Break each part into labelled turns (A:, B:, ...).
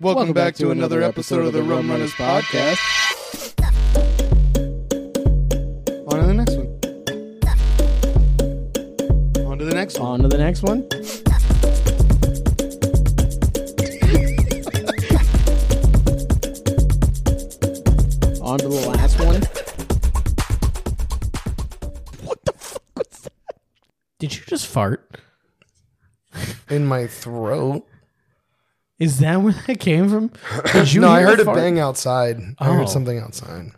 A: Welcome, back, to, another, episode of the Rum Runners Podcast. On to the next one. On to the next one.
B: On to the next one. On to the last one. Did you just fart?
C: in my throat.
B: Is that where that came from? Did you
C: no, I
B: hear
C: heard
B: the
C: a
B: fart?
C: bang outside. I
B: Oh.
C: heard something outside.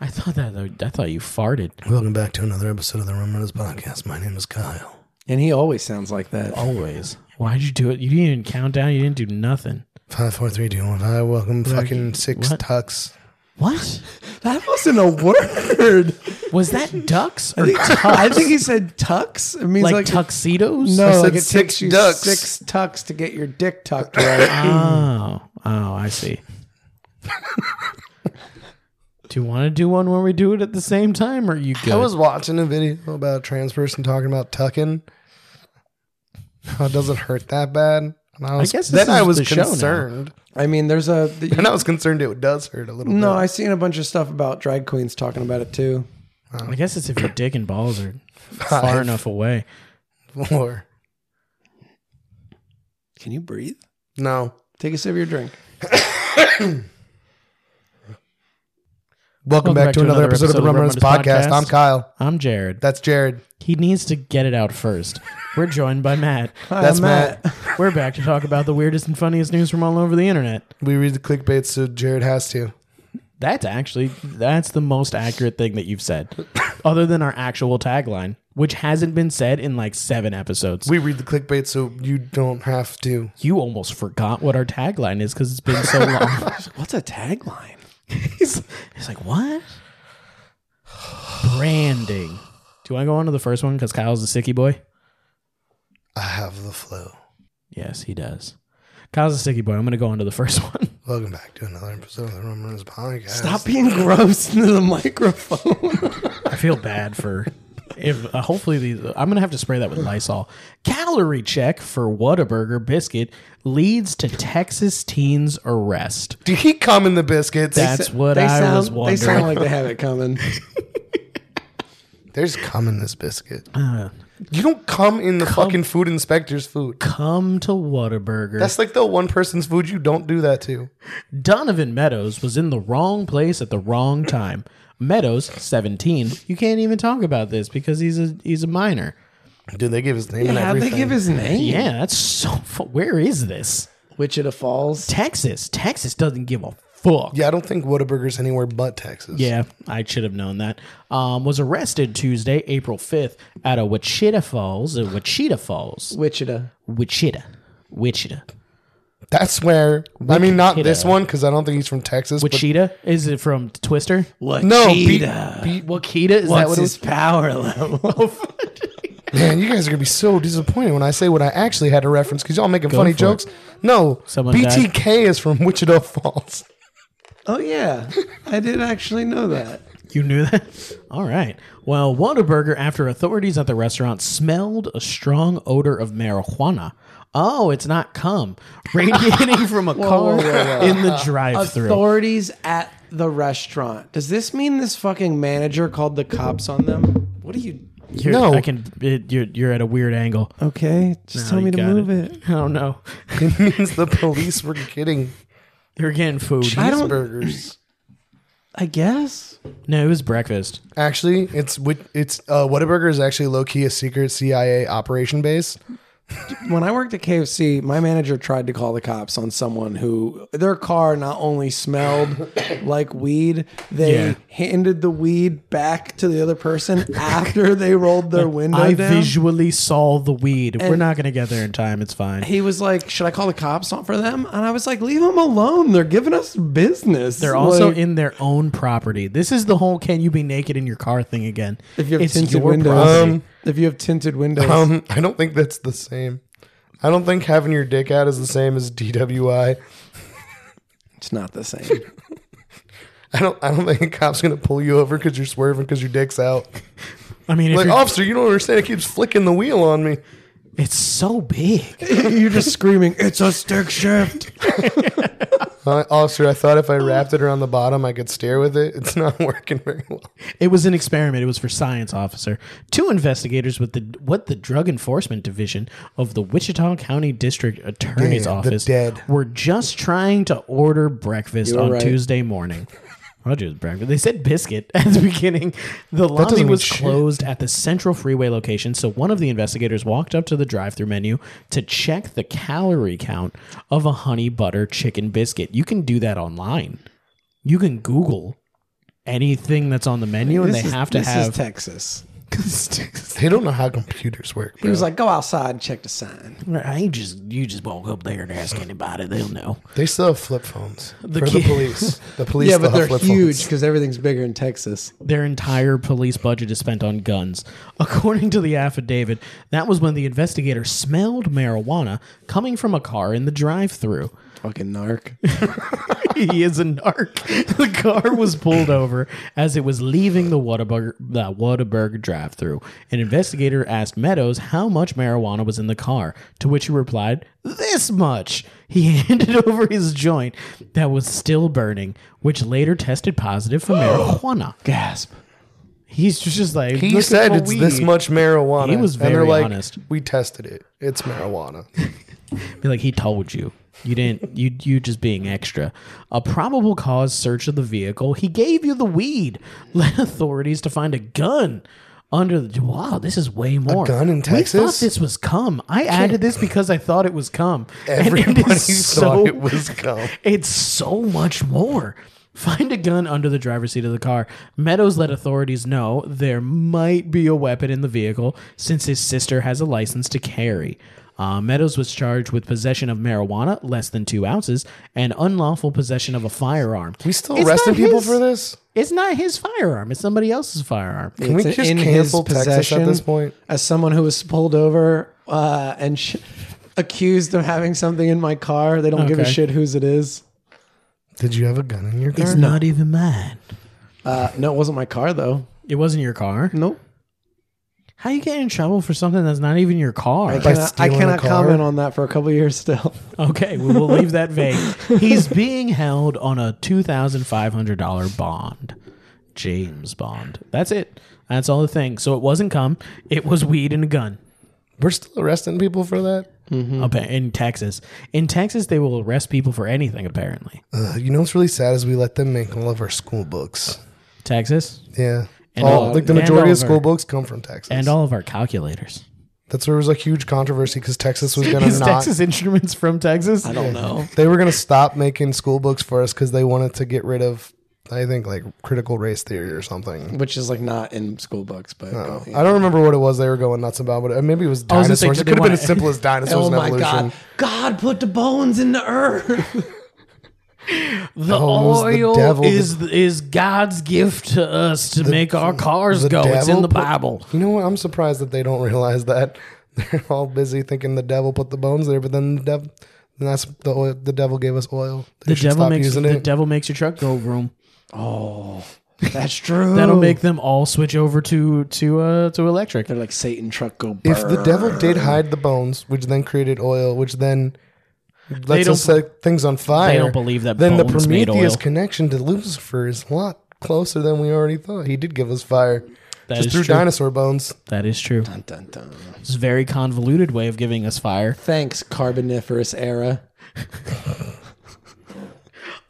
B: I thought that. I thought you farted.
C: Welcome back to another episode of the Rum Runners Podcast. My name is Kyle.
A: And he always sounds like that.
B: Always. Why'd you do it? You didn't even count down. You didn't do nothing.
C: Five, four, three, two, one. Hi, welcome, fucking six
B: what?
C: tucks.
B: What
A: That wasn't a word.
B: was that? Ducks or
A: I think,
B: tux?
A: I think he said tux. It means
B: like,
A: like,
B: tuxedos.
C: I
A: No,
C: said
A: like it
C: six
A: takes you
C: ducks.
A: six tucks to get your dick tucked right.
B: Oh, oh, I see. do you want to do one where we do it at the same time, or are you good?
C: I was watching a video about a trans person talking about tucking. How it doesn't hurt that bad. And I was,
B: guess this
C: then I
B: is
C: was
B: the show now.
C: concerned.
A: I mean, there's a
C: Then I was concerned it does hurt a little
A: no.
C: bit.
A: I seen a bunch of stuff about drag queens talking about it too.
B: I guess it's if your dick and balls are far enough away.
C: Four.
A: Can you breathe?
C: No.
A: Take a sip of your drink.
C: Welcome, back, to, another, episode, of the Rum Runners Podcast. I'm Kyle.
B: I'm Jared.
C: That's Jared.
B: He needs to get it out first. We're joined by Matt.
C: That's Matt.
B: We're back to talk about the weirdest and funniest news from all over the internet.
C: We read the clickbait, so Jared has to.
B: That's actually that's the most accurate thing that you've said, other than our actual tagline, which hasn't been said in like seven episodes.
C: We read the clickbait, so you don't have to.
B: you almost forgot what our tagline is because it's been so long.
A: What's a tagline?
B: he's, he's like, what? Branding. Do you want to go on to the first one because Kyle's a sicky boy?
C: I have the flu.
B: Yes, he does. Kyle's a sicky boy. I'm going to go on to the first one.
C: Welcome back to another episode of the Rum Runners Podcast.
A: Stop being gross into the microphone.
B: I feel bad for if uh, hopefully these I'm gonna have to spray that with Lysol. Calorie check for Whataburger biscuit leads to Texas teen's arrest.
C: Did he come in the biscuits?
B: That's what
A: they
B: I
A: sound,
B: was
A: They sound
B: wondering.
A: like they have it coming.
C: There's cum in this biscuit. you don't come in the fucking food inspector's food.
B: Come to Whataburger.
C: That's like the one person's food you don't do that to.
B: Donovan Meadows was in the wrong place at the wrong time. Meadows, 17. You can't even talk about this because he's a he's a minor.
C: Dude, they give his name and
A: How'd
C: everything.
A: they give his name?
B: Yeah, that's so. fu- Where is this?
A: Wichita Falls.
B: Texas. Texas doesn't give a fuck.
C: yeah, I don't think Whataburger's anywhere but Texas.
B: Yeah, I should have known that. Um, was arrested Tuesday, April 5th, out of Wichita Falls. Uh, Wichita Falls.
A: Wichita.
B: Wichita. Wichita.
C: That's where. I mean, not
B: Wichita.
C: this one, because I don't think he's from Texas. but-
B: Wichita? Is it from Twister?
A: Wichita.
C: no, Pete-
A: What's
C: Pete-
B: Wakita? Is that what it was?
A: his power level?
C: Man, you guys are gonna be so disappointed when I say what I actually had to reference because y'all making funny
B: for
C: jokes. No,
B: Someone
C: BTK is from Wichita Falls.
A: oh yeah, I did actually know that.
B: You knew that? All right. Well, Whataburger, after authorities at the restaurant smelled a strong odor of marijuana. Oh, it's not cum radiating from a car
A: whoa, whoa, whoa.
B: in the drive through.
A: Authorities at the restaurant. Does this mean this fucking manager called the cops on them? What are you?
C: No.
B: I can. It, you're, you're at a weird angle. Oh,
A: Okay, just tell
B: you
A: me to
B: got
A: move
B: it.
A: it.
B: I don't know.
C: It means the police were getting
B: They're getting food.
A: I don't-
C: cheeseburgers.
A: I guess.
B: No, it was breakfast.
C: Actually, it's Wit- it's uh, Whataburger is actually low key a secret CIA operation base.
A: When I worked at KFC, my manager tried to call the cops on someone who their car not only smelled like weed, they
B: Yeah.
A: handed the weed back to the other person after they rolled their window
B: I
A: down.
B: visually saw the weed. We're not going to get there in time. It's fine.
A: he was like, "Should I call the cops on for them?" And I was like, "Leave them alone. They're giving us business."
B: They're also
A: Like,
B: in their own property. This is the whole "Can you be naked in your car?" thing again.
A: if you have
B: it's
A: tinted
B: your
A: windows. um,
B: property.
A: if you have tinted windows,
C: Um, I don't think that's the same. I don't think having your dick out is the same as DWI.
A: it's not the same.
C: I don't. I don't think a cop's gonna pull you over because you're swerving because your dick's out.
B: I mean, if
C: Like
B: you're-
C: officer, you don't understand. It keeps flicking the wheel on me.
B: it's so big.
A: You're just screaming, "It's a stick shift."
C: Uh, officer, I thought if I wrapped it around the bottom, I could steer with it. It's not working very well.
B: It was an experiment. It was for science officer. Two investigators with the what the Drug Enforcement Division of the Wichita County District Attorney's
C: Damn, the
B: Office
C: dead.
B: were just trying to order breakfast
A: You were
B: on
A: right.
B: Tuesday morning. I'll just breakfast. They said biscuit at the beginning. The lobby
C: doesn't
B: was
C: mean shit.
B: closed at the Central Freeway location, so one of the investigators walked up to the drive-through menu to check the calorie count of a honey butter chicken biscuit. You can do that online. You can Google anything that's on the menu, and
A: This
B: they
A: is-
B: have to
A: this
B: have.
A: is Texas.
C: They don't know how computers work.
A: He
C: Bro.
A: was like, "Go outside and check the sign."
B: I ain't just you just walk up there and ask anybody, they'll know.
C: They still have flip phones
B: The
C: for
B: kid-
C: the police. The police
A: yeah,
C: still
A: but
C: have
A: they're
C: flip
A: huge
C: phones.
A: because everything's bigger in Texas.
B: Their entire police budget is spent on guns. According to the affidavit, that was when the investigator smelled marijuana coming from a car in the drive-through.
A: Fucking narc.
B: he is a narc. The car was pulled over as it was leaving the Whataburger, the Whataburger drive through. An investigator asked Meadows how much marijuana was in the car, to which he replied, This much. He handed over his joint that was still burning, which later tested positive for marijuana.
A: Gasp.
B: He's just like,
C: He
B: "Look at
C: said
B: my
C: it's this
B: weed."
C: much marijuana.
B: He was
C: and they're
B: very
C: like,
B: honest.
C: We tested it. It's marijuana.
B: Be like, he told you. You didn't. You you just being extra. A probable cause search of the vehicle. He gave you the weed. Let authorities to find a gun under the. Wow, this is way more.
C: gun in
B: We thought
C: Texas?
B: this was cum. I added this because I thought it was cum. And
C: Everybody
B: it
C: thought
B: is so
C: it was gum.
B: it's so much more. Find a gun under the driver's seat of the car. Meadows let authorities know there might be a weapon in the vehicle since his sister has a license to carry. Uh, Meadows was charged with possession of marijuana, less than two ounces, and unlawful possession of a firearm.
C: We still
B: It's
C: arresting
B: not
C: people
B: his-
C: for this?
B: It's not his firearm. It's somebody else's firearm.
C: Can we
A: It's
C: just
A: in his
C: cancel Texas at
A: possession
C: this point?
A: As someone who was pulled over uh, and sh- accused of having something in my car, they don't give a
B: Okay.
A: shit whose it is.
C: Did you have a gun in your car?
B: It's not even mine.
A: Uh, no, it wasn't my car though.
B: It wasn't your car.
A: Nope.
B: How you get in trouble for something that's not even your car?
A: Uh, I cannot, I
C: stealing a
A: cannot
C: car?
A: comment on that for a couple of years still.
B: Okay, we will leave that vague. He's being held on a two thousand five hundred dollar bond, James Bond. That's it. That's all the thing. So it wasn't cum. It was weed and a gun.
C: We're still arresting people for that. Mm-hmm.
B: Appa- In Texas, in Texas, they will arrest people for anything. Apparently,
C: Uh, you know what's really sad is we let them make all of our school books.
B: Texas
C: Yeah.
B: And
C: all,
B: all-
C: like the
B: and
C: majority of
B: all of
C: school
B: our-
C: books come from Texas.
B: and all of our calculators.
C: That's where it was a huge controversy because Texas was going to
B: Is
C: not.
B: Texas Instruments from Texas? I
A: don't know.
C: They were going to stop making school books for us because they wanted to get rid of, I think, like critical race theory or something.
A: Which is like not in school books, but
C: I don't remember what it was they were going nuts about, but uh, maybe it was
B: was gonna say,
C: dinosaurs.
B: did
C: It
B: they
C: could have been
B: wanna-
C: as simple as dinosaurs
A: Oh
C: and
A: my
C: evolution.
A: God! God put the bones in the earth.
B: The
C: Oh, it was the
B: oil
C: devil.
B: is is God's gift to us to make our cars
C: The
B: go. It's in
C: devil
B: the
C: put-
B: Bible.
C: You know what? I'm surprised that they don't realize that. They're all busy thinking the devil put the bones there, but then the devil. And that's the oil, the devil gave us oil. They
B: The
C: should
B: devil
C: stop
B: makes
C: using
B: the
C: it.
B: devil makes your truck go vroom.
A: Oh, That's true.
B: That'll make them all switch over to to uh to electric.
A: They're like Satan truck go.
C: if the devil did hide the bones, which then created oil, which then lets
B: don't-
C: us set things on fire,
B: don't believe that
C: Then the
B: bones made
C: Prometheus
B: oil.
C: connection to Lucifer is a lot closer than we already thought. He did give us fire
B: That
C: just
B: is
C: through
B: true.
C: dinosaur bones.
B: That is true.
A: Dun, dun, dun.
B: It's a very convoluted way of giving us fire.
A: Thanks, Carboniferous era.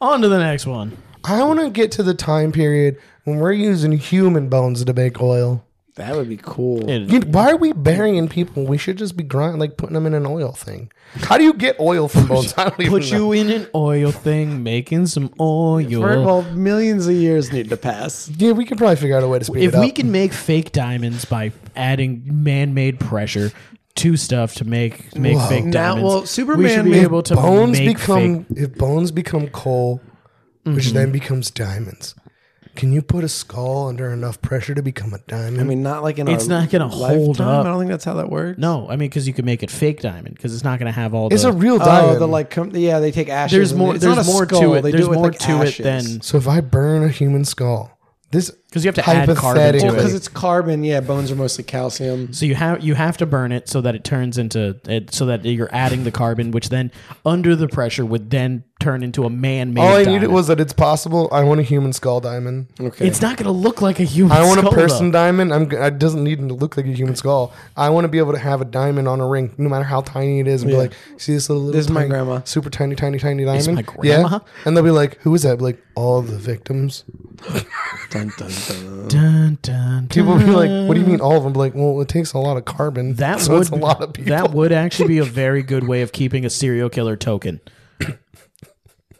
B: On to the next one.
C: I want to get to the time period when we're using human bones to make oil.
A: That would be cool.
B: It-
C: You, why are we burying people? We should just be grind like putting them in an oil thing. How do you get oil from bones? I don't even
B: put
C: know.
B: you in an oil thing, making some
A: First of
B: oil.
A: all, millions of years need to pass.
C: Yeah, we could probably figure out a way to speed
B: If
C: it up.
B: we can make fake diamonds by adding man-made pressure to stuff to make make
C: Whoa.
B: fake
A: Now,
B: diamonds,
A: well,
B: we should
A: Superman
B: be
A: made
B: able to
C: bones
B: make
C: become
B: fake- Mm-hmm.
C: if bones become coal, which then becomes diamonds. Can you put a skull under enough pressure to become a diamond?
A: I mean, not like in
B: It's
A: our
B: not gonna hold
A: lifetime.
B: up.
A: I don't think that's how that works.
B: No, I mean because you can make it fake diamond because it's not going to have all.
C: it's
B: the,
C: a real diamond.
A: Oh, the like, com- yeah, they take ashes.
B: There's
A: and
B: more.
A: it's not
B: There's
A: a
B: more
A: skull.
B: to it.
A: They do
B: There's
A: with,
B: more
A: like,
B: to it
A: ashes.
B: than
C: so if I burn a human skull, This
B: because you have to add carbon
C: Hypothetically.
B: to
C: Well,
A: because
B: it.
A: it's carbon. Yeah, bones are mostly calcium.
B: So you have you have to burn it so that it turns into it, so that you're adding the carbon, which then under the pressure would then turn into a man-made.
C: all I
B: diamond.
C: needed was that it's possible. I want a human skull diamond.
A: Okay,
B: It's not going to look like a human.
C: I want a
B: skull,
C: person
B: though.
C: diamond. I'm. g- It doesn't need to look like a human skull. I want to be able to have a diamond on a ring, no matter how tiny it is, and
A: Yeah.
C: be like, "See this little, little
A: This is my
C: tiny-
A: grandma.
C: super tiny, tiny, tiny diamond."
B: my grandma?
C: Yeah, and they'll be like, "Who is that?" Be like all the victims.
A: Dun, dun, dun.
B: Dun, dun,
C: People will be like,
B: dun.
C: "What do you mean all of them?" Be like, well, it takes a lot of carbon.
B: That
C: so
B: would
C: it's a lot of people.
B: that would actually be a very good way of keeping a serial killer token.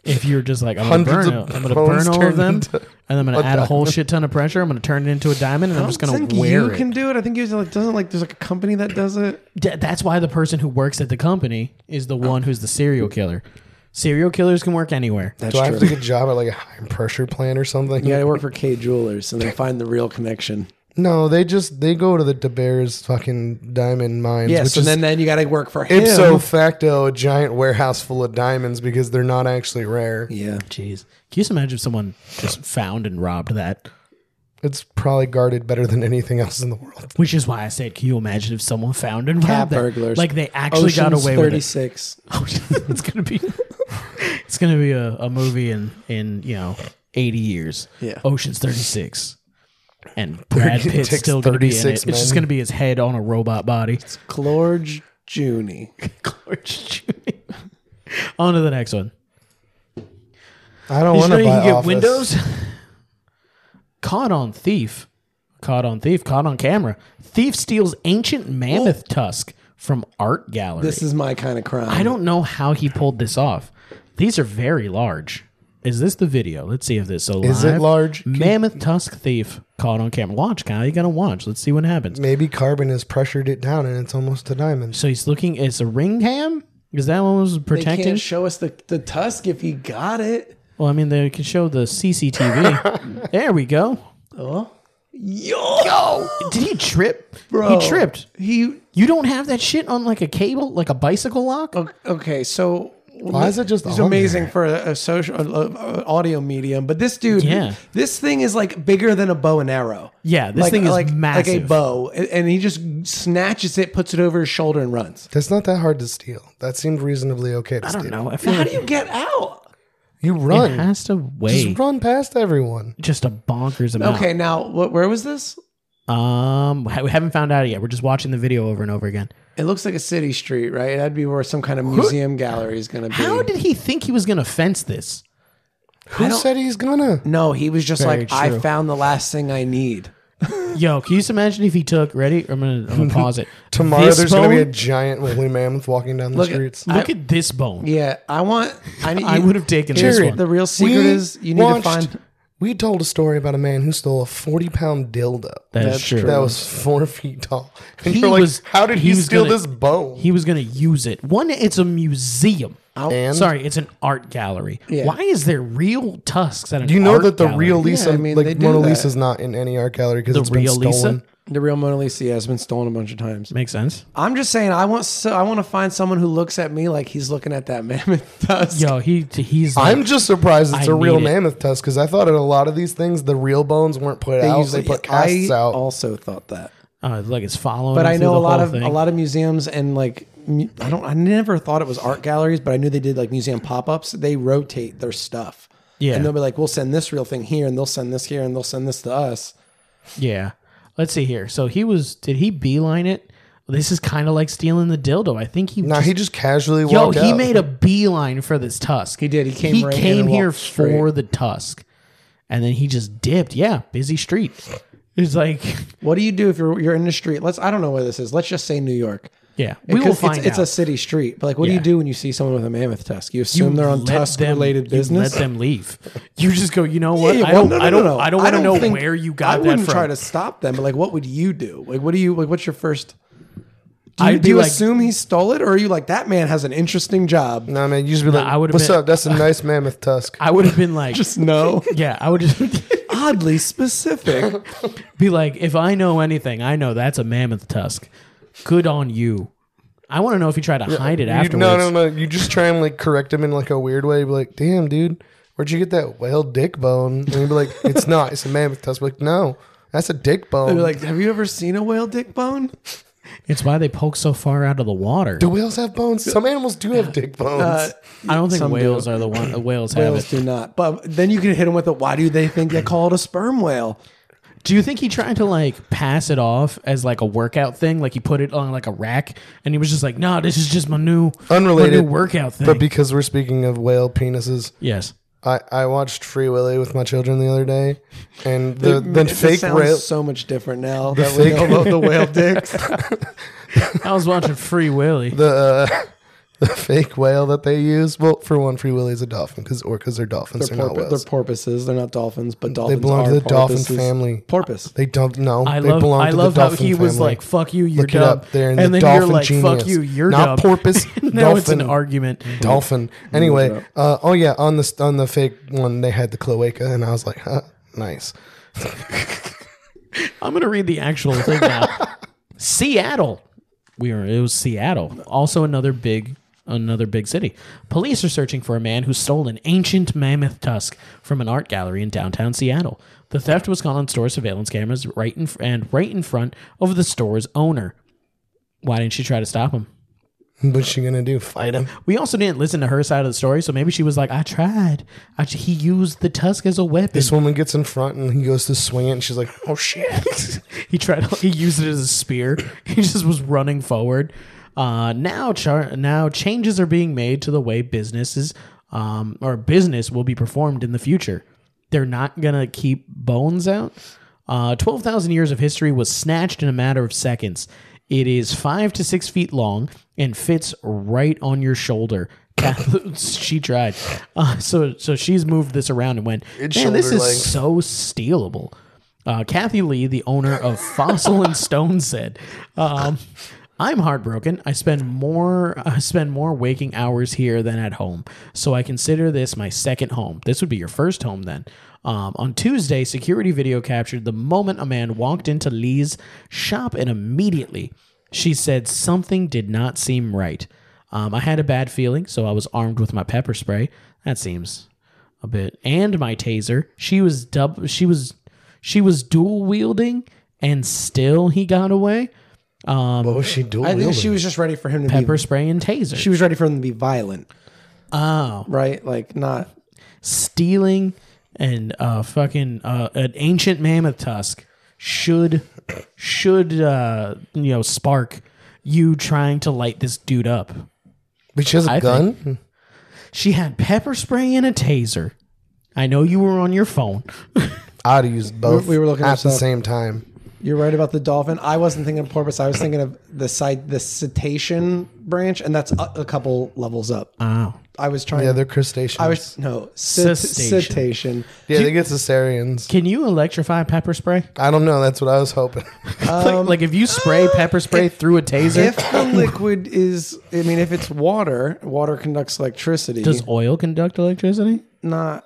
B: If you're just like I'm gonna
C: Hundreds
B: burn,
C: of
B: it- I'm gonna
C: bones
B: burn all of
C: turned
B: them,
C: into
B: and I'm gonna
C: a
B: add a whole shit ton of pressure. I'm gonna turn it into a diamond, and I'm just
A: I
B: gonna
A: think
B: wear
A: you
B: it.
A: can do it. I think you like doesn't like there's like a company that does it.
B: Th- that's why the person who works at the company is the one who's the serial killer. Serial killers can work anywhere.
A: That's
C: Do I have to get a job at like a high pressure plant or something?
A: you gotta work for K Jewelers and they find the real connection.
C: No, they just they go to the De Beers fucking diamond mines.
A: Yes,
C: which
A: and
C: is
A: then then you gotta work for him.
C: ipso facto a giant warehouse full of diamonds because they're not actually rare.
A: yeah,
B: Jeez, can you just imagine if someone just found and robbed that?
C: It's probably guarded better than anything else in the world.
B: Which is why I said, can you imagine if someone found and
A: cat
B: robbed that?
A: burglars.
B: Like they actually got
A: Ocean's
B: away with it.
A: 36.
B: it's gonna be it's gonna be a, a movie in in you know 80 years
A: Yeah.
B: ocean's 36 and brad
C: It
B: pitt's
C: takes
B: still gonna be in it.
C: 36
B: it's just
C: men.
B: gonna be his head on a robot body
A: Clorge Junie.
B: Gorge Jr. on to the next one
C: I don't
B: Did you
C: want
B: know
C: to
B: you
C: buy
B: can get
C: Office.
B: windows caught on thief caught on thief caught on camera thief steals ancient mammoth
C: Oh.
B: tusk from art gallery
A: This is my kind of crime.
B: I don't know how he pulled this off. These are very large. Is this the video? Let's see if this so
C: Is it large? Can-
B: Mammoth tusk thief caught on camera. Watch, Kyle. You gotta watch. Let's see what happens.
C: Maybe carbon has pressured it down and it's almost a diamond.
B: So he's looking. It's a ring cam. Because that one was
A: They can't
B: protected.
A: show us the, the tusk if he got it.
B: well, I mean, they can show the CCTV. there we go.
A: Oh, yo, yo
B: Did he trip?
A: bro,
B: He tripped.
A: He
B: You don't have that shit on like a cable, like a bicycle lock.
A: okay. So
C: Why is it just
A: It's
C: on
A: amazing for a, a social a, a- a audio medium, but this dude,
B: Yeah.
A: this thing is like bigger than a bow and arrow.
B: Yeah, this
A: like,
B: thing is
A: like, like a
B: massive.
A: bow, and, and he just snatches it, puts it over his shoulder, and runs.
C: That's not that hard to steal. That seemed reasonably okay to
B: I don't
C: steal.
B: know. I feel
A: How
B: like
A: do you get out?
C: You
B: it
C: run.
B: has to weigh
C: Just run past everyone.
B: just a bonkers amount.
A: Okay, now what, where was this?
B: Um, ha- we haven't found out yet. We're just watching the video over and over again.
A: It looks like a city street, right? That'd be where some kind of museum gallery is going to be.
B: How did he think he was going to fence this?
C: Who
A: don't-
C: said he's gonna?
A: no, he was just
B: Very
A: like, I
B: true.
A: found the last thing I need.
B: Yo, can you just imagine if he took? Ready? I'm gonna, I'm gonna pause it.
C: Tomorrow
B: This
C: there's gonna be a
B: bone?
C: giant woolly mammoth walking down the
A: Look at-
C: streets.
B: look at this bone.
A: Yeah, I want. I, need-
B: I would have taken this
C: Jared,
B: one.
A: The real secret
C: We
A: is you need
C: watched-
A: to find.
C: We told a story about a man who stole a forty pound dildo.
B: That is true.
C: That was four feet tall. And
B: He
C: you're like,
B: was-
C: how did
B: he
C: he,
B: was
C: steal
B: gonna-
C: this bone?
B: he was gonna use it. One, it's a museum.
C: and
B: Sorry, it's an art gallery. Why is there real tusks at an
C: do you know
B: art
C: that the
B: gallery?
C: real Lisa,
A: Yeah, I mean, they
C: like
A: do
C: Mona
A: that.
C: Lisa's not in any art gallery because it's
B: real
C: been
B: Lisa?
C: stolen.
A: The real Mona Lisa yeah, has been stolen a bunch of times.
B: makes sense?
A: I'm just saying, I want so, I want to find someone who looks at me like he's looking at that mammoth tusk.
B: Yo, he he's. Like,
C: I'm just surprised it's
B: I
C: a real
B: need it.
C: mammoth tusk because I thought in a lot of these things the real bones weren't put out. they put casts
A: I
C: out.
A: also thought that,
B: uh, like it's following.
A: but
B: him
A: I
B: through
A: know
B: the
A: a lot
B: whole
A: of
B: thing.
A: a lot of museums and like mu- I don't I never thought it was art galleries, but I knew they did like museum pop ups. They rotate their stuff.
B: Yeah.
A: and they'll be like, we'll send this real thing here, and they'll send this here, and they'll send this to us.
B: Yeah. Let's see here. So he was. Did he beeline it? This is kind of like stealing the dildo. I think he.
C: nah,
B: just-
C: he just casually
B: Yo,
C: walked
B: he
C: out.
B: made a beeline for this tusk. He
A: did. He came
B: He
A: right in
B: came
A: and
B: here
A: walked straight.
B: for the tusk, and then he just dipped. Yeah, busy street. It's like,
A: What do you do if you're you're in the street? Let's I don't know where this is. Let's just say New York.
B: yeah, we will
A: Because
B: find
A: it's,
B: out.
A: It's a city street, but like, what do
B: Yeah.
A: you do when you see someone with a mammoth tusk? You
B: You
A: assume they're on
B: let
A: tusk
B: them-
A: related
B: you
A: business.
B: let them leave. You just go. You know what?
A: Yeah,
B: I
A: well,
B: don't.
A: no, no,
B: I don't.
A: no, no.
B: I don't want to know
A: think-
B: where you got
A: I
B: that
A: wouldn't
B: from.
A: try to stop them, but like, what would you do? Like, what do you like? What's your first? Do you,
B: I'd
A: do
B: be
A: you
B: like-
A: assume he stole it, or are you like that man has an interesting job?
C: Nah, man, you just be like,
B: I would've
C: "What's
B: been-
C: up? That's a nice mammoth tusk."
B: I would have been like,
A: Just no.
B: yeah, I would just
A: Oddly specific.
B: be like, if I know anything, I know that's a mammoth tusk. Good on you. I want to know if he tried to hide it
C: You-
B: afterwards.
C: No, no, no. You just try and like correct him in like a weird way. Be like, damn, dude, where'd you get that whale dick bone? And you'd be like, it's not. It's a mammoth tusk. We're Like, no, that's a dick bone.
A: They're like, have you ever seen a whale dick bone?
B: It's why they poke so far out of the water.
C: do whales have bones? Some animals do have dick bones.
A: Uh,
B: I don't think
A: Some
B: whales
A: do.
B: are the one. uh, whales have
A: Whales
B: it.
A: do not. But then you can hit them with a why do they think they call it a sperm whale?
B: Do you think he tried to like pass it off as like a workout thing? Like he put it on like a rack, and he was just like, "No, this is just my new my
C: Unrelated,
B: new workout thing."
C: but because we're speaking of whale penises,
B: yes,
C: I, I watched Free Willy with my children the other day, and the, the
A: It
C: fake
A: sounds
C: whale.
A: so much different now that we
C: fake-
A: know about the whale dicks.
B: I was watching Free Willy.
C: the uh, the fake whale that they use. Well, for one, Free Willy is a dolphin because orcas are dolphins. They're,
A: They're,
C: not
A: porpo- they're
C: whales.
A: porpoises. They're not dolphins, but dolphins.
C: belong to
A: are
C: the dolphin
A: porpoises.
C: family.
A: Porpoise.
C: They don't. No,
B: I
C: they
B: love.
C: belong
B: I
C: to
B: love
C: the
B: how
C: dolphin
B: he was
C: family.
B: like, "Fuck you, you're
C: Look it
B: dumb,"
C: up. They're in
B: and
C: the
B: then you're
C: dolphin
B: like,
C: genius.
B: "Fuck you, you're
C: Not
B: dumb."
C: porpoise,
B: now it's an
C: dolphin.
B: argument.
C: dolphin. Anyway, uh, oh yeah, on this on the fake one they had the cloaca, and I was like, huh, nice.
B: I'm gonna read the actual thing now. Seattle. We were it was Seattle. Also another big another big city. Police are searching for a man who stole an ancient mammoth tusk from an art gallery in downtown Seattle. The theft was caught on store surveillance cameras right in and right in front of the store's owner. Why didn't she try to stop him?
C: What's she gonna do? Fight him?
B: We also didn't listen to her side of the story, so maybe she was like, "I tried. I, he used the tusk as a weapon.
C: This woman gets in front, and he goes to swing it, and she's like, oh shit.
B: he tried he used it as a spear he just was running forward uh, now char- now changes are being made to the way businesses um, or business will be performed in the future they're not gonna keep bones out uh, 12000 years of history was snatched in a matter of seconds it is five to six feet long and fits right on your shoulder she tried uh, so so she's moved this around and went man this
C: shoulder
B: is
C: length.
B: so stealable uh, Kathy Lee, the owner of Fossil and Stone, said, um, "I'm heartbroken. I spend more I spend more waking hours here than at home, so I consider this my second home. This would be your first home then." Um, on Tuesday, security video captured the moment a man walked into Lee's shop, and immediately she said something did not seem right. Um, I had a bad feeling, so I was armed with my pepper spray. That seems a bit and my taser she was dub she was she was dual wielding and still he got away um
C: Oh, she dual
A: I think she
C: wielded.
A: was just ready for him to
B: pepper
A: be.
B: spray and taser
A: She was ready for him to be violent,
B: oh
A: right? Like not.
B: stealing and uh fucking uh an ancient mammoth tusk should should uh you know spark you trying to light this dude up
C: But she has a
B: I
C: gun.
B: she had pepper spray and a taser i know you were on your phone
C: I'd have used both.
A: we were looking
C: at
A: this
C: the
A: up.
C: same time.
A: You're right about the dolphin. I wasn't thinking of porpoise. I was thinking of the side, the cetacean branch, and that's a, a couple levels up.
B: wow
A: I was trying.
C: Yeah,
A: to,
C: they're crustaceans.
A: I was no cet-
B: Cetacean.
A: cetacean.
C: yeah, they get cesarians.
B: can you electrify pepper spray
C: I don't know. That's what I was hoping.
B: like, like if you spray pepper spray through a taser,
A: If the liquid is, I mean, if it's water, water conducts electricity.
B: does oil conduct electricity?
A: not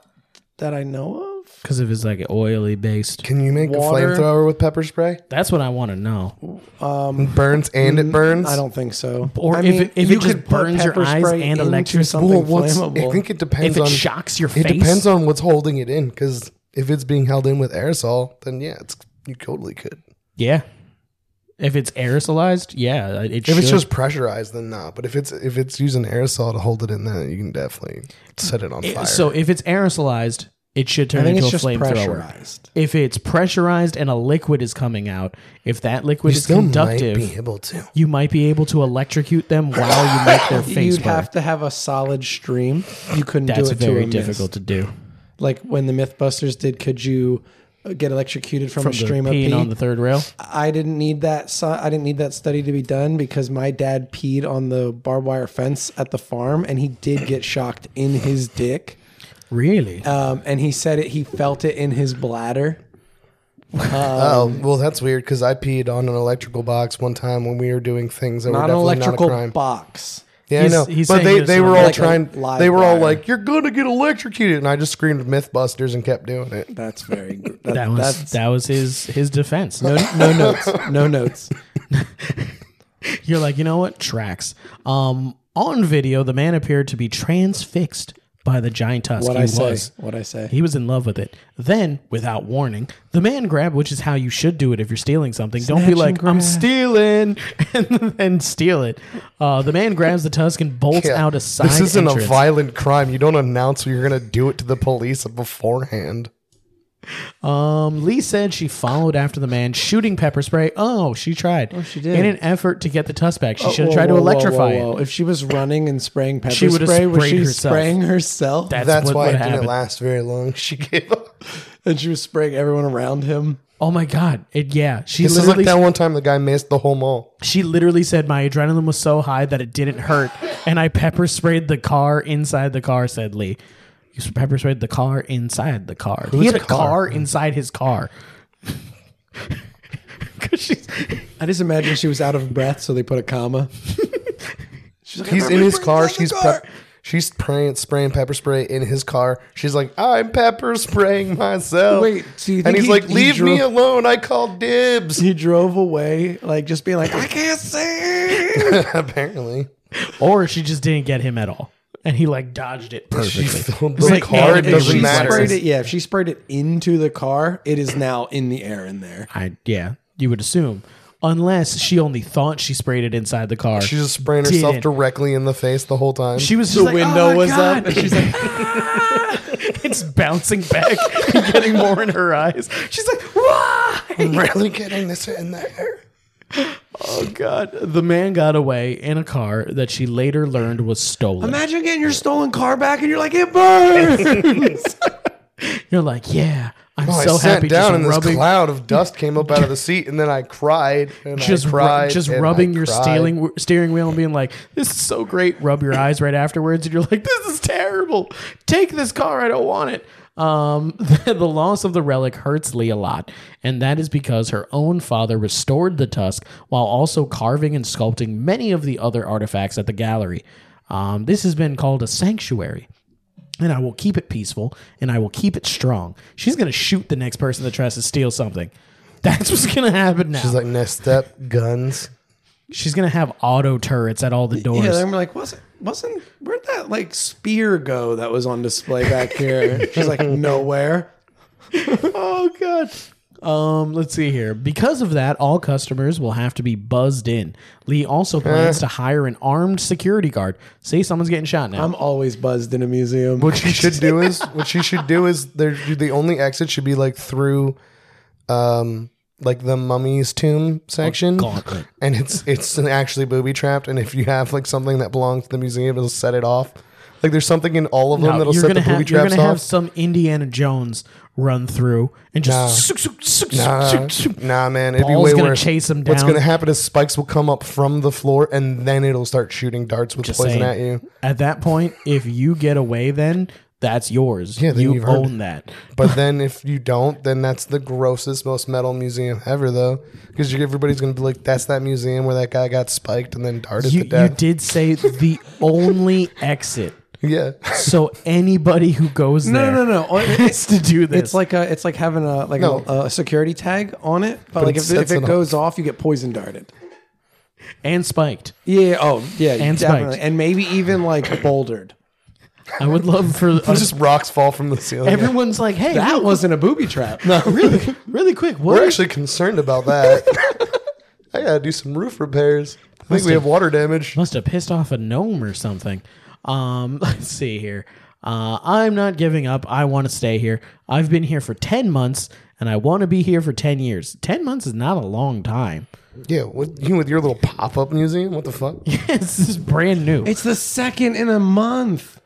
A: that I know of.
B: Because if it's like oily based,
C: Can you make
A: Water.
C: a flamethrower with pepper spray?
B: that's what I want to know.
C: It burns and it burns.
A: Mm, I don't think so.
B: Or
A: I
B: if it- if it just
A: could put
B: burns your
A: pepper
B: eyes
A: spray
B: and
A: into
B: electricity-
A: something
C: Well, what's, I
A: flammable.
C: think it depends
B: If it
C: on.
B: shocks your
C: it
B: face,
C: depends on what's holding it in. Because if it's being held in with aerosol, then yeah, it's you totally could.
B: yeah. If it's aerosolized, yeah, uh, it
C: If
B: should.
C: it's just pressurized, then not. But if it's if it's using aerosol to hold it in, then you can definitely set it on fire.
B: so if it's aerosolized, it should
A: I
B: turn
A: think
B: into
A: it's
B: a
A: just
B: flamethrower.
A: pressurized.
B: If it's pressurized and a liquid is coming out, if that liquid
C: you
B: is
C: still might
B: conductive,
C: be able to.
B: you might be able to electrocute them while you make their face
A: You'd
B: burn.
A: have to have a solid stream. You couldn't
B: that's
A: do it
B: very
A: to a
B: difficult
A: difficult.
B: to do.
A: Like when the MythBusters did, could you uh, get electrocuted from, a
B: From the
A: stream of
B: peeing
A: pee?
B: on the third rail.
A: I didn't need that. su- I didn't need that study to be done because my dad peed on the barbed wire fence at the farm, and he did get shocked in his dick.
B: Really?
A: Um, and he said it. He felt it in his bladder.
C: Oh well, that's weird because I peed on an electrical box one time when we were doing things that were
A: Not an
C: definitely
A: electrical
C: not a crime.
A: box.
C: yeah, I
B: He's-
C: know,
B: he's
C: but
B: saying
C: they,
B: it's
C: they
B: not
C: were all
A: like a
C: trying.
A: live
C: They were all
A: wire.
C: like, "You're gonna get electrocuted," and I just screamed "MythBusters" and kept doing it.
A: That's very. gr-
B: that was
A: that's-
B: that was his his defense.
A: no, no notes. No notes.
B: You're like, you know what? Tracks. Um, on video, the man appeared to be transfixed by the giant tusk
A: What
B: he
A: I say?
B: was.
A: What I say?
B: He was in love with it. Then, without warning, the man grab, which is how you should do it if you're stealing something. Don't be
A: and
B: like, I'm
A: grab."
B: stealing, and then steal it. Uh, the man grabs the tusk and bolts
C: Yeah.
B: out a side
C: This isn't
B: entrance.
C: a violent crime. You don't announce you're gonna do it to the police beforehand.
B: Um, Lee said she followed after the man, shooting pepper spray. Oh, she tried. Oh,
A: she did.
B: In an effort to get the tusk back, she should have
A: Whoa,
B: tried to
A: whoa, whoa,
B: electrify
A: whoa,
B: it.
A: whoa. If she was running and spraying pepper
B: She would've
A: spray, was
B: sprayed
A: she
B: herself.
A: spraying herself?
B: That's,
C: That's
B: what,
C: why
B: what
C: it
B: happened.
C: didn't last very long. She gave up.
A: and she was spraying everyone around him.
B: Oh my god! It yeah. She
C: This is
B: literally
C: like that one time the guy missed the whole mall.
B: she literally said my adrenaline was so high that it didn't hurt, and I pepper sprayed the car inside the car. Said Lee, you pepper sprayed the car inside the car. he had a car? inside his car. 'Cause she's-
A: I just imagine she was out of breath, so they put a comma.
C: He's in his car. She's prep. She's spraying, spraying pepper spray in his car. She's like, I'm pepper spraying myself.
A: Wait, so you
C: and
A: think
C: he's
A: he-
C: like,
A: he
C: leave me
A: drove-
C: alone. I called dibs.
A: He drove away, like just being like, I can't see.
C: Apparently,
B: or she just didn't get him at all, and he like dodged it
C: she
B: perfectly.
C: filled
B: It's
C: the
B: like,
C: car. It
B: and she
A: If
C: doesn't
A: she
C: matter.
A: sprayed it, yeah. If she sprayed it into the car, it is now in the air in there.
B: I yeah, you would assume. Unless she only thought she sprayed it inside the car.
C: She's just spraying herself
B: Didn't.
C: directly in the face the whole time.
B: she was just
A: The
B: like,
A: window
B: "Oh my
A: was
B: God."
A: up, and she's like,
B: it's bouncing back and getting more in her eyes. She's like, why?
C: I'm really getting this in there.
B: Oh God! The man got away in a car that she later learned was stolen.
A: Imagine getting your stolen car back, and you're like, it burns.
B: You're like, yeah, I'm
C: Oh,
B: so
C: I sat
B: happy
C: down
B: just
C: and this
B: rubbing,
C: cloud of dust came up out of the seat, and then I cried. And
B: just
C: I
B: ru-
C: cried.
B: just
C: and I
B: rubbing your
C: cried.
B: steering steering wheel and being like, this is so great. Rub your eyes right afterwards, and you're like, this is terrible. Take this car. I don't want it. Um, the, loss of the relic hurts Lee a lot, and that is because her own father restored the tusk while also carving and sculpting many of the other artifacts at the gallery. Um, this has been called a sanctuary and I will keep it peaceful and I will keep it strong. She's gonna shoot the next person that tries to steal something. That's what's gonna happen now.
C: She's like, next step, guns.
B: She's gonna have auto turrets at all the doors.
A: yeah, then we're like, wasn't wasn't where'd that like spear go that was on display back here? She's like, nowhere.
B: oh god. Um, let's see here. Because of that, all customers will have to be buzzed in. Lee
C: Eh.
B: also plans to hire an armed security guard. See, someone's getting shot now.
A: I'm always buzzed in a museum.
C: What she should do is what she should do is there the only exit should be like through um like the mummy's tomb section.
B: Oh, Gauntlet.
C: and it's it's an actually booby trapped and if you have like something that belongs to the museum it'll set it off. Like there's something in all of them
B: No,
C: that'll
B: you're
C: set the
B: gonna,
C: booby
B: have, you're
C: traps
B: gonna have
C: off.
B: some Indiana Jones run through and just
C: Nah, Uh, nah, man, it'd
B: Ball's
C: be way
B: gonna
C: worse.
B: chase 'em
C: What's
B: down.
C: gonna happen is spikes will come up from the floor, and then it'll start shooting darts with poison
B: saying.
C: at you.
B: At that point, if you get away, then that's yours.
C: Yeah, then
B: you
C: you've earned
B: own that.
C: But then if you don't, then that's the grossest, most metal museum ever, though, because everybody's gonna be like, "That's that museum where that guy got spiked and then darted
B: You,
C: to
B: you
C: death."
B: did say the only exit.
C: yeah,
B: So anybody who goes
A: no,
B: there
A: no, no.
B: has to do this.
A: It's like a, it's like having a like
C: No.
A: a, a security tag on it, but, like
C: it
A: if, it- if
C: sets it
A: it
C: off.
A: goes off, you get poison darted.
B: and spiked.
A: Yeah. Oh, yeah.
B: And
A: definitely.
B: spiked.
A: And maybe even like bouldered.
B: I would love for
C: just rocks fall from the ceiling.
B: everyone's like, hey,
A: That
B: look,
A: wasn't a booby trap.
B: really, really quick. What?
C: We're actually concerned about that. I gotta do some roof repairs. I think we have water damage.
B: Must have pissed off a gnome or something. Um, let's see here. Uh, I'm not giving up. I want to stay here. I've been here for 10 months and I want to be here for 10 years. 10 months is not a long time.
C: Yeah, what, you with your little pop-up museum? What the fuck?
B: this is brand new.
A: It's the second in a month.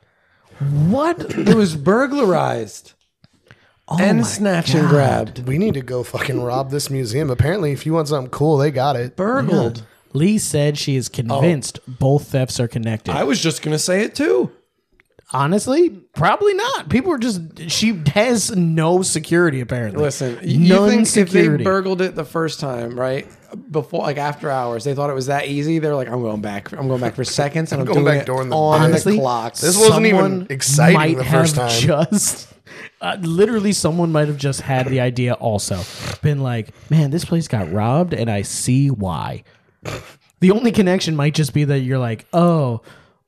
B: what?
A: It was burglarized
B: Oh
A: and snatch and grabbed.
C: We need to go fucking rob this museum. Apparently, if you want something cool, they got it.
A: Burgled.
B: Lee said she is convinced both thefts are connected.
A: I was just gonna say it too.
B: Honestly, probably not. People are just. She has no security apparently.
A: Listen, y-
B: None
A: you think if
B: security.
A: they burgled it the first time, right? Before, like after hours, they thought it was that easy. They're like, "I'm going back. I'm going back for seconds, and I'm,
C: going
A: doing
C: back
A: it
C: during the
A: on
B: Honestly,
A: the clock."
C: This wasn't even
B: someone
C: exciting
B: might
C: the first
B: have
C: time.
B: Just uh, literally, someone might have just had the idea. Also, been like, man, this place got robbed, and I see why. The only connection might just be that you're like, oh,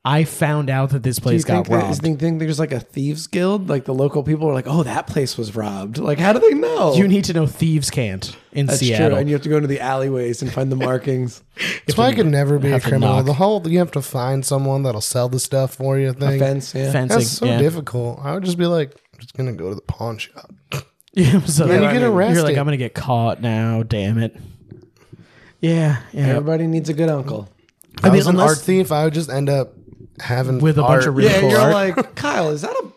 B: I found out that this
A: Do you
B: place
A: think,
B: got
A: that,
B: robbed.
A: is- do you think there's like a thieves guild? Like the local people are like, oh, that place was robbed. Like, how do they know?
B: you need to know thieves can't in
A: That's
B: Seattle.
A: true. And you have to go into the alleyways and find the markings.
C: That's why I could never be a
B: have to
C: criminal.
B: knock.
C: The whole you have to find someone that'll sell the stuff for you thing.
A: Fence, yeah.
B: Fencing.
C: That's so
B: yeah.
C: difficult. I would just be like, I'm just gonna go to the pawn shop.
B: Yeah, so
C: you
B: like,
C: get
B: You're like,
C: arrested.
B: I'm gonna get caught now. Damn it. Yeah, yeah.
A: Everybody needs a good uncle.
C: If I,
B: mean,
C: was an
B: unless-
C: art thief. I would just end up having
B: With a bunch
C: art.
B: of really
A: yeah,
B: cool
A: you're
B: art.
A: like, Kyle, is that a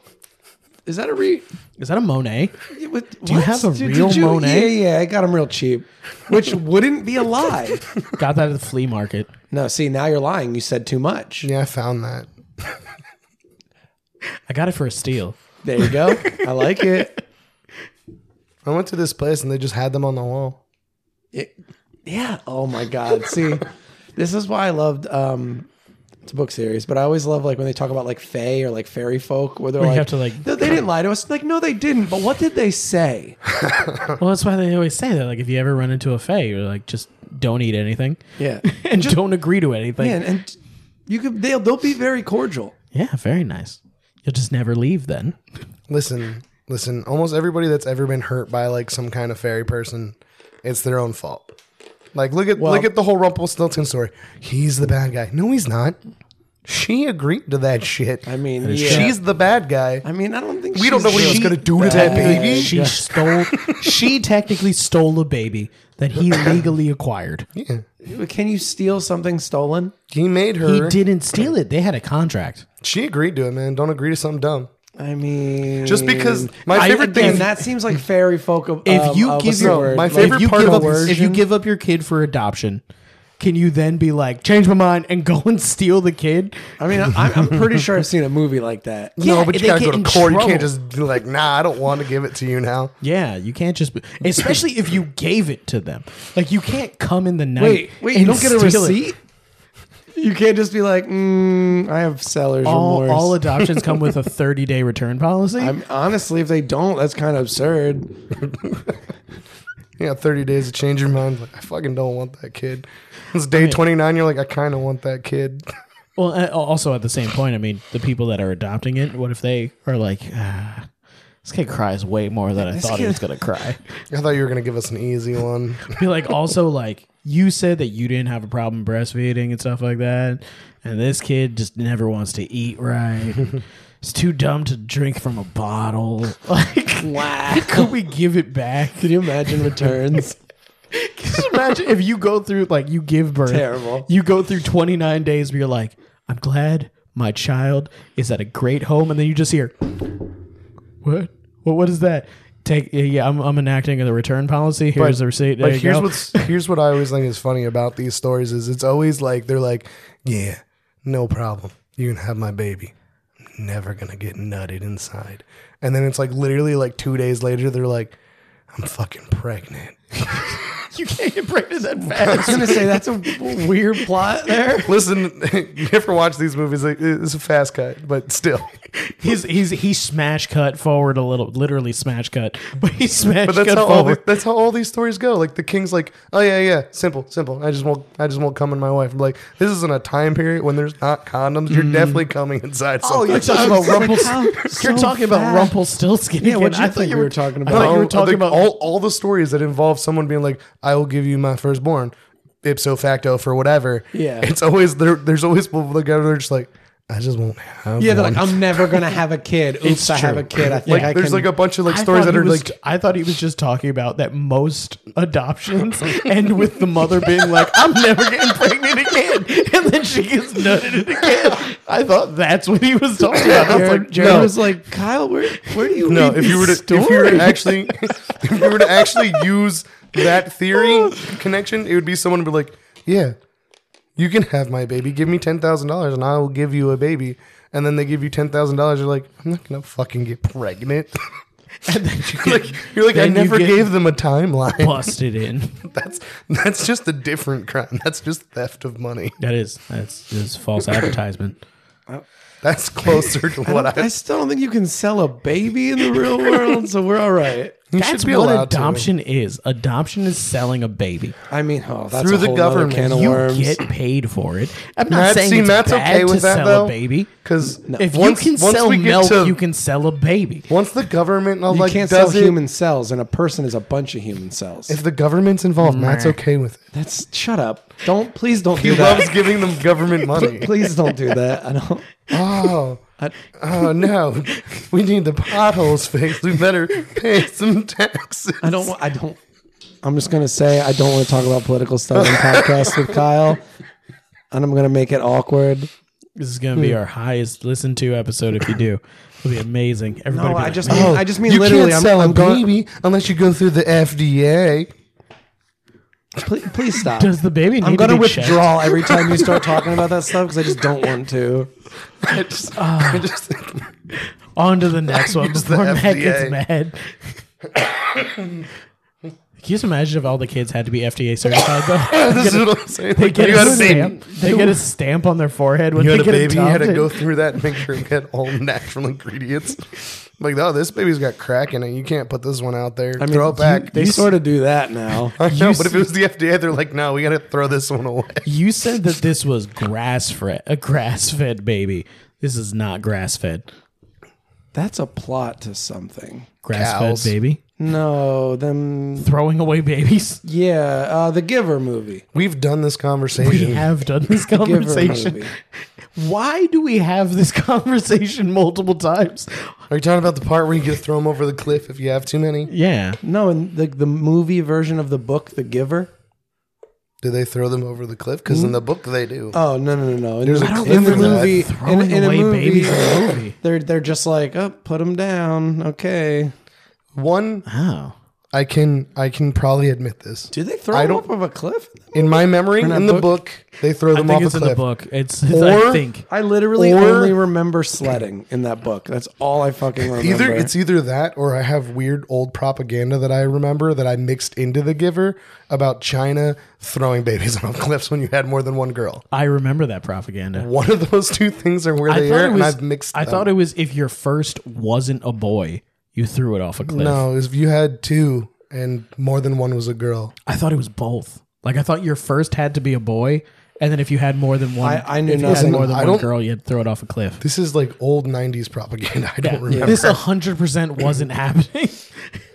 A: is that a re
B: Is that a Monet?
A: Yeah, but
B: Do you
A: what?
B: have a
A: Did- did
B: real
A: you-
B: Monet?
A: Yeah, yeah, I got him real cheap, which wouldn't be a lie.
B: Got that at the flea market.
A: No, see, now you're lying. You said too much.
C: Yeah, I found that.
B: I got it for a steal.
A: There you go. I like it.
C: I went to this place and they just had them on the wall.
A: It- Yeah. Oh my God. See, this is why I loved. um it's a book series, but I always love like when they talk about like fae or like fairy folk, where they're
B: you
A: like,
B: have to, like-
A: they, they didn't lie to us. Like, no, they didn't. But what did they say?
B: Well, that's why they always say that. Like, if you ever run into a fae, you're like, just don't eat anything
A: Yeah,
B: and don't agree to anything.
A: yeah, and, and you could they'll they'll be very cordial.
B: yeah, very nice. You'll just never leave then.
C: Listen, listen. Almost everybody that's ever been hurt by like some kind of fairy person, it's their own fault. Like look at look at the whole Rumpelstiltskin story. He's the bad guy. No, he's not. She agreed to that shit.
A: I mean, yeah.
C: she's the bad guy.
A: I mean, I don't think
C: We don't
A: she's-
C: know what he was
A: she-
C: gonna do to that baby.
B: She stole. She technically stole a baby that he legally acquired.
C: Yeah.
A: Can you steal something stolen?
C: He made
B: He
C: her.
B: didn't steal it. They had a contract.
C: She agreed to it, man. Don't agree to something dumb.
A: I mean,
C: Just because my
A: I-
C: favorite
A: again,
C: thing-
A: that seems like fairy folk. Of,
B: if
A: um,
B: you
A: of
B: give
A: a
B: your
A: word.
C: my
A: Like,
C: favorite
B: if you
C: part
B: give
C: of
B: up,
C: coercion-
B: if you give up your kid for adoption, can you then be like, change my mind and go and steal the kid?
A: I mean, I, I'm pretty sure I've seen a movie like that.
B: Yeah,
C: no, but you
B: they
C: gotta
B: get
C: go to
B: in
C: court. You can't
B: trouble.
C: just be like, nah, I don't want to give it to you now.
B: Yeah, you can't just, especially if you gave it to them. Like you can't come in the night.
A: Wait, wait, you
B: and
A: don't get a
B: steal it.
A: receipt. You can't just be like, mm, I have seller's
B: All,
A: remorse.
B: all adoptions come with a 30 day return policy.
A: I'm, honestly, if they don't, that's kind of absurd.
C: You got 30 days to change your mind. Like, I fucking don't want that kid. It's day 29. You're like, I kind of want that kid.
B: well, a- also at the same point, I mean, the people that are adopting it, what if they are like, ah, this kid cries way more than I thought he
A: kid-
B: was going to cry?
C: I thought you were gonna give us an easy one.
B: be like also like you said that you didn't have a problem breastfeeding and stuff like that and this kid just never wants to eat right it's too dumb to drink from a bottle like
A: Wow.
B: could we give it back
A: Can you imagine returns?
B: just imagine if you go through like you give birth
A: Terrible.
B: you go through 29 days where you're like i'm glad my child is at a great home and then you just hear what what, what is that take yeah, yeah i'm, I'm enacting the return policy here's the receipt there
C: But
B: you
C: here's
B: go.
C: what's here's what I always think is funny about these stories is it's always like they're like, yeah, no problem. You can have my baby. I'm never gonna get nutted inside. And then it's like literally like two days later they're like, I'm fucking pregnant.
B: you can't get pregnant that fast
A: I was gonna say that's a w- weird plot there.
C: Listen, you ever watch these movies? like, It's a fast cut, but still.
B: He's he's he smash cut forward a little, literally smash cut, but he smash
C: But that's
B: cut
C: how all the,
B: forward.
C: that's how all these stories go. Like the king's like, oh yeah, yeah, simple, simple. I just won't, I just won't come in my wife. I'm like, this isn't a time period when there's not condoms. You're definitely coming inside.
A: Mm. Oh,
C: something.
A: you're talking about Rumpelstiltskin.
B: You're talking about Rumpelstiltskin
A: Yeah,
B: again.
A: what'd you
B: I
A: think
B: thought you
A: we
B: were
A: were talking
B: I thought
A: about?
B: you were
C: Oh,
B: talking
C: the-
B: about
C: all, all the stories that involve someone being like, I will give you my firstborn, ipso facto for whatever.
A: Yeah.
C: it's always there. There's always people that go, they're just like, I just won't have.
A: Yeah, they're
C: one."
A: like, I'm never gonna have a kid. Oops, I have
B: true.
A: a kid. I think
C: like
A: I
C: there's
A: can.
C: like a bunch of like
B: I
C: stories
B: thought
C: that
B: he
C: are
B: was-
C: like.
B: I thought he was just talking about that most adoptions end with the mother being like, "I'm never getting pregnant again," and then she gets nutted again. I thought that's what he was talking about. I was
A: Jared,
B: like,
A: Jared
C: no.
A: was like, Kyle, where where do you
C: No,
A: read
C: if you were to
A: these
C: if you were to
A: stories?"
C: actually if you were to actually use that theory connection, it would be someone would be like, "Yeah, you can have my baby. Give me ten thousand dollars, and I will give you a baby." And then they give you ten thousand dollars. You're like, "I'm not gonna fucking get pregnant."
B: and then she
C: You're
B: gets
C: like, you're like I
B: Then you
C: never
B: get-
C: gave them a timeline.
B: busted in.
C: That's that's just a different crime. That's just theft of money.
B: That is that's, that's false advertisement.
C: That's closer to what I.
A: I still don't think you can sell a baby in the real world, so we're all right.
C: You
B: That's
C: should be
B: what
C: allowed to.
B: adoption is. Adoption is selling a baby.
A: I mean, oh, that's
C: Through
A: a
C: the
A: whole nother
C: government,
A: can of
B: You
A: worms.
B: get paid for it. I'm not
C: Matt,
B: saying
C: see,
B: it's
C: Matt's
B: bad
C: okay
B: to
C: with that
B: sell
C: though,
B: a baby.
C: because
B: If
C: once,
B: you can
C: once
B: sell
C: we get
B: milk,
C: to-
B: you can sell a baby.
C: Once the government, I'll
A: You
C: like,
A: can't sell
C: does it,
A: human cells, and a person is a bunch of human cells.
C: if the government's involved, Matt's okay with it.
A: That's shut up. Don't please don't
C: He
A: do
C: loves
A: that.
C: giving them government money.
A: Please don't do that. I don't.
C: oh,
A: I,
C: oh no, we need the potholes fixed. We better pay some taxes.
A: I don't. wa- I don't. I'm just gonna say I don't want to talk about political stuff in podcasts with Kyle, and I'm gonna make it awkward.
B: This is going to be our highest listened to episode if you do. It'll be amazing. Everybody
A: No,
B: be
A: I
B: like,
A: just mean. I just mean
C: you
A: literally.
C: can't
A: I'm,
C: sell
A: I'm
C: a
A: going.
C: baby unless you go through the FDA.
A: Please, please stop.
B: Does the baby need
A: I'm
B: to
A: gonna
B: be checked?
A: withdraw every time you start talking about that stuff because I just don't want to.
C: I just, I just think
B: On to the next one
C: Use the
B: before Matt
C: FDA.
B: gets mad. Can you just imagine if all the kids had to be FDA certified though?
C: this is what I'm saying.
B: They get,
C: you
B: a
C: had a baby.
B: stamp, they get a stamp on their forehead when
C: You
B: they
C: had a
B: get
C: baby. You had to
B: adopted.
C: go through that and make sure you had all natural ingredients. Like, oh, this baby's got crack in it. You can't put this one out there.
A: I mean,
C: throw it back.
A: You, they sort of do that now.
C: I know,
B: You
C: but if it was the FDA, they're like, no, we got to throw this one away.
B: You said that this was grass fed, a grass fed baby. This is not grass fed.
A: That's a plot to something.
B: Grass
C: Cows.
B: fed baby
A: No, them.
B: throwing away babies.
A: Yeah, uh, the Giver movie.
C: We've done this conversation.
B: We have done this
A: Giver
B: conversation.
A: movie.
B: Why do we have this conversation multiple times?
C: Are you talking about the part where you get to throw them over the cliff if you have too many?
B: Yeah.
A: No, and the the movie version of the book, The Giver.
C: Do they throw them over the cliff? Because in the book, they do.
B: Uh,
A: Oh no no no no! In,
C: There's a
A: I don't-
C: clip
A: in the
C: in that.
A: movie, in,
B: Throwing
A: in a
B: away
A: movie,
B: babies in a movie.
A: they're they're just like, oh, put them down. Okay.
C: One,
B: Wow.
C: I can, I can probably admit this.
A: Do they throw
C: I
A: them
C: don't-
A: off of a cliff?
C: In my memory, in,
A: that
C: the
A: book?
C: book, they throw
B: I
C: them
B: think
C: off
B: it's
C: a
B: in the
C: cliff.
B: book. It's, it's I
C: Or-
B: think.
A: I literally
C: Or-
A: only remember sledding in that book. That's all I fucking remember.
C: Either it's either that, or I have weird old propaganda that I remember that I mixed into the Giver about China throwing babies off cliffs when you had more than one girl.
B: I remember that propaganda.
C: One of those two things are where
B: I
C: they
B: thought
C: are,
B: it
C: and
B: was.
C: I've mixed.
B: I
C: them.
B: thought it was if your first wasn't a boy, you threw it off a cliff.
C: No, if you had two and more than one was a girl.
B: I thought it was both. Like I thought your first had to be a boy, and then if you had more than one,
A: I- I knew
B: if you had
A: nothing.
B: more than
C: I
B: one
C: don't-
B: girl, you'd throw it off a cliff.
C: This is like old 90s propaganda. I don't remember.
B: This hundred percent wasn't happening.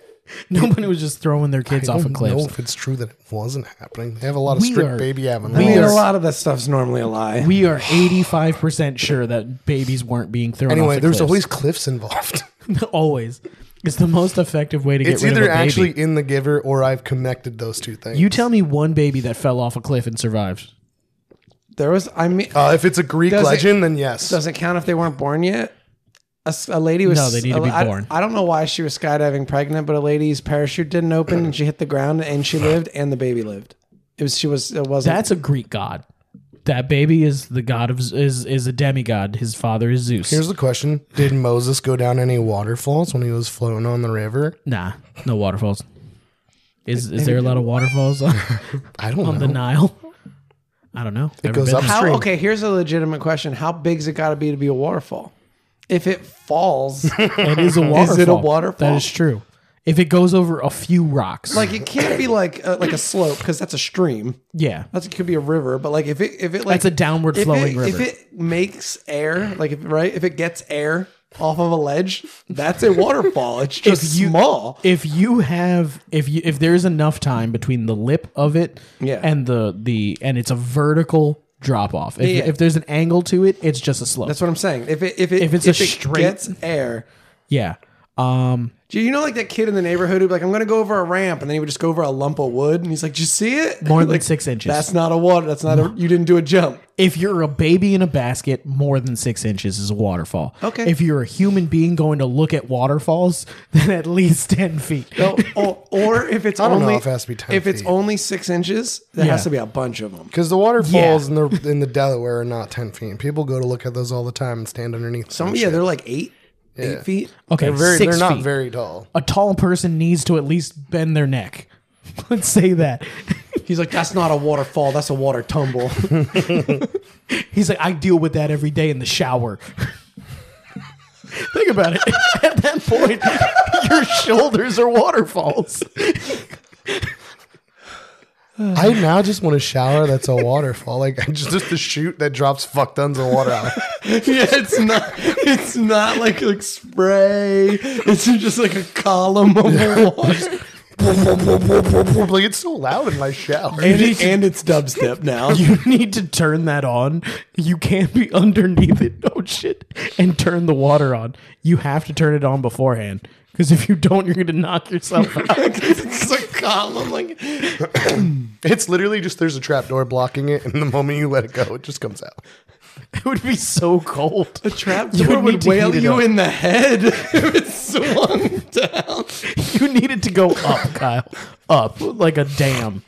B: Nobody was just throwing their kids
C: I
B: off a
C: don't know
B: cliff.
C: if it's true that it wasn't happening. They have a lot of
B: We
C: strict
B: are-
C: baby
A: I mean,
C: admin.
A: a lot of that stuff's normally a lie.
B: We are eighty-five percent sure that babies weren't being thrown.
C: Anyway,
B: off
C: there's
B: cliffs.
C: always cliffs involved.
B: always. It's the most effective way to get
C: it's
B: rid
C: either
B: of a baby.
C: actually in the giver or I've connected those two things.
B: you tell me one baby that fell off a cliff and survived.
A: there was. I mean,
C: uh, if it's a Greek
A: Does it-
C: legend, then yes.
A: does it count if they weren't born yet? A, s- a lady was.
B: No, they need to be
A: I-
B: born.
A: I, don't know why she was skydiving pregnant, but a lady's parachute didn't open and she hit the ground and she lived and the baby lived. It was she was it wasn't
B: That's a Greek god. That baby is the god of is is a demigod. His father is Zeus.
C: Here's the question Did Moses go down any waterfalls when he was floating on the river?
B: Nah, no waterfalls. Is is there a lot of waterfalls on,
C: I don't
B: on
C: know.
B: the Nile? I don't know. It
C: goes up-
A: How
C: Stream.
A: okay? Here's a legitimate question: How big's it got to be to be a waterfall? If it falls,
B: It is a waterfall.
A: Is it a waterfall?
B: That is true. If it goes over a few rocks,
A: like it can't be like a, like a slope because that's a stream.
B: yeah,
A: That's it could be a river, but like if it if it like
B: That's a downward
A: if
B: flowing
A: it, If
B: river.
A: it makes air, like if, right, if it gets air off of a ledge, that's a waterfall. It's just
B: you-
A: small.
B: if you have if you if there's enough time between the lip of it
A: Yeah.
B: and the the and it's a vertical drop off. If,
A: Yeah, yeah.
B: if there's an angle to it, it's just a slope.
A: That's what I'm saying. If it if it
B: If it's a
A: it
B: straight-
A: gets air.
B: yeah. Um.
A: Do you know like that kid in the neighborhood who'd be like, I'm gonna go over a ramp and then he would just go over a lump of wood and he's like, Did you see it?
B: More than
A: Like,
B: six inches.
A: That's not a water that's not a you didn't do a jump.
B: If you're a baby in a basket, more than six inches is a waterfall.
A: Okay.
B: If you're a human being going to look at waterfalls, then at least ten feet.
A: No, or, or if it's
C: I don't know
A: only
C: if it has to be 10
A: if it's
C: feet.
A: only six inches, there
B: Yeah.
A: has to be a bunch of them.
C: Because the waterfalls in the in the Delaware are not ten feet. and People go to look at those all the time and stand underneath.
A: Some yeah, they're like eight, eight feet.
B: Okay,
C: they're very
B: six
C: they're not
B: feet.
C: very tall.
B: a tall person needs to at least bend their neck. Let's say that.
A: He's
C: "Ah."
A: like, that's not a waterfall, that's a water tumble.
B: He's like, I deal with that every day in the shower. Think about it. At that point, Your shoulders are waterfalls.
C: I now just want a shower that's a waterfall. Like just, just a chute that drops fuck tons of water out.
A: yeah, it's not. It's not like like spray. It's just like a column of water.
C: like it's so loud in my shower.
A: And, it- and it's dubstep now.
B: You need to turn that on. You can't be underneath it. Oh shit! And turn the water on. You have to turn it on beforehand because if you don't, you're going to knock yourself out.
A: it's a column. Like
C: It's literally just there's a trap door blocking it, and the moment you let it go, it just comes out.
B: It would be so cold.
A: a trap
B: You
A: door
B: would need
A: would
B: to
A: whale
B: heat it
A: you
B: up.
A: in the head if it swung down.
B: You need it to go up, Kyle. Up like a dam.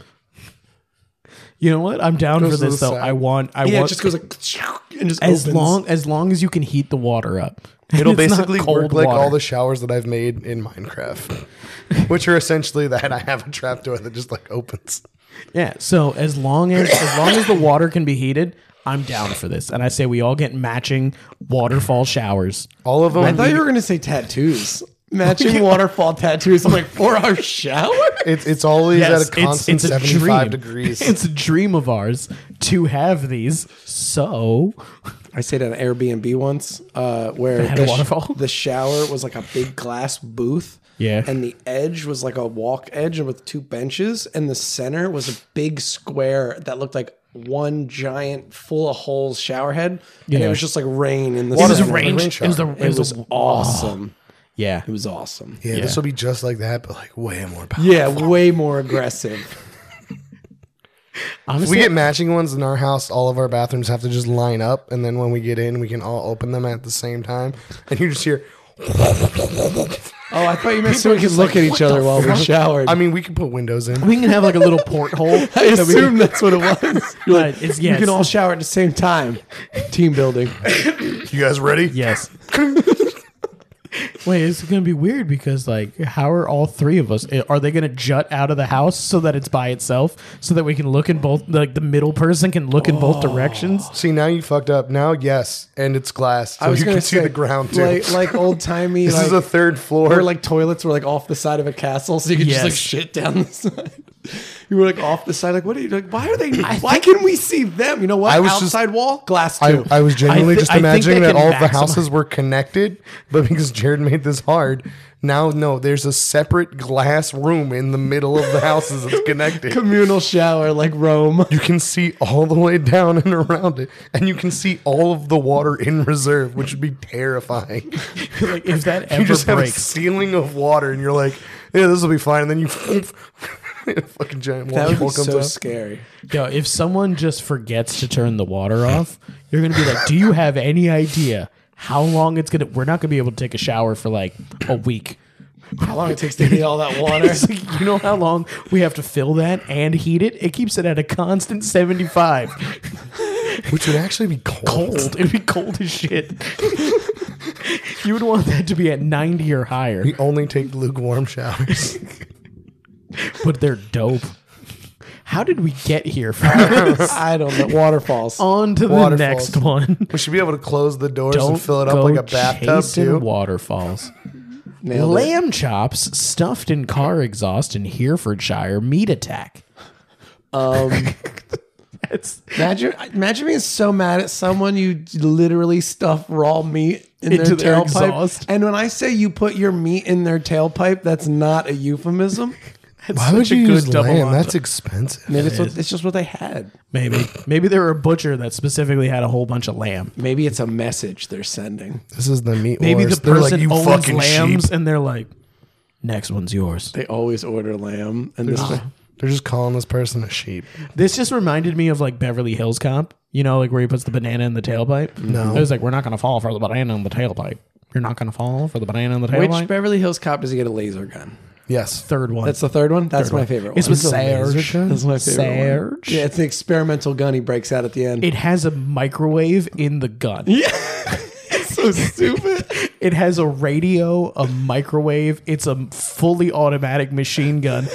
B: You know what? I'm down
C: Goes
B: for
C: to
B: this
C: the
B: though.
C: side.
B: I want. I
A: Yeah, it
B: want.
A: just goes like and just
B: as
A: opens.
B: long as long as you can heat the water up.
C: It'll
B: It's not
C: basically
B: cold
C: work like
B: water.
C: all the showers that I've made in Minecraft, which are essentially that I have a trap door that just like opens.
B: Yeah. So as long as as long as the water can be heated, I'm down for this. And I say we all get matching waterfall showers.
C: All of them.
A: I thought you were gonna say tattoos. Matching waterfall tattoos. I'm like for our shower.
C: it's it's always
B: Yes,
C: at a constant seventy five degrees.
B: It's a dream of ours to have these. So
A: I stayed at an Airbnb once uh, where
B: had
A: the
B: a waterfall?
A: the shower was like a big glass booth.
B: Yeah.
A: And the edge was like a walk edge with two benches, and the center was a big square that looked like one giant full of holes shower head. And
B: Yeah.
A: it was just like rain in the
B: it was
A: center.
B: range. It was, a,
A: It was awesome.
B: yeah.
A: It was awesome.
C: yeah, this will be just like that, but like way more powerful.
A: Yeah, way more aggressive.
C: If
B: Honestly,
C: we get matching ones in our house, all of our bathrooms have to just line up, and then when we get in, we can all open them at the same time. And you just hear.
A: Oh, I thought you meant so we could look at each other while we showered.
C: I mean, we can put windows in.
B: we can have like a little porthole.
A: I assume that's what it was. You're like,
B: Right, it's- yeah,
A: you can
B: it's-
A: all shower at the same time. Team building.
C: You guys ready?
B: Yes. Wait, it's gonna be weird because like, how are all three of us? eh, Are they gonna jut out of the house so that it's by itself, so that we can look in both? Like the middle person can look in both directions.
C: See, now you fucked up. Now, yes, and it's glass, so Oh, you
A: gonna
C: can see
A: say,
C: the ground too.
A: Like, like old timey.
C: this
A: like,
C: is a third
A: or
C: floor.
A: like toilets were like off the side of a castle, so you could just like
B: Yes.
A: shit down the side. You were like off the side, like what are you like? Why are they? Why can we see them? You know what?
C: I was just-
A: Outside wall, glass
C: I,
A: too.
C: I was genuinely
B: I thi-
C: just
B: I think
C: imagining
B: they
C: that
B: can
C: all of the
B: maximize-
C: houses were connected, but because Jared made this hard, now no, there's a separate glass room in the middle of the houses that's connected.
A: Communal shower, like Rome.
C: You can see all the way down and around it, and you can see all of the water in reserve, which would be terrifying.
B: like if that
C: Oh. you
B: ever
C: just have a
B: breaks,
C: ceiling of water, and you're like, "Yeah, this will be fine." And then you, a fucking giant
A: That would be
C: waterfall comes
A: so
C: up.
A: scary.
B: yo, if someone just forgets to turn the water off, you're gonna be like, do you have any idea how long it's gonna? We're not gonna be able to take a shower for like a week.
A: How long it takes to heat all that water?
B: It's like, you know how long we have to fill that and heat it? It keeps it at a constant 75.
C: which would actually be cold.
B: Cold. It'd be cold as shit. you would want that to be at 90 or higher,
C: We only take lukewarm showers.
B: but they're dope. How did we get here from this?
A: I don't know. Waterfalls.
C: Oh,
B: On to the
C: Waterfalls.
B: next one.
C: we should be able to close the doors
B: Don't
C: and fill it up
B: go
C: like a bathtub
B: chasing
C: too.
B: waterfalls.
A: Nailed it.
B: Lamb chops stuffed in car exhaust in Herefordshire meat attack.
A: Um,
B: That's
A: imagine, imagine being so mad at someone you literally stuff raw meat in
B: Into
A: their
B: their
A: tailpipe.
B: exhaust.
A: And when I say you put your meat in their tailpipe, that's not a euphemism.
C: Why
B: such
C: would
B: a
C: you
B: good
C: use
B: double
C: lamb?
B: entendre.
C: That's expensive.
A: Maybe it's, what, it's just what they had.
B: Maybe. Maybe they were a butcher that specifically had a whole bunch of lamb.
A: Maybe it's a message they're sending.
C: This is the meat.
B: Maybe
C: wars.
B: the
C: They're like,
B: person
C: you
B: owns
C: fucking
B: lambs
C: sheep.
B: and they're like, next one's yours.
A: They always order lamb, and this
C: They're just calling this person a sheep.
B: This just reminded me of like Beverly Hills Cop, you know, like where he puts the banana in the tailpipe. No. It was like, we're not going to fall for the banana in the tailpipe. You're not going to fall for the banana in the
A: which
B: tailpipe.
A: Beverly Hills Cop does he get a laser gun?
C: Yes.
B: Third one.
A: That's the third one. That's my favorite.
B: it's
A: one.
B: with Serge.
A: That's my favorite. one.
B: Serge.
A: Yeah, it's the experimental gun he breaks out at the end.
B: It has a microwave in the gun.
A: so stupid.
B: It has a radio, a microwave. It's a fully automatic machine gun.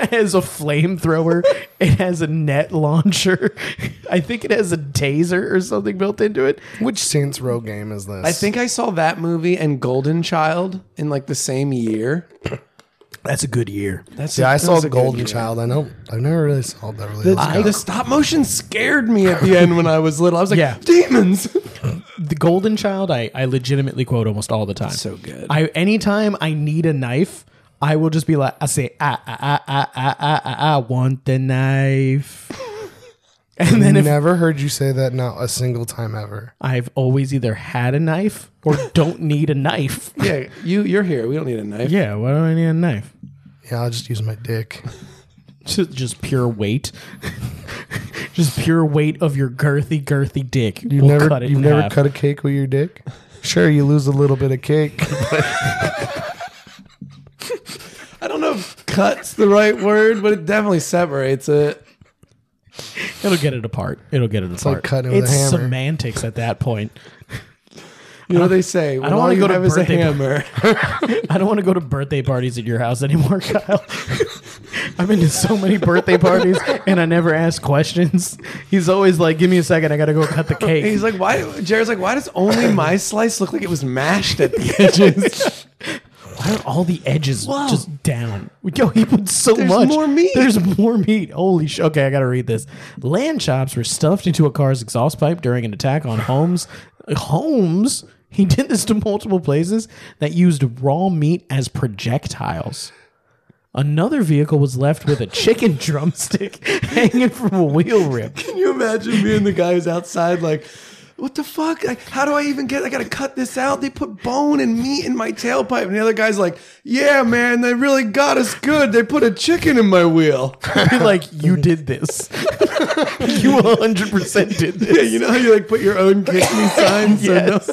B: It has a flamethrower. it has a net launcher. I think it has a taser or something built into it.
C: Which Saints Row game is this?
A: I think I saw that movie and Golden Child in like the same year.
B: That's a good year.
A: That's
C: Yeah, I
A: that
C: saw
A: was a good
C: Golden
A: year.
C: Child. I know. I've never really saw that. Really,
A: The, the stop motion scared me at the end when I was little. I was like,
B: Yeah.
A: demons.
B: The Golden Child, I, I legitimately quote almost all the time.
A: so good.
B: I anytime I need a knife, I will just be like, I say, ah, ah, ah, ah, ah, ah, ah, I want the knife. And then
C: I've
B: if
C: never heard you say that not a single time ever.
B: I've always either had a knife or don't need a knife.
A: yeah, you you're here. We don't need a knife.
B: Yeah, why do I need a knife?
C: Yeah, I'll just use my dick.
B: Just, just pure weight. just pure weight of your girthy, girthy dick.
C: You
B: will
C: never,
B: cut it
C: you
B: in
C: never
B: half.
C: cut a cake with your dick. Sure, you lose a little bit of cake.
A: I don't know if cut's the right word, but it definitely separates it.
B: It'll get it apart. It'll get it apart.
C: like cutting with
B: it's
C: a hammer.
B: semantics at that point.
A: You know what they say? When
B: don't
A: all
B: wanna
A: you
B: go to
A: have is a
B: birthday par-
A: hammer.
B: I don't want to go to birthday parties at your house anymore, Kyle. I've been to so many birthday parties and I never ask questions. He's always like, "Give me a second, I gotta go cut the cake."
A: He's like, why? Jared's like, why does only my slice look like it was mashed at the edges?
B: Why are all the edges
A: Whoa.
B: just down? Yo, he put so
A: There's
B: much.
A: more meat.
B: There's more meat. Holy sh! Okay, I gotta read this. Land chops were stuffed into a car's exhaust pipe during an attack on Holmes. Holmes. He did this to multiple places that used raw meat as projectiles. Another vehicle was left with a chicken drumstick hanging from a wheel rim.
A: Can you imagine being the guy who's outside like? What the fuck? Like, how do I even get? I gotta cut this out. They put bone and meat in my tailpipe, and the other guy's like, "Yeah, man, they really got us good. They put a chicken in my wheel."
B: You're like, you did this. you 100% did this.
A: Yeah, you know how you like put your own kick me signs.
B: Yes.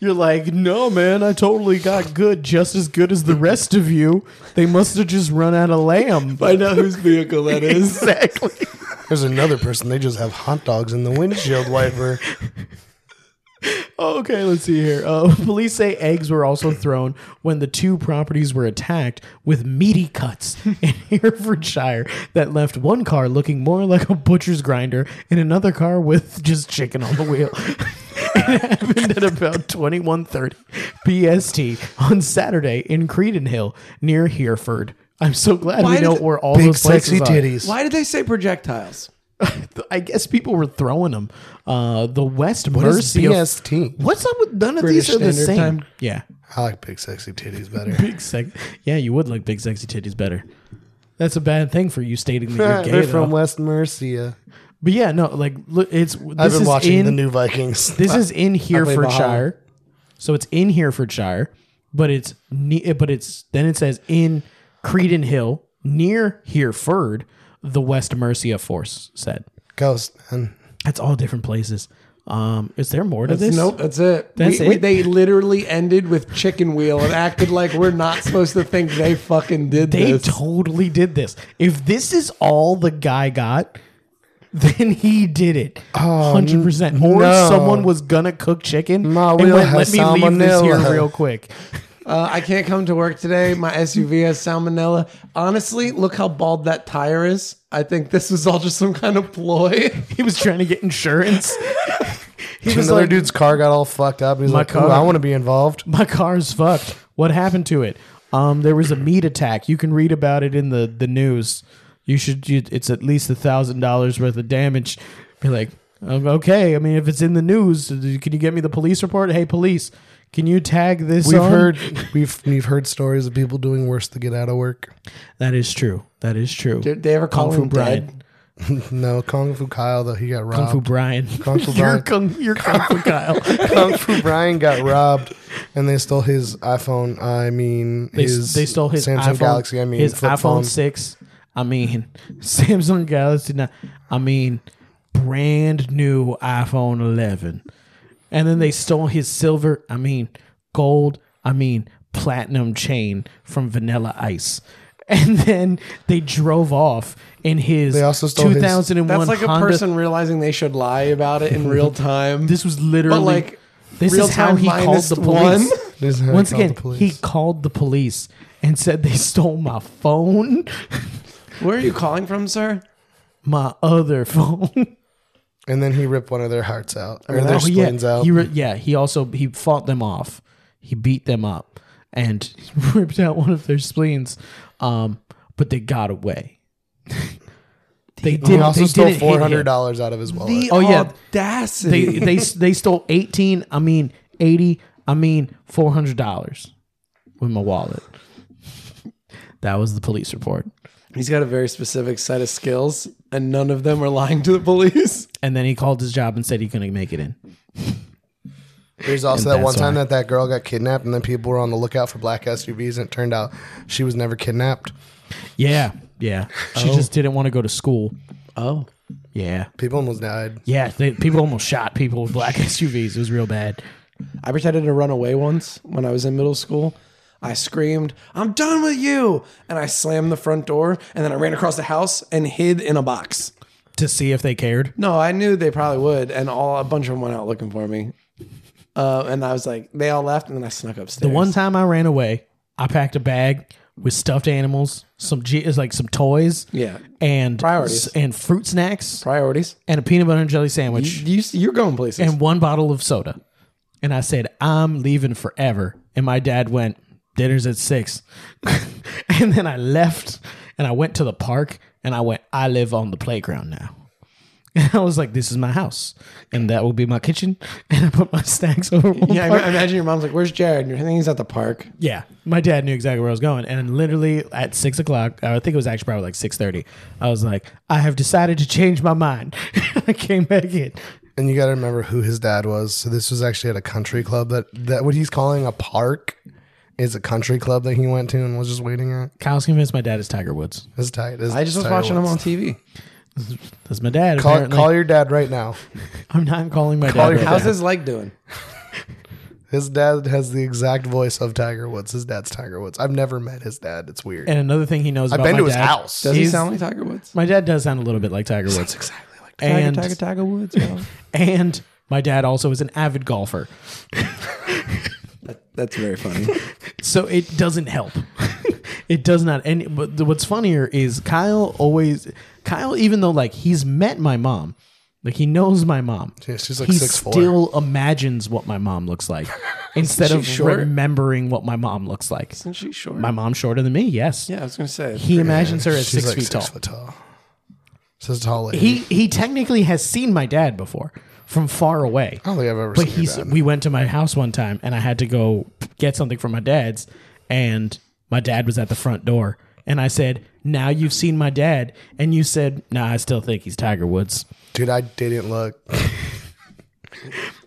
B: You're like, no, man, I totally got good, just as good as the rest of you. They must have just run out of lamb.
A: Find out whose vehicle that is.
B: Exactly.
C: There's another person. They just have hot dogs in the windshield wiper.
B: Okay, let's see here. Uh, police say eggs were also thrown when the two properties were attacked with meaty cuts in Herefordshire that left one car looking more like a butcher's grinder and another car with just chicken on the wheel. it happened at about 21:30 PST on Saturday in Creedon Hill near Hereford. I'm so glad
A: Why
B: we know
A: did-
B: where all
C: Big
B: those places
C: sexy
B: are.
C: titties.
A: Why did they say projectiles?
B: I guess people were throwing them. Uh, the West
C: is
B: Mercia.
C: BST?
B: What's up with none of
A: British
B: these are the
A: Standard
B: same?
A: Time.
B: Yeah,
C: I like big sexy titties better.
B: big sex. Yeah, you would like big sexy titties better. That's a bad thing for you stating that you're
C: They're
B: gay.
C: from
B: though.
C: West Mercia.
B: But yeah, no, like look, it's this
C: I've been
B: is
C: watching
B: in
C: the new Vikings.
B: this is in Herefordshire,
A: Valhalla.
B: so it's in Herefordshire, but it's ne- but it's then it says in Creedon Hill near Hereford, the West Mercia force said.
C: Ghost man.
B: That's all different places. Um, is there more to this?
A: That's, nope, that's it.
B: That's
A: We- we-
B: it?
A: they literally ended with chicken wheel and acted like we're not supposed to think they fucking did
B: They
A: this.
B: totally did this. If this is all the guy got, then he did it. Hundred percent. Or
C: Oh, no.
B: someone was gonna cook chicken
C: Ma,
B: and
C: we'll
B: went,
C: have
B: "Let me leave this here
C: salmonella."
B: real quick."
A: Uh, I can't come to work today. My SUV has salmonella. Honestly, look how bald that tire is. I think this was all just some kind of ploy.
B: He was trying to get insurance. he was
C: Another
B: like,
C: dude's car got all fucked up. He's like, "Ooh,
B: car."
C: I want to be involved.
B: "My car's fucked. What happened to it? Um, there was a meat attack. You can read about it in the the news. You should. You, it's at least a thousand dollars worth of damage." Be like, "Um, "Okay. I mean, if it's in the news, can you get me the police report? Hey, police." Can you tag this?
C: We've
B: on?
C: heard we've we've heard stories of people doing worse to get out of work.
B: That is true. That is true.
A: Did they ever call
B: Kung Fu
A: him dead?
B: Brian.
C: No, Kung Fu Kyle though he got
B: Kung Fu
C: robbed.
B: Brian.
C: Kung Fu
B: you're
C: Brian.
B: Kung, you're Kung Fu Kyle.
C: Kung Fu Brian got robbed, and they stole his iPhone. I mean,
B: They,
C: his
B: they stole his
C: Samsung
B: iPhone,
C: Galaxy. I mean,
B: his
C: flip
B: iPhone
C: phone.
B: six. I mean, Samsung Galaxy. Nine. I mean, brand new iPhone eleven. And then they stole his silver. I mean, gold. I mean, platinum chain from Vanilla Ice. And then they drove off in his
C: They also stole his-
B: 2001
A: That's like a
B: Honda
A: person realizing they should lie about it in real time.
B: This was literally
A: But, like,
B: this
A: real
B: is how
A: time
B: he called
A: minus
B: the police.
A: one?
C: This is how he
B: Once
C: called
B: again,
C: the police.
B: he called the police and said they stole my phone,
A: Where are you calling from, sir?
B: my other phone.
C: And then he ripped one of their hearts out or
B: Oh,
C: their
B: yeah.
C: spleens out.
B: He re- yeah, he also he fought them off. He beat them up and ripped out one of their spleens. Um, but they got away. they did.
C: He also
B: they
C: stole
B: didn't hit
C: four
B: him.
C: hundred dollars out of his wallet.
A: The
B: Oh, yeah. They
A: audacity.
B: they they stole eighteen. I mean eighty. I mean four hundred dollars with my wallet. That was the police report.
A: He's got a very specific set of skills, and none of them are lying to the police.
B: And then he called his job and said he couldn't make it in.
C: There's also that
B: that's
C: one time
B: why.
C: that that girl got kidnapped, and then people were on the lookout for black SUVs, and it turned out she was never kidnapped.
B: Yeah, yeah. She just didn't want to go to school.
A: Oh,
B: Yeah,
C: People almost died.
B: yeah. They, people almost shot people with black SUVs. It was real bad.
A: I pretended to run away once when I was in middle school. I screamed, I'm done with you. And I slammed the front door and then I ran across the house and hid in a box.
B: To see if they cared.
A: No, I knew they probably would. And all a bunch of them went out looking for me. Uh, and I was like, they all left. And then I snuck upstairs.
B: The one time I ran away, I packed a bag with stuffed animals, some ge- it's like some toys,
A: Yeah.
B: and
A: Priorities.
B: and fruit snacks,
A: Priorities.
B: and a peanut butter and jelly sandwich,
A: You, you're going places.
B: and one bottle of soda. And I said, "I'm leaving forever." And my dad went, "Dinner's at six. and then I left, and I went to the park, and I went, "I live on the playground now." And I was like, "This is my house, and that will be my kitchen." And I put my snacks over. one
A: yeah, I
B: part.
A: ma- imagine your mom's like, "Where's Jared?" And you're thinking he's at the park.
B: Yeah, my dad knew exactly where I was going, and literally at six o'clock, uh, I think it was actually probably like six thirty. I was like, "I have decided to change my mind." I came back in.
C: And you got to remember who his dad was. So this was actually at a country club that that what he's calling a park is a country club that he went to and was just waiting at.
B: Kyle's convinced my dad is Tiger Woods.
C: It's tight. It's
A: I just was
C: tight.
A: watching him on TV.
B: That's my dad.
C: Call,
B: apparently,
C: call your dad right now.
B: I'm not calling my
C: Call
B: dad.
C: your
B: right
A: How's
B: now.
A: his leg doing?
C: His dad has the exact voice of Tiger Woods. His dad's Tiger Woods. I've never met his dad. It's weird.
B: And another thing he knows.
C: I've
B: about
C: been
B: my
C: to his
B: dad-
C: house.
A: Does he
B: He's-
A: sound like Tiger Woods?
B: My dad does sound a little bit like Tiger Woods,
C: That's exactly like
A: Tiger,
B: and
A: Tiger, Tiger Woods. Bro.
B: and my dad also is an avid golfer,
A: That's very funny.
B: so it doesn't help. it does not. And but the- what's funnier is Kyle always Kyle, even though like he's met my mom, like he knows my mom.
C: Yeah, she's like
B: he
C: 6'4".
B: still imagines what my mom looks like instead
A: she
B: of
A: short?
B: remembering what my mom looks like.
A: Isn't she short?
B: My mom's shorter than me. Yes.
A: yeah, I was gonna say.
B: He imagines her as
C: She's
B: six
C: like
B: feet
C: six
B: tall.
C: foot tall. She's a tall lady.
B: He he technically has seen my dad before from far away.
C: I don't think I've ever
B: But
C: seen
B: he's
C: your dad.
B: we went to my house one time and I had to go get something from my dad's and my dad was at the front door and I said, "Now you've seen my dad." And you said, "Nah, I still think he's Tiger Woods."
C: Dude, I didn't look.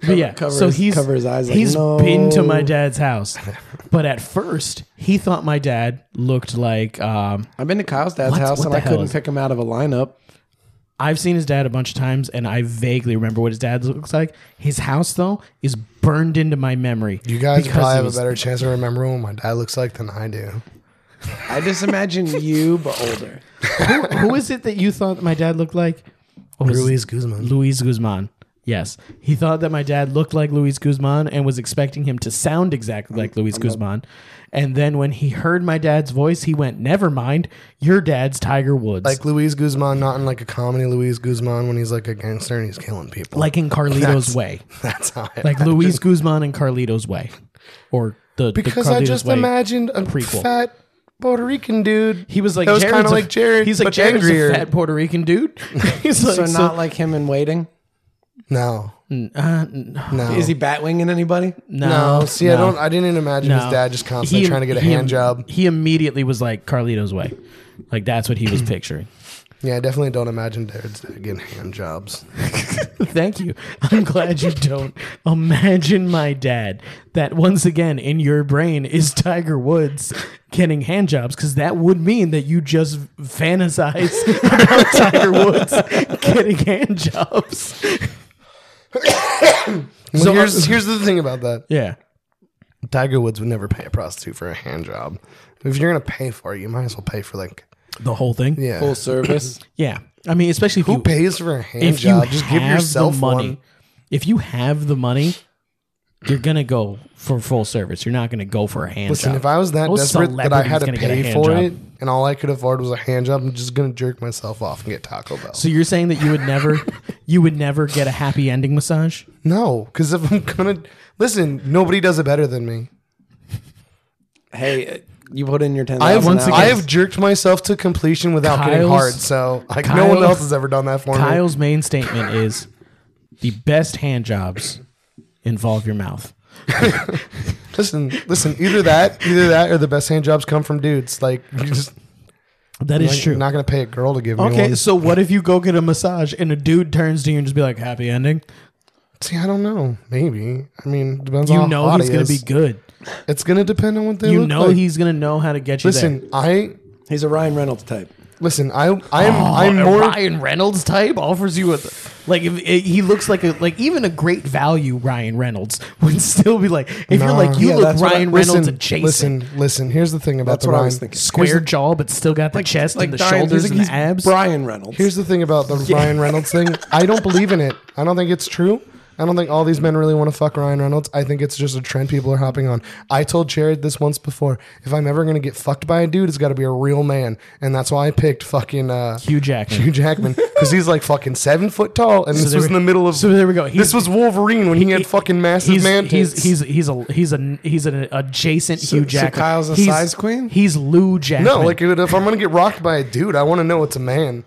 B: But yeah,
A: cover
B: so
A: his-
B: he's
A: cover his eyes, like,
B: he's
A: "No."
B: been to my dad's house, but at first he thought my dad looked like um,
A: I've been to Kyle's dad's
B: What?
A: house
B: What
A: and
B: the
A: I
B: hell
A: couldn't
B: is-
A: pick him out of a lineup.
B: I've seen his dad a bunch of times, and I vaguely remember what his dad looks like. His house, though, is burned into my memory.
C: You guys
B: because
C: probably
B: it
C: have a
B: was-
C: better chance of remembering what my dad looks like than I do.
A: I just imagine you but older.
B: Who is it that you thought my dad looked like? What was-
C: Ruiz Guzman.
B: Luis Guzman. Yes, he thought that my dad looked like Luis Guzman and was expecting him to sound exactly like Luis Guzman. And then when he heard my dad's voice, he went, "Never mind, your dad's Tiger Woods."
C: Like Luis Guzman, not in like a comedy Luis Guzman when he's like a gangster and he's killing people.
B: like in Carlito's way,
C: that's how I
B: like Luis Guzman in Carlito's way, or the
C: Because
B: the
C: I
B: Carlito's
C: just
B: way.
C: imagined a
B: prequel.
C: fat Puerto Rican dude.
B: He was like
C: that was
B: Jared's
C: kind of
B: a-
C: like Jared.
B: He's like
C: but
B: Jared's
C: angrier.
B: a fat Puerto Rican dude. he's like,
A: So
B: so
A: not like him in waiting.
C: No,
B: uh, n-
C: no,
A: Is he batwinging anybody?
B: no,
C: no. See, I don't. I didn't imagine his dad just constantly
B: He-
C: trying to get a
B: he-
C: hand job.
B: He immediately was like Carlito's way, like that's what he was picturing.
C: Yeah, I definitely don't imagine Jared's dad getting hand jobs.
B: Thank you. I'm glad you don't imagine my dad. That once again in your brain is Tiger Woods getting hand jobs because that would mean that you just fantasize about Tiger Woods getting hand jobs.
C: Well,
B: So-
C: here's here's the thing about that.
B: Yeah.
C: Tiger Woods would never pay a prostitute for a hand job. If you're gonna pay for it, you might as well pay for like
B: The whole thing.
C: yeah.
A: Full service.
B: Yeah. I mean, especially if
C: Who
B: you
C: pays for a hand
B: if
C: job?
B: you
C: Just give
B: have
C: yourself
B: the money.
C: one.
B: If you have the money, You're gonna go for full service. You're not gonna go for a hand
C: Listen,
B: job.
C: if I was that
B: Those
C: desperate that I had to
B: celebrities gonna get a
C: pay
B: hand
C: for
B: job.
C: it, and all I could afford was a hand job, I'm just gonna jerk myself off and get Taco Bell.
B: So you're saying that you would never, you would never get a happy ending massage?
C: No, because if I'm gonna listen, nobody does it better than me.
A: Hey, uh, you put in your ten.
C: I have
B: once again-
C: I have jerked myself to completion without getting
B: Kyle's-
C: hard. So like no one
B: Kyle-
C: else has ever done that for me.
B: Kyle's main statement is the best hand jobs involve your mouth.
C: Listen, listen. Either that, either that, or the best hand jobs come from dudes. Like you just
B: That is
C: like,
B: true.
C: you're not gonna pay a girl to give me
B: okay,
C: one.
B: so what if you go get a massage and a dude turns to you and just be like, "Happy ending"?
C: See, I don't know. Maybe I mean depends on
B: You
C: how
B: know
C: hot
B: he's
C: he
B: gonna
C: is.
B: be good.
C: It's gonna depend on what Oh, they
B: You
C: look
B: know
C: like.
B: he's gonna know how to get you there.
C: listen, I
A: He's a Ryan Reynolds type.
C: listen. I I'm I'm
B: a
C: more.
B: Oh, Ryan Reynolds type offers you a like if, if he looks like a like even a great value Ryan Reynolds would still be like if you're
C: Nah.
B: like you
A: Yeah,
B: look
A: that's what I-
B: Ryan
C: Listen,
B: Reynolds adjacent
C: listen, listen. Here's the thing about
A: That's
C: the
A: what I
C: Ryan.
A: was thinking.
B: square jaw but still got the chest and the
A: Brian-
B: shoulders
A: he's-
B: and the
A: he's
B: abs
A: Brian Reynolds.
C: Here's the thing about the Ryan Reynolds thing. I don't believe in it. I don't think it's true. I don't think all these men really want to fuck Ryan Reynolds. I think it's just a trend people are hopping on. I told Jared this once before. If I'm ever going to get fucked by a dude, it's got to be a real man. And that's why I picked fucking uh,
B: Hugh Jackman.
C: Hugh Jackman. Because he's like fucking seven foot tall. And this
B: there
C: was
B: we-
C: in the middle of.
B: so there we go. He's-
C: this was Wolverine when he, had fucking massive
B: he's,
C: man
B: he's
C: tits.
B: he's he's a he's an he's an adjacent Hugh Jackman.
A: Kyle's a
B: he's,
A: size queen?
B: He's Lou Jackman.
C: no, like if I'm gonna get rocked by a dude, I want to know it's a man.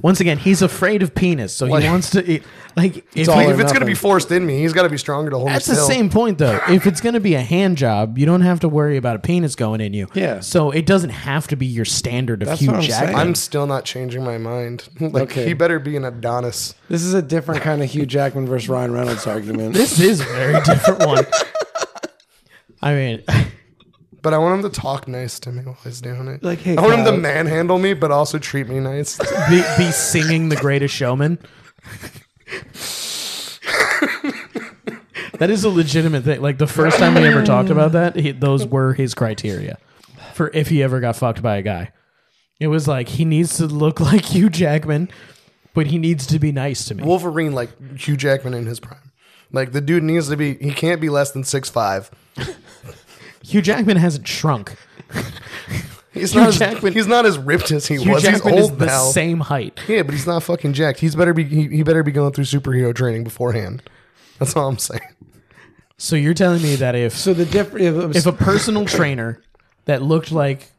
B: once again, he's afraid of penis, so he
C: Like-
B: wants to eat. Like if,
A: all
B: we-
C: Like,
A: or
C: if it's gonna
A: nothing.
C: be forced in me, he's got to be stronger to hold
B: That's
C: me
B: the
C: still.
B: same point though. If it's going to be a hand job, you don't have to worry about a penis going in you.
A: Yeah.
B: So it doesn't have to be your standard of
A: That's
B: Hugh
A: what I'm
B: Jackman.
A: saying.
C: I'm still not changing my mind. like
A: Okay.
C: he better be an Adonis.
A: this is a different kind of Hugh Jackman versus Ryan Reynolds argument.
B: This is a very different one. I mean,
C: But I want him to talk nice to me while he's doing it.
A: Like, hey,
C: I want him to
A: Kyle.
C: manhandle me, but also treat me nice.
B: be, be singing "The Greatest Showman." that is a legitimate thing. Like the first time we ever talked about that, he, those were his criteria for if he ever got fucked by a guy. It was like he needs to look like Hugh Jackman, but he needs to be nice to me.
C: Wolverine, like Hugh Jackman in his prime. Like the dude needs to be. He can't be less than six five.
B: Hugh Jackman hasn't shrunk.
C: He's
B: Hugh
C: not. As,
B: Jackman-
C: he's not as ripped as he
B: Hugh
C: was.
B: Jackman
C: he's
B: is
C: old
B: the
C: now.
B: same height.
C: Yeah, but he's not fucking jacked. He's better be. He, he better be going through superhero training beforehand. That's all I'm saying.
B: So you're telling me that if
A: so the different
B: if a personal trainer that looked like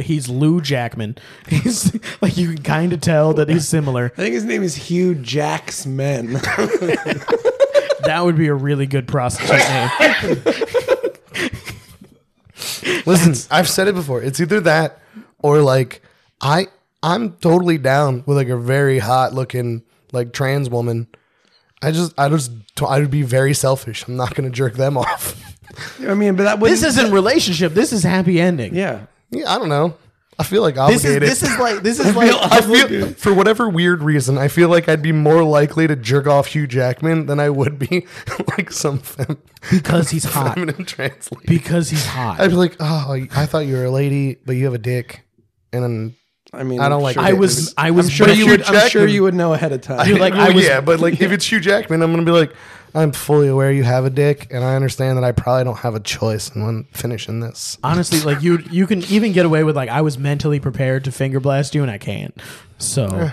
B: he's Lou Jackman, he's like you can kind of tell that he's similar.
A: I think his name is Hugh Jacksman.
B: That would be a really good prostitute name.
C: Listen, I've said it before. It's either that or like I I'm totally down with like a very hot looking like trans woman. I just I just I would be very selfish. I'm not gonna jerk them off.
A: I mean, but that would
B: This isn't relationship. This is happy ending.
A: yeah.
C: Yeah, I don't know. I feel like
B: This is
C: obligated.
B: this is like this is like
C: I feel for whatever weird reason, I feel like I'd be more likely to jerk off Hugh Jackman than I would be like some fem-
B: because he's hot.
C: feminine trans lady.
B: Because he's hot.
C: I'd be like, oh, I thought you were a lady, but you have a dick, and then
A: I mean,
C: I don't like
A: sure
C: it.
B: I
A: you
B: was I was
C: sure
B: but
C: you
B: you
A: would-
C: would-
A: I'm sure
C: Jackman-
A: you would know ahead of time.
B: You're like,
C: Well,
B: I was-
C: yeah, but like if it's Hugh Jackman, I'm gonna be like, I'm fully aware you have a dick, and I understand that I probably don't have a choice in when finishing this.
B: honestly like you you can even get away with like I was mentally prepared to finger blast you and I can't. So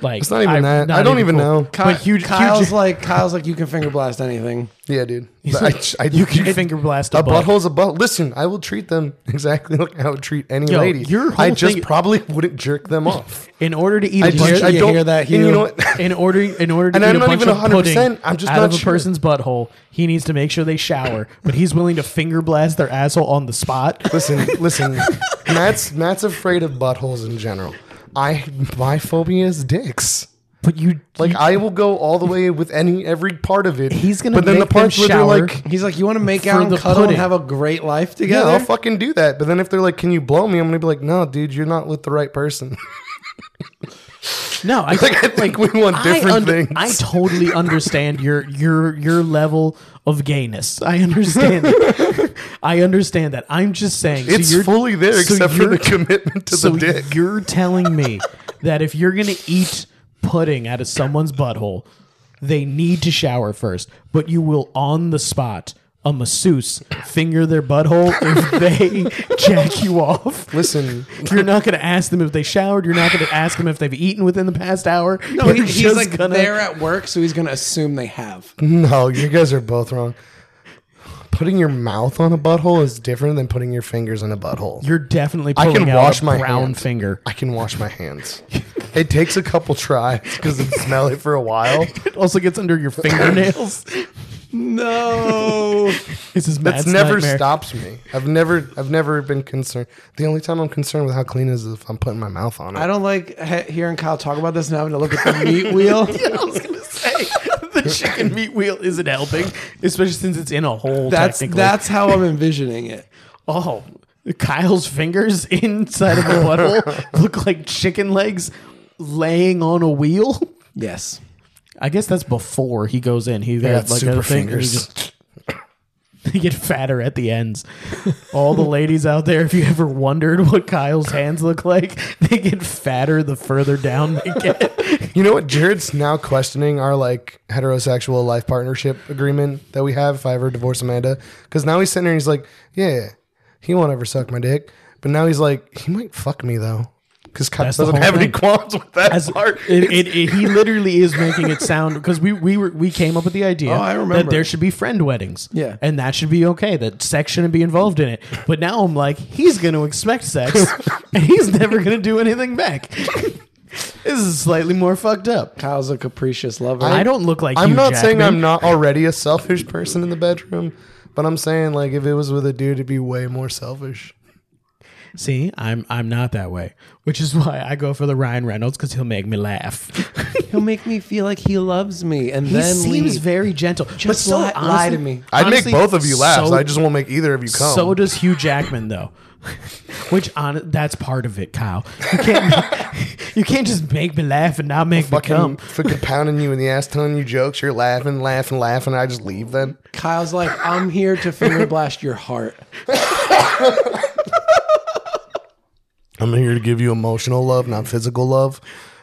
B: like
C: It's not even that. I don't even know.
A: Ky-
B: But Hugh- Hugh
A: Kyle's
B: Ja-
A: like Kyle's like you can finger blast anything.
C: Yeah, dude.
B: He's
C: But
B: like, you can finger blast a,
C: a
B: butt.
C: butthole's a butt. Listen, I will treat them exactly like I would treat any
B: Yo,
C: lady.
B: your whole
C: I just
B: thing-
C: probably wouldn't jerk them off.
B: In order to eat a
C: I
B: bunch
C: just
A: you
C: I don't
A: hear that,
C: and you
A: Hugh?
C: know what?
B: in order in order to
C: And
B: eat
C: I'm
B: a
C: not
B: bunch
C: even
B: of
C: 100%,
B: pudding
C: I'm just
B: out
C: not
B: of a
C: sure.
B: person's butthole, he needs to make sure they shower, but he's willing to finger blast their asshole on the spot.
C: Listen, listen. Matt's Matt's afraid of buttholes in general. I my phobia is dicks.
B: But you
C: Like I will go all the way with any every part of it.
B: He's gonna
C: but then
B: make
C: the
B: them
C: parts where they're
B: shower.
C: like,
A: He's like, you want to make
B: For
A: out and
B: the
A: cuddle
B: pudding.
A: and have a great life
C: Yeah,
A: together.
C: I'll fucking do that. But then if they're like, "Can you blow me?" I'm gonna be like, "No, dude, you're not with the right person."
B: no, I
C: like, I think we want
B: I,
C: different
B: un-
C: things.
B: I totally understand your your your level of gayness. I understand. it. I understand that. I'm just saying so
C: it's
B: you're-
C: fully there
B: so
C: except for
B: you're-
C: the commitment to
B: so
C: the dick.
B: you're telling me that if you're gonna eat pudding out of someone's butthole, They need to shower first, but you will on the spot a masseuse finger their butthole if they jack you off.
C: Listen,
B: You're not going to ask them if they showered. You're not going to ask them if they've eaten within the past hour.
A: No,
B: You're
A: he- he's
B: just
A: like
B: gonna-
A: they're at work, so he's gonna assume they have.
C: no, you guys are both wrong. Putting your mouth on a butthole is different than putting your fingers in a butthole.
B: You're definitely
C: I
B: pulling
C: can
B: out
C: wash
B: a
C: my
B: brown
C: hands.
B: finger.
C: I can wash my hands. it takes a couple tries because it's smelly for a while.
B: It also gets under your fingernails.
A: No,
B: this is
C: That's
B: Matt's
C: never
B: nightmare.
C: stops me. I've never, I've never been concerned. The only time I'm concerned with how clean it is is if I'm putting my mouth on it.
A: I don't like he- hearing Kyle talk about this and having to look at the meat wheel.
B: I was gonna say the chicken meat wheel isn't helping, especially since it's in a hole.
A: That's
B: technically.
A: that's how I'm envisioning it.
B: oh, Kyle's fingers inside of a butthole look like chicken legs laying on a wheel.
A: Yes.
B: I guess that's before he goes in. He
C: I
B: got
C: got
B: like
C: super
B: a thing. and he
C: fingers.
B: just- They get fatter at the ends. All the ladies out there, if you ever wondered what Kyle's hands look like, they get fatter the further down they get.
C: You know what? Jared's now questioning our like heterosexual life partnership agreement that we have if I ever divorce Amanda. Because now he's sitting there and he's like, yeah, he won't ever suck my dick. But now he's like, he might fuck me though. Because Kyle
B: That's the
C: doesn't
B: whole
C: have any
B: thing.
C: qualms with that
B: As-
C: part.
B: it, it, it- he literally is making it sound because we we were, we came up with the idea
A: Oh, I
B: that
A: remember.
B: there should be friend weddings.
A: Yeah.
B: And that should be okay. That sex shouldn't be involved in it. But now I'm like, he's going to expect sex and he's never going to do anything back. this is slightly more fucked up.
A: Kyle's a capricious lover.
B: I don't look like
C: I'm
B: Hugh
C: not saying
B: Jackman.
C: I'm not already a selfish person in the bedroom, but I'm saying like if it was with a dude, it'd be way more selfish.
B: See, I'm I'm not that way, which is why I go for the Ryan Reynolds because he'll make me laugh.
A: He'll make me feel like he loves me, and
B: he
A: then
B: seems
A: leave.
B: very gentle. but
A: Just
B: so
A: lie-
B: honestly,
A: lie to me.
C: I'd
B: honestly,
C: make both of you laugh.
B: so-
C: I just won't make either of you come.
B: So does Hugh Jackman, though. Which on that's part of it, Kyle. You can't you can't just make me laugh and not make me
C: fucking,
B: come.
C: fucking pounding you in the ass, telling you jokes. You're laughing, laughing, laughing. I just leave then.
A: Kyle's like, I'm here to finger blast your heart.
C: I'm here to give you emotional love, not physical love.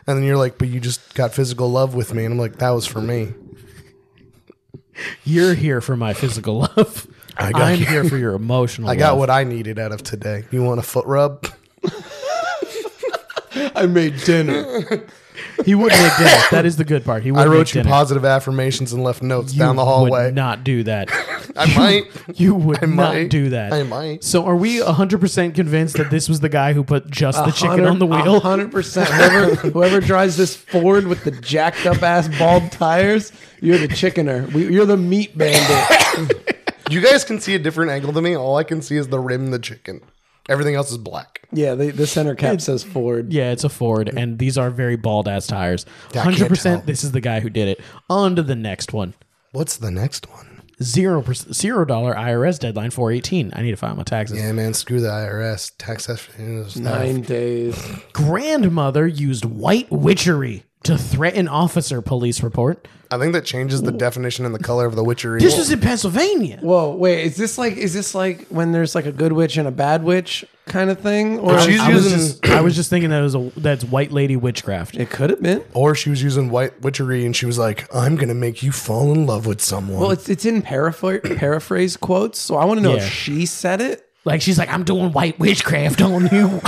C: And then you're like, but you just got physical love with me. And I'm like, that was for me.
B: You're here for my physical love.
C: I got
B: I'm
C: you.
B: here for your emotional.
C: I got
B: love.
C: what I needed out of today. You want a foot rub?
A: I made dinner.
B: he would make dinner. That is the good part. He would
C: I wrote
B: make
C: you
B: dinner.
C: positive affirmations and left notes
B: You
C: down the hallway.
B: Would not do that.
C: I might.
B: You would
C: I
B: not
C: might.
B: do that.
C: I might.
B: So are we 100% convinced that this was the guy who put just the chicken on the wheel?
A: Hundred percent. Whoever whoever drives this Ford with the jacked up ass bald tires, you're the chickener. We, you're the meat bandit.
C: You guys can see a different angle than me. All I can see is the rim, and the chicken. Everything else is black.
A: Yeah, the, the center cap says Ford.
B: Yeah, it's a Ford, and these are very bald ass tires.
C: Yeah, I can't
B: Hundred percent,
C: tell.
B: this is the guy who did it. On to the next one.
C: What's the next one?
B: Zero percent, zero dollar IRS deadline four eighteen. I need to file my taxes.
C: Yeah, man, screw the IRS. Tax affirmations.
A: Nine days.
B: Grandmother used white witchery to threaten officer. Police report.
C: I think that changes the definition and the color of the witchery.
B: This was in Pennsylvania.
A: Whoa, wait, is this like is this like when there's like a good witch and a bad witch kind of thing? Or
C: But she's
B: I was
C: using-
B: just, I was just thinking that it was a that's white lady witchcraft.
A: it could have been.
C: or she was using white witchery and she was like, I'm gonna make you fall in love with someone.
A: Well, it's it's in paraphr- paraphrase quotes, so I want to know
B: Yeah.
A: if she said it.
B: Like she's like, I'm doing white witchcraft on you.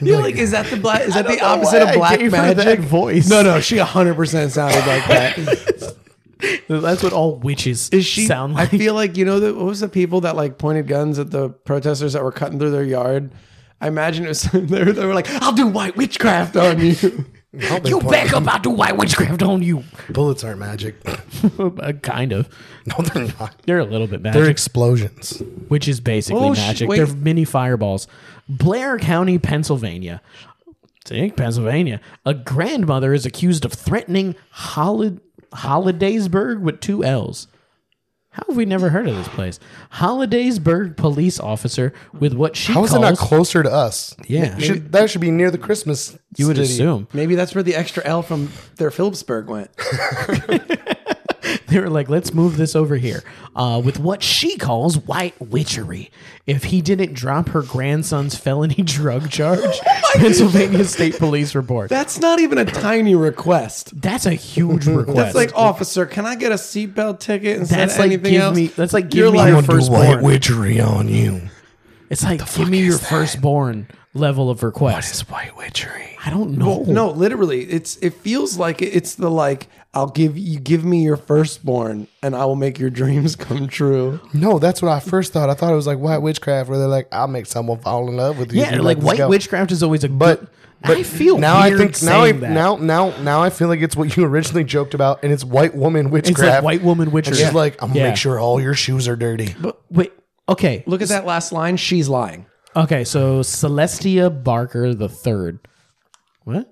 A: You're like, is that the black? Is that the opposite
B: why
A: of
B: I
A: black
B: gave her
A: magic?
B: that voice.
A: No, no, she 100 percent sounded like that.
B: that's what all witches
A: Is she?
B: sound like.
A: I feel like you know the, what was the people that like pointed guns at the protesters that were cutting through their yard. I imagine it was they were, they were like, "I'll do white witchcraft on you."
B: you back up! I do white witchcraft on you.
C: bullets aren't magic.
B: Uh, kind of.
C: no, they're not.
B: They're a little bit magic,
C: They're explosions.
B: which is basically
A: Oh, sh-
B: magic.
A: wait.
B: They're mini fireballs. Blair County, Pennsylvania. See, Pennsylvania. A grandmother is accused of threatening Holid- Hollidaysburg with two L's. How have we never heard of this place? Hollidaysburg police officer with what she
C: How
B: calls
C: is it not closer to us?
B: Yeah.
C: You should, that should be near the Christmas.
B: you would
C: city.
B: assume
A: Maybe that's where the extra L from their Phillipsburg went.
B: They were like, let's move this over here uh, with what she calls white witchery. If he didn't drop her grandson's felony drug charge, Pennsylvania State Police report.
A: That's not even a tiny request.
B: That's a huge request.
A: That's like, officer, can I get a seatbelt ticket instead
B: That's
A: of
B: like,
A: anything
B: give
A: else?
B: me- that's like, give
A: You're
B: me
A: like,
B: your firstborn.
C: witchery on you.
B: it's like, give me your firstborn level of request.
C: It's white witchery.
B: I don't know.
A: No, literally, it's it feels like it- it's the like I'll give you give me your firstborn and I will make your dreams come true.
C: No, that's what I first thought. I thought it was like white witchcraft, where they're like, "I'll make someone fall in love with you." if
B: Yeah,
C: you let
B: like
C: this
B: white
C: go."
B: witchcraft is always a
C: But,
B: good-
C: but
B: I feel
C: now I
B: weird
C: think now I,
B: saying that.
C: now now now I feel like it's what you originally joked about, and it's white woman
B: it's
C: witchcraft.
B: like white woman
C: And
B: witchery.
C: she's like, "I'm gonna
B: Yeah.
C: make sure all your shoes are dirty."
B: But wait, okay,
A: Look at that last line. She's lying.
B: okay. So Celestia Barker the third, what?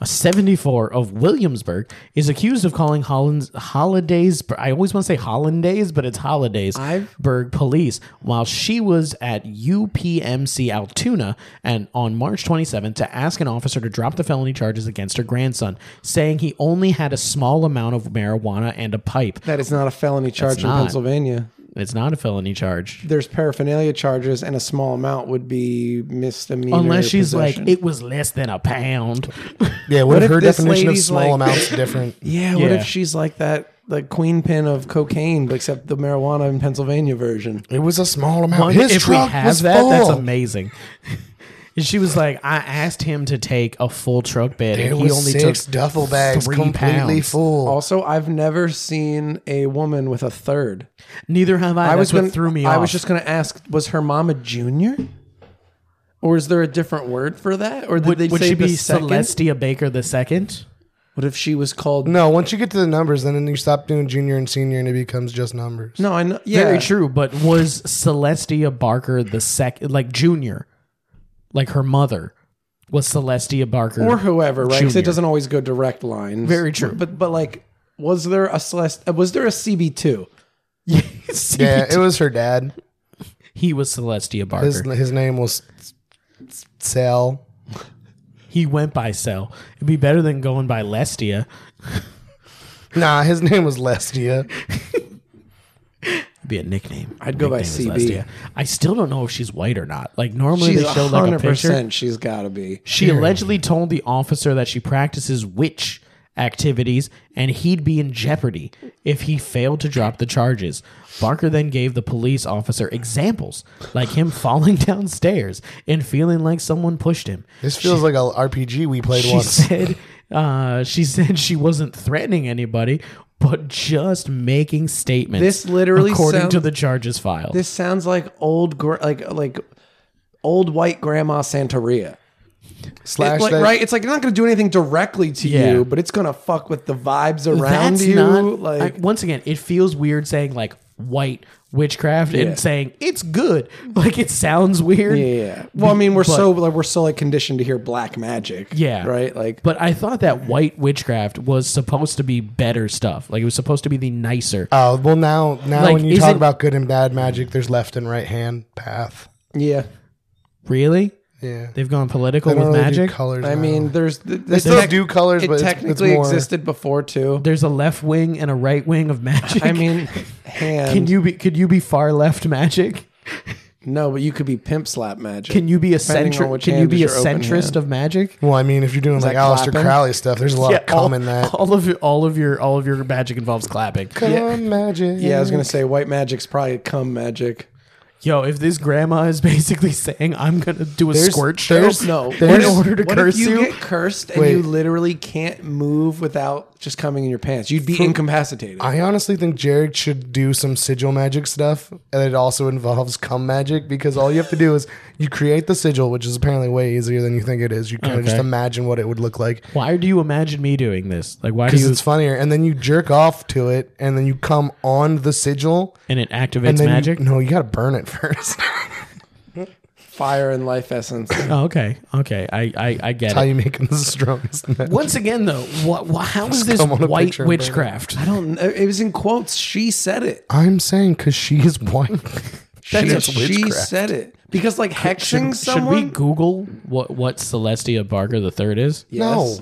B: A 74 of Williamsburg is accused of calling Holland's Holidays. I always want to say Hollandaise, but it's Holidays.
A: I've-
B: Berg police while she was at UPMC Altoona and on March 27th to ask an officer to drop the felony charges against her grandson, saying he only had a small amount of marijuana and a pipe.
A: That is not a felony charge in
B: not.
A: Pennsylvania.
B: It's not a felony charge.
A: There's paraphernalia charges, and a small amount would be misdemeanor.
B: Unless she's
A: possession.
B: like, it was less than a pound.
C: Yeah, what,
A: if
C: if her
A: this
C: definition of
A: lady's
C: small
A: like-
C: amounts different?
A: yeah, What
B: Yeah.
A: if she's like that, the queen pin of cocaine, but except the marijuana in Pennsylvania version?
C: It was a small amount.
B: One,
C: His
B: if we
C: truck
B: have
C: was
B: that,
C: full.
B: that's amazing. And she was like, I asked him to take a full truck bed,
C: There
B: and he
C: was
B: only
C: six
B: took
C: duffel bags
B: three
C: completely
B: pounds.
C: full.
A: Also, I've never seen a woman with a third.
B: Neither have I.
A: I was
B: what
A: gonna,
B: threw me
A: I
B: off.
A: was just going to ask: Was her mom a junior, or is there a different word for that? Or did
B: would,
A: they
B: would
A: say
B: she
A: the
B: be
A: second?
B: Celestia Baker the second?
A: What if she was called? No,
C: No, once you get to the numbers, then, then you stop doing junior and senior, and it becomes just numbers.
A: I know. Yeah,
B: Very true, but was Celestia Barker the second, like junior, like her mother was Celestia Barker?
A: or whoever, right? 'Cause
B: Junior.
A: it doesn't always go direct lines.
B: Very true.
A: But but like, was there a Celeste? uh, Was there a CB two?
B: Yes, he-
C: Yeah, it was her dad.
B: he was Celestia Barker.
C: His his name was Sal.
B: he went by Cell. It'd be better than going by Lestia.
C: Nah, his name was Lestia.
B: It'd be a nickname.
A: I'd go by
B: Nickname is
A: CB.
B: Lestia. I still don't know if she's white or not. Like normally
A: She's
B: they show like a
A: hundred
B: picture.
A: percent. She's got to be.
B: She allegedly told the officer that she practices witch activities and he'd be in jeopardy if he failed to drop the charges. Barker then gave the police officer examples like him falling downstairs and feeling like someone pushed him.
C: This feels like a RPG we played
B: She
C: once.
B: said uh, she said she wasn't threatening anybody but just making statements.
A: This literally
B: according
A: sound-
B: to the charges filed.
A: This sounds like old, gra- like like old white grandma Santeria.
C: Slash
A: It's like,
C: that.
A: right? It's like you're not going to do anything directly to
B: Yeah.
A: you, but it's going to fuck with the vibes around you. like
B: I- once again, it feels weird saying like white witchcraft
A: Yeah.
B: and saying it's good. Like it sounds weird.
A: yeah, yeah. Well, I mean, we're so like we're so like conditioned to hear black magic.
B: Yeah.
A: Right? Like
B: But I thought that white witchcraft was supposed to be better stuff. Like it was supposed to be the nicer.
C: Oh well, now now
B: Like,
C: when you
B: is
C: talk
B: it-
C: about good and bad magic, there's left and right hand path.
A: yeah.
B: Really?
C: Yeah,
B: They've gone political
C: They
B: with
C: don't really do
B: magic.
C: colors.
A: I
C: now.
A: mean, there's th-
C: they
A: this
C: still
A: tech-
C: do colors,
A: it
C: but it's, it's
A: technically
C: more.
A: existed before too.
B: There's a left wing and a right wing of magic.
A: I mean, um, hand.
B: can you be could you be far left magic?
A: no, but you could be pimp slap magic.
B: Can you be a
A: Depending on
B: centrist?
A: which
B: Can you
A: hand
B: be a
A: is your open
B: centrist
A: hand.
B: of magic?
C: well, I mean, if you're doing like
A: that
C: Aleister
A: clapping?
C: Crowley stuff, there's a lot of
B: all,
C: common that.
B: all of your- all of your all of your magic involves clapping.
C: Come magic.
A: Yeah, I was gonna say white magic's probably cum magic.
B: Yo, if this grandma is basically saying I'm gonna do a
C: There's-
B: squirt show
C: there's-
A: Oh, No,
B: in
C: there's-
B: order to
A: what
B: curse
A: if you,
B: you,
A: get cursed and you
C: Wait.
A: literally can't move without just coming in your pants? You'd be incapacitated.
C: I honestly think Jared should do some sigil magic stuff, and it also involves cum magic because all you have to do is you create the sigil, which is apparently way easier than you think it is. You kind of just
B: Okay.
C: imagine what it would look like
B: why do you imagine me doing this? Like, why do
C: because
B: you?
C: it's funnier, and then you jerk off to it, and then you come on the sigil,
B: And it
C: and
B: activates
C: then you-
B: magic.
C: no, you gotta burn it first.
A: Fire and life essence.
B: oh, okay, okay, I I, I get
C: How
B: it.
C: you making the strongest? magic.
B: Once again, though, what, what how is this
C: come on a
B: white
C: picture and burn it.
B: witchcraft?
A: I don't. know. It was in quotes. She said it.
C: I'm saying because she is white.
A: That's
C: is
A: it. She
C: witchcraft.
A: said it because like hexing
B: Should, should
A: someone.
B: we Google what what Celestia Barker the Third is?
A: Yes.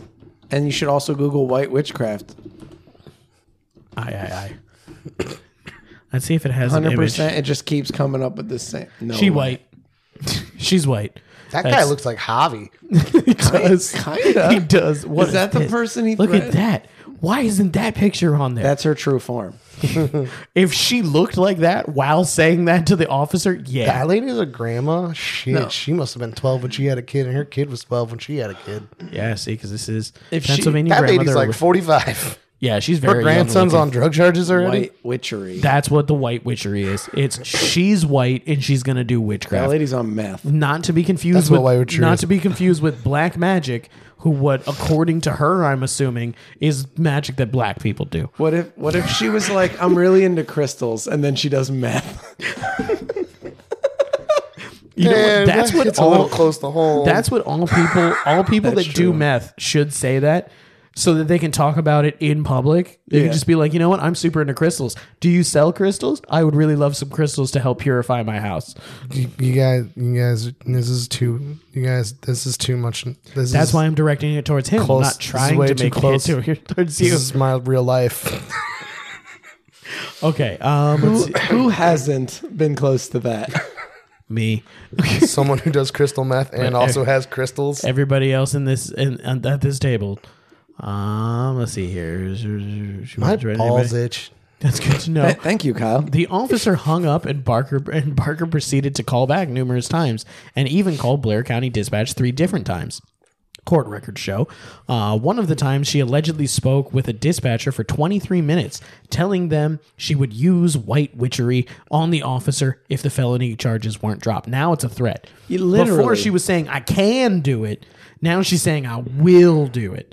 A: And you should also Google white witchcraft.
B: I I I. Let's see if it has an
A: Hundred
B: image.
A: percent. It just keeps coming up with the same. No,
B: She white. She's white.
C: That guy
B: That's-
C: looks like Javi.
B: He does.
A: kinda.
B: He does. What
A: Is that the
B: this?
A: person he
B: Look at
A: threatened?
B: that. Why isn't that picture on there?
A: That's her true form.
B: if she looked like that while saying that to the officer, yeah.
C: That lady's a grandma. Shit,
A: No.
C: she must have been 12 when she had a kid, and her kid was 12 when she had a kid.
B: yeah, see, because this is
A: If she-
B: Pennsylvania
C: That
B: grandmother.
C: lady's like 45.
B: yeah, she's very
C: Her
B: young
C: grandson's
B: looking.
C: on drug charges already.
A: White witchery. That,
B: That's what the white witchery is. It's she's white and she's gonna do witchcraft.
A: lady's on meth.
B: not to be confused
C: That's
B: with
C: what white witchery
B: not
C: is.
B: to be confused with black magic, who what according to her, I'm assuming, is magic that black people do.
A: What if what if she was like, I'm really into crystals, and then she does meth?
B: You know,
C: Yeah,
B: what? that's
C: that
B: what
C: hits a
B: all
C: little close to home.
B: That's what all people all people that
A: That's
B: do
A: true.
B: meth should say that so that they can talk about it in public. They
A: Yeah.
B: can just be like, you know what, I'm super into crystals. Do you sell crystals? I would really love some crystals to help purify my house.
C: you, you guys. You guys, this is too. You guys, this is too much. This
B: That's
C: is,
B: why I'm directing it towards him, I'm
C: Close.
B: not
C: This is
B: trying
C: way
B: to
C: too
B: make
C: close.
B: it to, towards
C: This
B: you.
C: is my real life.
B: Okay, um, let's
A: Who,
B: see.
A: who hasn't been close to that?
B: me.
C: Someone who does crystal meth and also has crystals.
B: Everybody else in this in, in- at this table. Um, let's see here. She
C: My
B: wants to write
C: balls
B: anybody?
C: itch.
B: That's good to know.
A: Thank you, Kyle.
B: The officer hung up, and Barker and Barker proceeded to call back numerous times, and even called Blair County Dispatch three different times. Court records show uh, one of the times she allegedly spoke with a dispatcher for 23 minutes, telling them she would use white witchery on the officer if the felony charges weren't dropped. Now it's a threat.
A: You literally-
B: Before she was saying I can do it, now she's saying I will do it.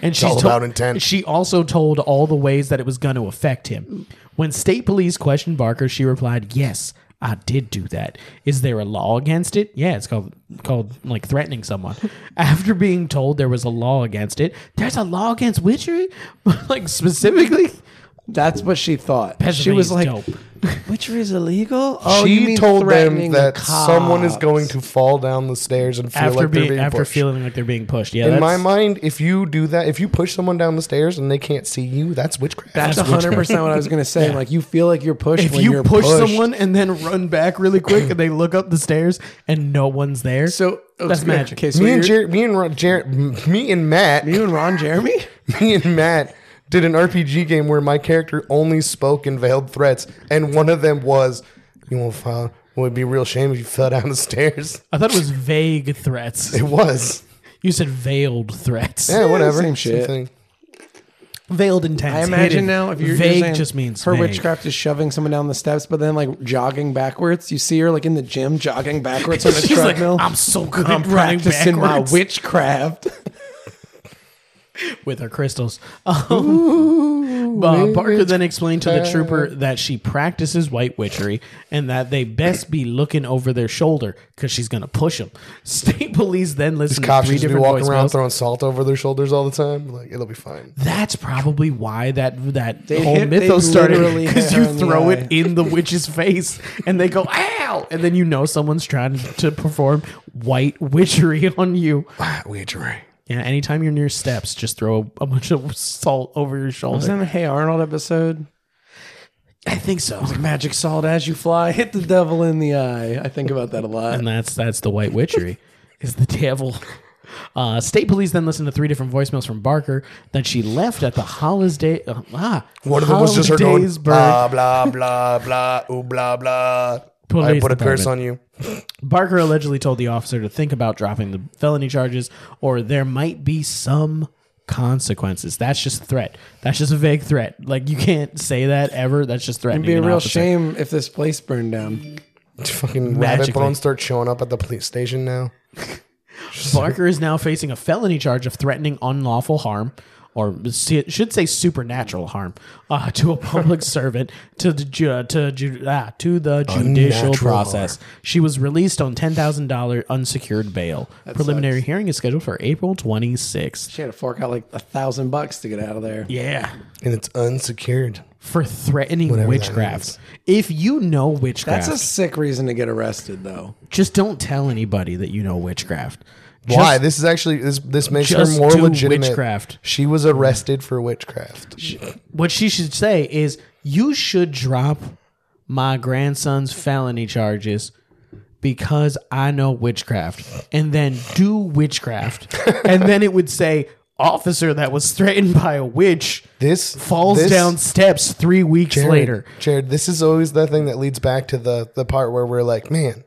B: And she's
C: all
B: to-
C: about intent.
B: She also told all the ways that it was going to affect him. When state police questioned Barker, she replied, "Yes, I did do that. Is there a law against it? Yeah, it's called called like threatening someone." After being told there was a law against it, there's a law against witchery, like specifically.
A: That's what she thought. She
B: Pennsylvania's
A: was like,
B: dope.
A: witchery is illegal. Oh, you
C: she
A: mean
C: told them
A: threatening the
C: that someone is
A: cops.
C: going to fall down the stairs and feel
B: after
C: like
B: being,
C: they're being
B: after
C: pushed.
B: feeling like they're being pushed. Yeah,
C: In
B: that's,
C: my mind, if you do that, if you push someone down the stairs and they can't see you, that's witchcraft.
A: That's
B: That's
A: hundred percent what I was going to say. Like you feel like you're pushed
B: if
A: when
B: you
A: are
B: push
A: pushed.
B: someone and then run back really quick and they look up the stairs and no one's there,
A: So
B: that's magic.
A: Okay, so
C: me and
A: you're-
C: Jer- me and Ron- Jer- me and Matt,
A: you and Ron Jeremy.
C: me and Matt did an RPG game where my character only spoke in veiled threats, and one of them was, "You won't fall. It would be a real shame if you fell down the stairs."
B: I thought it was vague threats.
C: It was.
B: You said veiled threats.
C: Yeah, whatever.
A: same shit.
C: thing.
B: Veiled intent.
A: I imagine now if you're you're
B: vague
A: saying
B: just means
A: her
B: vague.
A: witchcraft is shoving someone down the steps, but then like jogging backwards. You see her like in the gym jogging backwards on the
B: She's like,
A: treadmill.
B: I'm so good
A: I'm
B: at running
A: practicing
B: backwards
A: my witchcraft.
B: with her crystals. Um, uh, Barker then explained to the trooper that she practices white witchery and that they best be looking over their shoulder because she's gonna push them. State police then listened to
C: Cops
B: three
C: used to be
B: different
C: walking around
B: voicemails.
C: throwing salt over their shoulders all the time. Like it'll be fine.
B: That's probably why that that
A: They
B: whole
A: hit- they
B: mythos started
A: literally
B: because
A: hit
B: you
A: her in the
B: throw it
A: eye.
B: in the witch's face and they go ow, and then you know someone's trying to perform white witchery on you.
C: Ah, Witchery.
B: Yeah, anytime you're near steps, just throw a, a bunch of salt over your shoulder.
A: Wasn't it a Hey Arnold episode?
B: I think so.
A: Magic salt as you fly, hit the devil in the eye. I think about that a lot.
B: and that's that's the white witchery is the devil uh, state police then listened to three different voicemails from Barker that she left at the holiday. Uh, ah,
C: One of them was just her going
B: Hollidaysburg.
A: uh,
C: blah blah blah blah ooh blah blah. I
B: Police
C: put a curse
B: department.
C: on you.
B: Barker allegedly told the officer to think about dropping the felony charges, or there might be some consequences. That's just a threat. That's just a vague threat. Like you can't say that ever. That's just threatening.
A: It'd be a
B: an
A: real
B: officer.
A: shame if this place burned down.
C: Fucking rabbit
B: Magically.
C: bones start showing up at the police station now.
B: Barker is now facing a felony charge of threatening unlawful harm, or se- should say supernatural harm, uh, to a public servant to the ju- to ju- ah, to the judicial
C: Unnatural
B: process. She was released on ten thousand dollar unsecured bail. Preliminary hearing is scheduled for April twenty sixth.
A: She had to fork out like a thousand bucks to get out of there.
B: Yeah,
C: And it's unsecured.
B: for threatening
C: Whatever that
B: witchcraft. If you know witchcraft,
A: That's a sick reason to get arrested, though.
B: just don't tell anybody that you know witchcraft.
C: Why? This is actually this this makes her
B: just
C: more
B: do
C: legitimate.
B: witchcraft.
C: She was arrested for witchcraft.
B: What she should say is, "You should drop my grandson's felony charges." Because I know witchcraft, and then do witchcraft, and then it would say officer that was threatened by a witch
C: This
B: falls
C: this-
B: down steps three weeks
C: Jared,
B: later.
C: Jared, this is always the thing that leads back to the the part where we're like, man,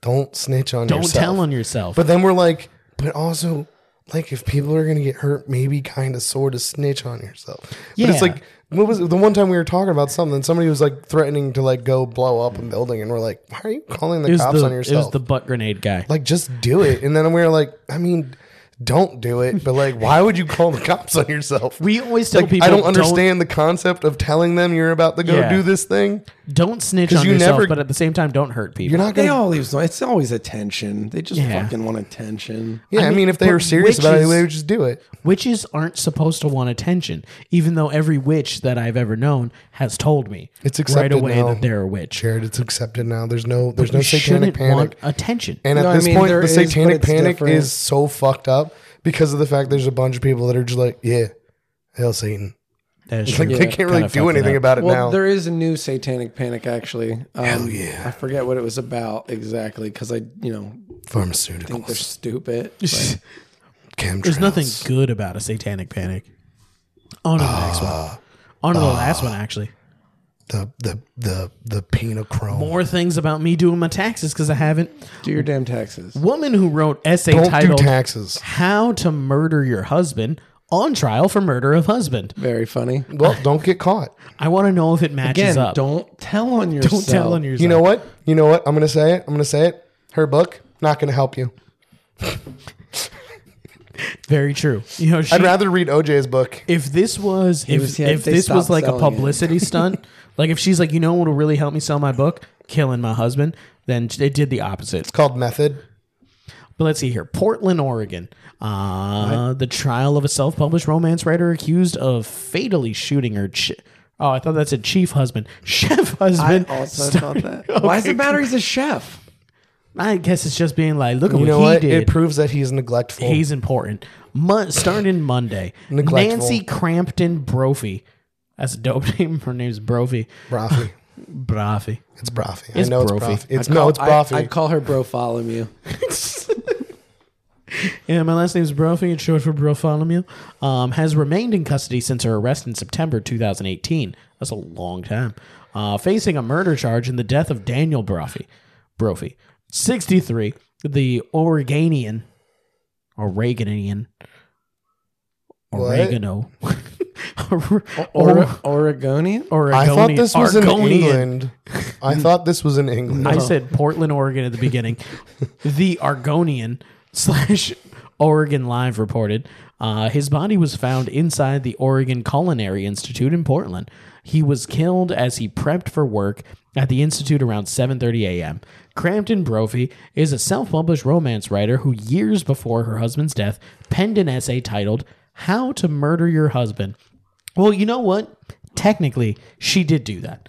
C: don't snitch on
B: Don't
C: yourself.
B: tell on yourself.
C: But then we're like, but also, like, if people are gonna get hurt, maybe kind of sort of snitch on yourself. But
B: Yeah.
C: it's like, what was it? the one time we were talking about something? Somebody was like threatening to like go blow up a building, and we're like, why are you calling the
B: it was
C: cops
B: the,
C: on
B: it was
C: yourself?
B: the butt grenade guy.
C: like, just do it. And then we were like, I mean, don't do it. But like, why would you call the cops on yourself?
B: We always tell
C: Like,
B: people
C: I don't understand the concept of telling them you're about to go
B: Yeah.
C: do this thing.
B: Don't, snitch
C: 'Cause
B: on
C: you
B: yourself,
C: never-
B: but at the same time, don't hurt people.
C: You're not
A: They
C: gonna.
A: all leave. It's always attention. They just
B: Yeah.
A: fucking want attention.
C: yeah, I mean,
B: mean,
C: if they
B: but
C: were serious about it,
B: witches-
C: they would just do it.
B: Witches aren't supposed to want attention, even though every witch that I've ever known has told me
C: It's
B: right
C: accepted
B: away
C: now.
B: that they're a witch.
C: Jared, it's accepted now. There's no, there's no
B: You
C: satanic
B: shouldn't
C: panic.
B: want attention.
C: And
A: No,
C: at
A: I
C: this
A: mean,
C: point,
A: there
C: the
A: is, but
C: satanic
A: it's
C: panic
A: different.
C: is so fucked up because of the fact there's a bunch of people that are just like, yeah, hell, Satan.
B: That's
C: Like
B: true.
C: they can't really
B: Kinda
C: do
B: fucked it
C: anything
B: up.
C: about it
A: Well,
C: now.
A: there is a new Satanic Panic actually. Um,
C: yeah.
A: I forget what it was about exactly because I, you know, think they're
C: Pharmaceuticals,
A: stupid. but-
C: chemtrails.
B: There's nothing good about a satanic panic. On to the next one.
C: Ah.
B: On to the last one, actually.
C: The the the the penachrome.
B: More things about me doing my taxes because I haven't.
A: do your damn taxes.
B: Woman who wrote essay
C: Don't
B: titled
C: do taxes.
B: How to Murder Your Husband on trial for murder of husband.
A: Very funny.
C: Well, don't get caught.
B: I want to know if it matches
A: Again,
B: up.
A: don't tell on yourself.
B: Don't tell on yourself.
C: You know what? You know what? I'm gonna say it. I'm gonna say it. Her book not gonna help you.
B: Very true. You know, she,
C: I'd rather read OJ's book.
B: if this was if,
A: was- yeah,
B: if
A: they
B: this was
A: stopped
B: like a
A: selling it.
B: publicity stunt, like if she's like, you know, what will really help me sell my book, killing my husband, then it did the opposite.
C: It's called Method.
B: But let's see here. Portland, Oregon. Uh, The trial of a self published romance writer accused of fatally shooting her. Ch- oh, I thought that said chief husband. Chef
A: I
B: husband.
A: also
B: started-
A: thought that. Why is
B: Okay.
A: it matter? He's a chef.
B: I guess it's just being like, look
C: You
B: at what
C: know
B: he
C: what?
B: did.
C: It proves that he's neglectful.
B: He's important. Mon- starting Monday,
C: Neglectful.
B: Nancy Crampton Brophy. That's a dope name. Her name's Brophy.
C: Brophy.
B: Brophy.
C: It's Brophy. I
B: It's
C: know
B: Brophy.
C: it's Brophy. It's
A: I'd
C: no,
A: call-
C: it's
A: I-
C: Brophy.
A: I'd call her bro. Follow you.
B: Yeah, my last name's Brophy. It's short for Bartholomew. Um, has remained in custody since her arrest in September 2018. That's a long time. Uh, facing a murder charge in the death of Daniel Brophy. Brophy, 63, the Oregonian, Oregonian,
C: What?
B: Oregano. or,
A: Or- Oregonian.
C: I
B: Oregonian.
C: thought this was in
B: Oregonian.
C: England. I thought this was in England.
B: I said Portland, Oregon at the beginning. the Argonian slash Oregon Live reported uh, his body was found inside the Oregon Culinary Institute in Portland. He was killed as he prepped for work at the institute around 7:30 a.m. Crampton Brophy is a self-published romance writer who years before her husband's death penned an essay titled "How to Murder Your Husband." Well, you know what? Technically, she did do that.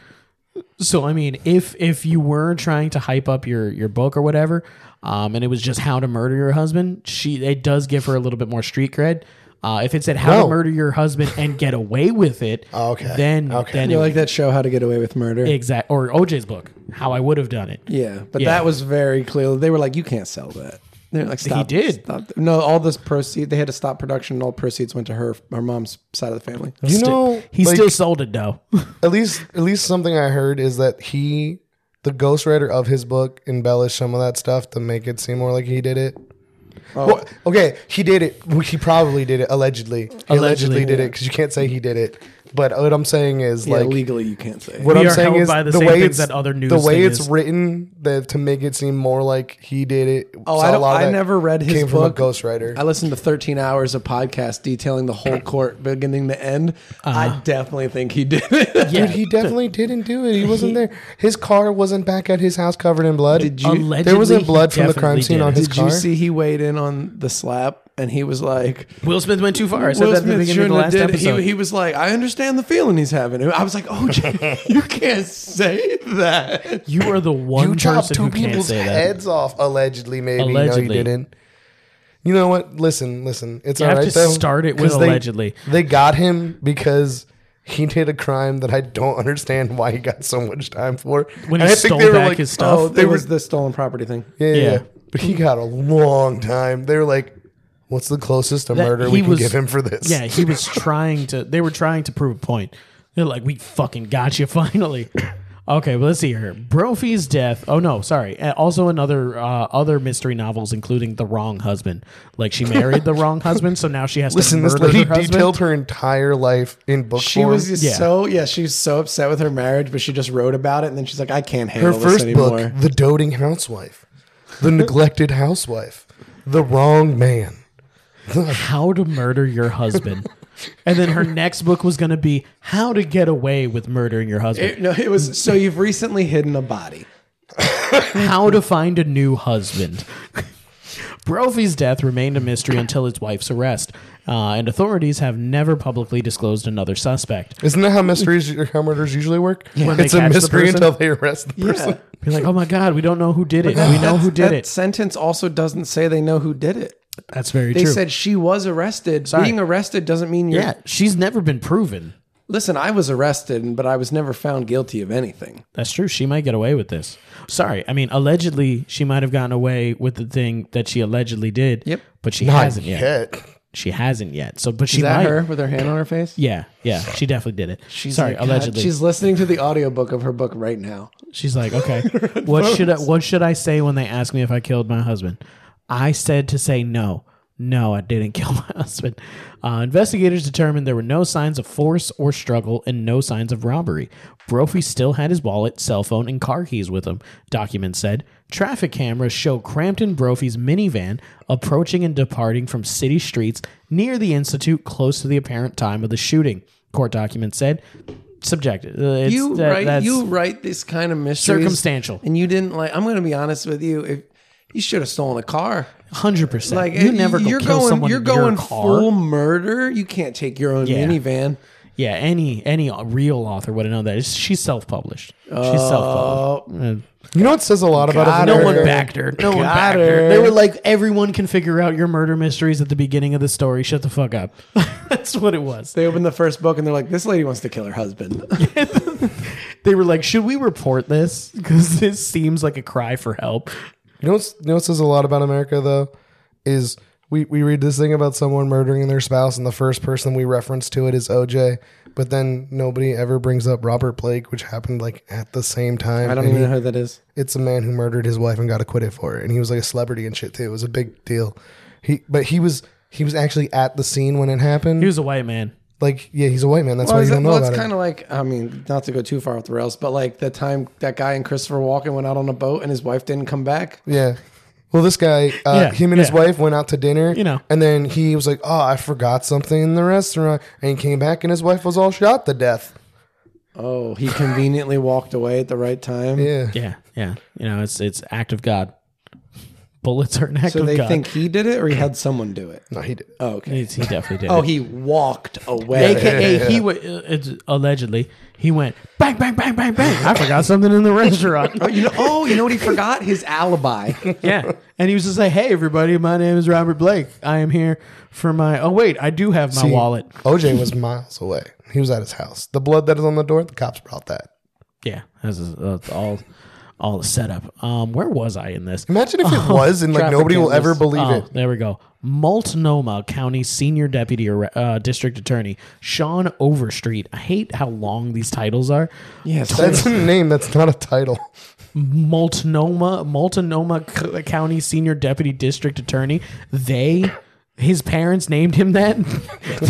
B: So I mean, if if you were trying to hype up your your book or whatever, um, and it was just how to murder your husband, she it does give her a little bit more street cred. Uh, if it said how to
C: No.
B: murder your husband and get away with it,
C: Oh. Okay.
B: then then
A: You
B: it,
A: like that show, How to Get Away with Murder?
B: exact or OJ's book, how I would have done it.
A: Yeah, but
B: Yeah.
A: that was very clear. They were like, "You can't sell that." They're like, "Stop."
B: did.
A: Stop. No, all this proceed. They had to stop production, and all proceeds went to her, her mom's side of the family.
C: you know,
B: Sti- he
C: like,
B: still sold it though.
C: at least at least something I heard is that he, the ghostwriter of his book, embellished some of that stuff to make it seem more like he did it.
A: Oh.
C: Well, okay, he did it. Well, He probably did it allegedly. He allegedly,
B: Allegedly.
C: did it because you can't say he did it. But what I'm saying is
A: Yeah,
C: like.
A: legally, you can't say.
C: what
B: We
C: I'm
B: are
C: saying
B: held
C: is
B: by the
C: the
B: same
C: way
B: things
C: it's
B: that other news
C: the way
B: thing
C: it's
B: is.
C: written that to make it seem more like he did it.
A: Oh,
C: So
A: I
C: a
A: don't,
C: lot of
A: I
C: that
A: never read his
C: came
A: book.
C: from a ghostwriter.
A: I listened to 13 hours of podcast detailing the whole court, beginning to end. I definitely think he did. it.
B: Yeah.
C: Dude, he definitely didn't do it. He wasn't there. His car wasn't back at his house covered in blood. Did
A: you-
C: there
B: Allegedly,
C: wasn't blood
B: he
C: from the crime
B: definitely
C: scene
B: did
C: on
B: it.
C: his
A: Did
C: car.
A: you see he weighed in on the slap and he was like,
B: Will Smith went too far. I said
A: Will
B: that at the beginning
A: Smith
B: of the
A: shouldn't have
B: last
A: did it.
B: episode.
A: He, he was like, I understand the feeling he's having. I was like, oh, you can't say that.
B: you are the one
C: you chopped
B: person
C: two
B: who can't
C: people's
B: say that.
C: heads off allegedly. Maybe no, you
B: Allegedly.
C: didn't. You know what? Listen, listen. It's
B: You
C: all
B: have
C: right
B: to
C: though.
B: start it
C: 'cause
B: with
C: they-
B: allegedly.
C: They got him because he did a crime that I don't understand why he got so much time for.
B: When
C: And
B: he
C: I think
B: stole
C: they were
B: back
C: like, "Oh,
B: his
A: Oh,
B: stuff.
A: there was the stolen property thing.
C: Yeah,
B: Yeah.
C: yeah. But he got a long time. They were like, "What's the closest to
B: That-
C: murder
B: he
C: we can
B: was-
C: give him for this?"
B: yeah, he was trying to. They were trying to prove a point. They're like, we fucking got you finally. Okay, well, let's see here. Brophy's death. Oh no, sorry. Uh, Also, another uh, other mystery novels, including The Wrong Husband. Like she married the wrong husband, so now she has
C: Listen,
B: to
C: this
B: murder
C: lady
B: her husband.
C: detailed her entire life in book
A: She
C: form.
A: was just
B: Yeah.
A: so yeah, she was so upset with her marriage, but she just wrote about it, and then she's like, I can't handle
C: her
A: this
C: first
A: anymore.
C: book, "The Doting Housewife," "The Neglected Housewife," "The Wrong Man."
B: How to Murder Your Husband. and then her next book was going to be How to Get Away with Murdering Your Husband.
A: It- no, it was so you've recently hidden a body.
B: How to Find a New Husband. Brophy's death remained a mystery until his wife's arrest, uh, and authorities have never publicly disclosed another suspect.
C: Isn't that how mysteries or how murders usually work?
B: When they
C: It's a
B: catch the
C: mystery
B: person.
C: until they arrest the person.
B: Be like, oh my God, we don't know who did it. We know who did
A: that
B: it.
A: sentence also doesn't say they know who did it.
B: That's very
A: They
B: true.
A: said she was arrested.
B: Sorry.
A: Being arrested doesn't mean you're.
B: yeah, she's never been proven.
A: Listen, I was arrested, but I was never found guilty of anything.
B: That's true. She might get away with this. Sorry. I mean, allegedly, she might have gotten away with the thing that she allegedly did.
A: Yep.
B: But she
C: Not
B: hasn't yet.
C: yet.
B: She hasn't yet. So, but she
A: Is that
B: might.
A: her with her hand on her face?
B: Yeah, yeah, she definitely did it.
A: She's
B: Sorry,
A: like, God,
B: allegedly.
A: she's listening to the audiobook of her book right now.
B: She's like, okay, what should I, what should I say when they ask me if I killed my husband? I said to say no. No, I didn't kill my husband. Uh, investigators determined there were no signs of force or struggle and no signs of robbery. Brophy still had his wallet, cell phone, and car keys with him, documents said. Traffic cameras show Crampton Brophy's minivan approaching and departing from city streets near the Institute close to the apparent time of the shooting, court documents said. Subjective. Uh, it's-
A: you
B: that-
A: write
B: that's-
A: you write this kind of mystery
B: Circumstantial.
A: and you didn't like. I'm going to be honest with you. If you should have stolen a car,
B: Hundred percent.
A: like
B: you
A: it-
B: never go
A: you're
B: kill
A: going,
B: someone
A: you're
B: in
A: going
B: your car.
A: full murder. You can't take your own
B: Yeah.
A: minivan.
B: yeah, any any real author would have known that. It's- she's self published.
A: Oh,
B: She's self published.
C: You know what says a lot about
A: Got
C: us?
B: No
A: her.
B: one backed her. No one
A: Got
B: backed her.
A: her.
B: They were like, everyone can figure out your murder mysteries at the beginning of the story. Shut the fuck up. That's what it was.
A: They open the first book and they're like, "This lady wants to kill her husband."
B: They were like, should we report this? Because this seems like a cry for help.
C: You know, what's, you know what says a lot about America, though? Is we, we read this thing about someone murdering their spouse, and the first person we reference to it is OJ, but then nobody ever brings up Robert Blake, which happened like at the same time.
A: I don't
C: and
A: even know
C: he-
A: who that is.
C: It's a man who murdered his wife and got acquitted for it, and he was like a celebrity and shit too. It was a big deal. He but he was he was actually at the scene when it happened.
B: He was a white man.
C: like yeah, he's a white man. That's
A: Well,
C: why
A: is
C: you
A: it-
C: don't know
A: well,
C: about
A: it's
C: it.
A: kind of like I mean, not to go too far off the rails, but like the time that guy and Christopher Walken went out on a boat and his wife didn't come back.
C: Yeah. Well, this guy, uh,
B: Yeah,
C: him and his
B: yeah.
C: wife went out to dinner,
B: You know.
C: and then he was like, "Oh, I forgot something in the restaurant," and he came back, and his wife was all shot to death.
A: Oh, he conveniently walked away at the right time.
C: Yeah,
B: Yeah, yeah. You know, it's it's act of God. Bullets are an act
A: So
B: of
A: they
B: God.
A: think he did it, or he had someone do it.
C: no, he did.
A: Oh, okay.
B: He's- he definitely did. it.
A: Oh, he walked away.
B: AKA he wa- uh, it's allegedly he went bang bang bang bang bang. I forgot something in the restaurant.
A: oh, you know, oh, you know what he forgot? His alibi.
B: yeah, and he was just like, "Hey everybody, my name is Robert Blake. I am here for my. Oh wait, I do have my
C: See,
B: wallet.
C: OJ was miles away. He was at his house. The blood that is on the door, the cops brought that.
B: Yeah, this is uh, all all a setup. Um, where was I in this?
C: Imagine if it was, and like
A: traffic
C: nobody will
A: cameras.
C: ever believe
B: Oh,
C: it.
B: there we go. Multnomah County Senior Deputy Arre- uh, District Attorney Sean Overstreet. I hate how long these titles are.
A: Yes.
C: That's a name. That's not a title.
B: Multnomah, Multnomah C- County Senior Deputy District Attorney. They, his parents named him that.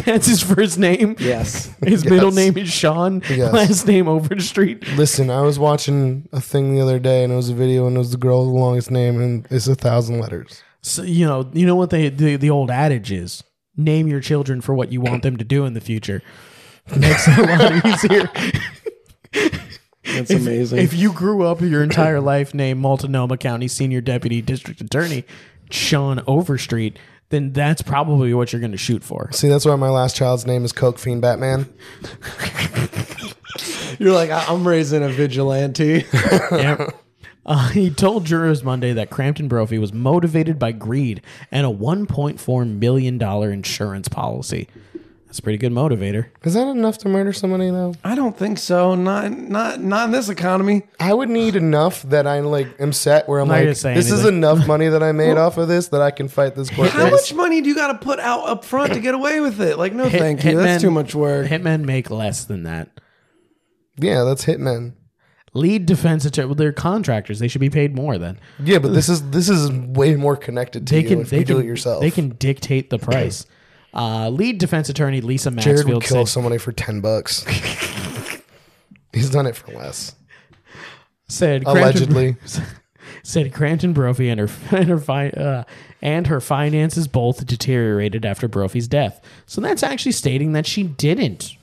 B: That's his first name.
A: yes.
B: His middle name is Sean.
C: Yes.
B: Last name Overstreet.
C: Listen, I was watching a thing the other day, and it was a video, and it was the girl with the longest name, and it's a thousand letters.
B: So you know, you know what they the, the old adage is: name your children for what you want them to do in the future. Makes it a lot easier.
A: That's
B: If-
A: amazing.
B: If you grew up your entire life named Multnomah County Senior Deputy District Attorney Sean Overstreet, then that's probably what you're going to shoot for.
C: See, that's why my last child's name is Coke Fiend Batman.
A: You're like, I- I'm raising a vigilante.
B: yeah. Uh, he told jurors Monday that Crampton Brophy was motivated by greed and a $1.4 million insurance policy. That's a pretty good motivator.
C: Is that enough to murder somebody though?
A: I don't think so. Not not not in this economy.
C: I would need enough that I like am set where I'm
B: Not gonna
C: like,
B: say
C: this is
B: anything.
C: enough money that I made off of this that I can fight this court
A: How
C: case.
A: much money do you got to put out up front to get away with it? Like, no,
B: Hit-
A: thank you.
B: hitmen-
A: That's too much work.
B: Hitmen make less than that.
C: Yeah, that's hitmen.
B: Lead defense attorney. Well, they're contractors. They should be paid more then.
C: Yeah, but this is this is way more connected to
B: They
C: you
B: can.
C: if
B: They
C: you
B: can
C: do it yourself.
B: They can dictate the price. Uh, lead defense attorney Lisa
C: Jared would
B: Maxfield
C: kill
B: said,
C: somebody for ten bucks. He's done it for less.
B: said
C: Allegedly.
B: said Cranton Brophy and her and her fi- uh, and her finances both deteriorated after Brophy's death. So that's actually stating that she didn't.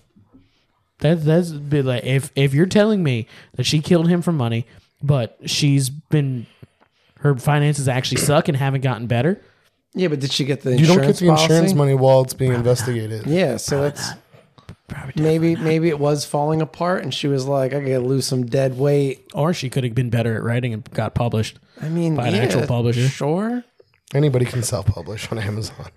B: That that's be like if if you're telling me that she killed him for money, but she's been her finances actually suck and haven't gotten better.
A: Yeah, but did she get the
C: You
A: insurance
C: don't get the insurance
A: policy?
C: money while it's being investigated.
A: Yeah, so it's
B: Probably
A: maybe maybe it was falling apart, and she was like, "I gotta lose some dead weight."
B: Or she could have been better at writing and got published.
A: I mean,
B: By an
A: yeah,
B: actual publisher.
A: sure.
C: Anybody can self-publish on Amazon.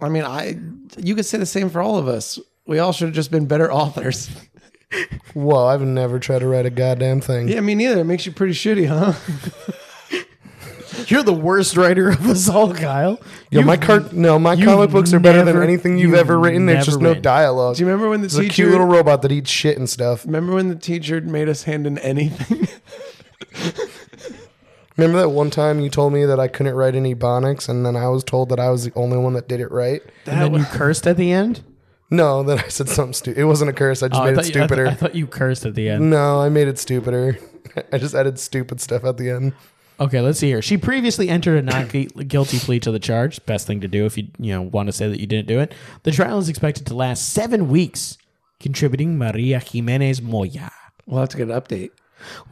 A: I mean, I you could say the same for all of us. We all should have just been better authors.
C: Whoa, I've never tried to write a goddamn thing.
A: Yeah, me neither. It makes you pretty shitty, huh?
B: You're the worst writer of us all, Kyle.
C: Yo, my car- no, my
B: you've
C: comic books are better than
B: never-
C: anything you've,
B: you've
C: ever written. There's just
B: never
C: no
B: written.
C: dialogue.
A: Do you remember when the
C: It's a
A: teacher?
C: cute little robot that eats shit and stuff.
A: remember when the teacher made us hand in anything?
C: Remember that one time you told me that I couldn't write in Ebonics, and then I was told that I was the only one that did it right.
B: and then you cursed at the end.
C: No, then I said something stupid. It wasn't a curse. I just
B: Oh, I
C: made it
B: thought you- I th-
C: stupider.
B: I thought you cursed at the end.
C: no, I made it stupider. I just added stupid stuff at the end.
B: Okay, let's see here. She previously entered a not gui- guilty plea to the charge. Best thing to do if you you know want to say that you didn't do it. The trial is expected to last seven weeks. Contributing Maria Jimenez Moya.
A: we'll have to get an update.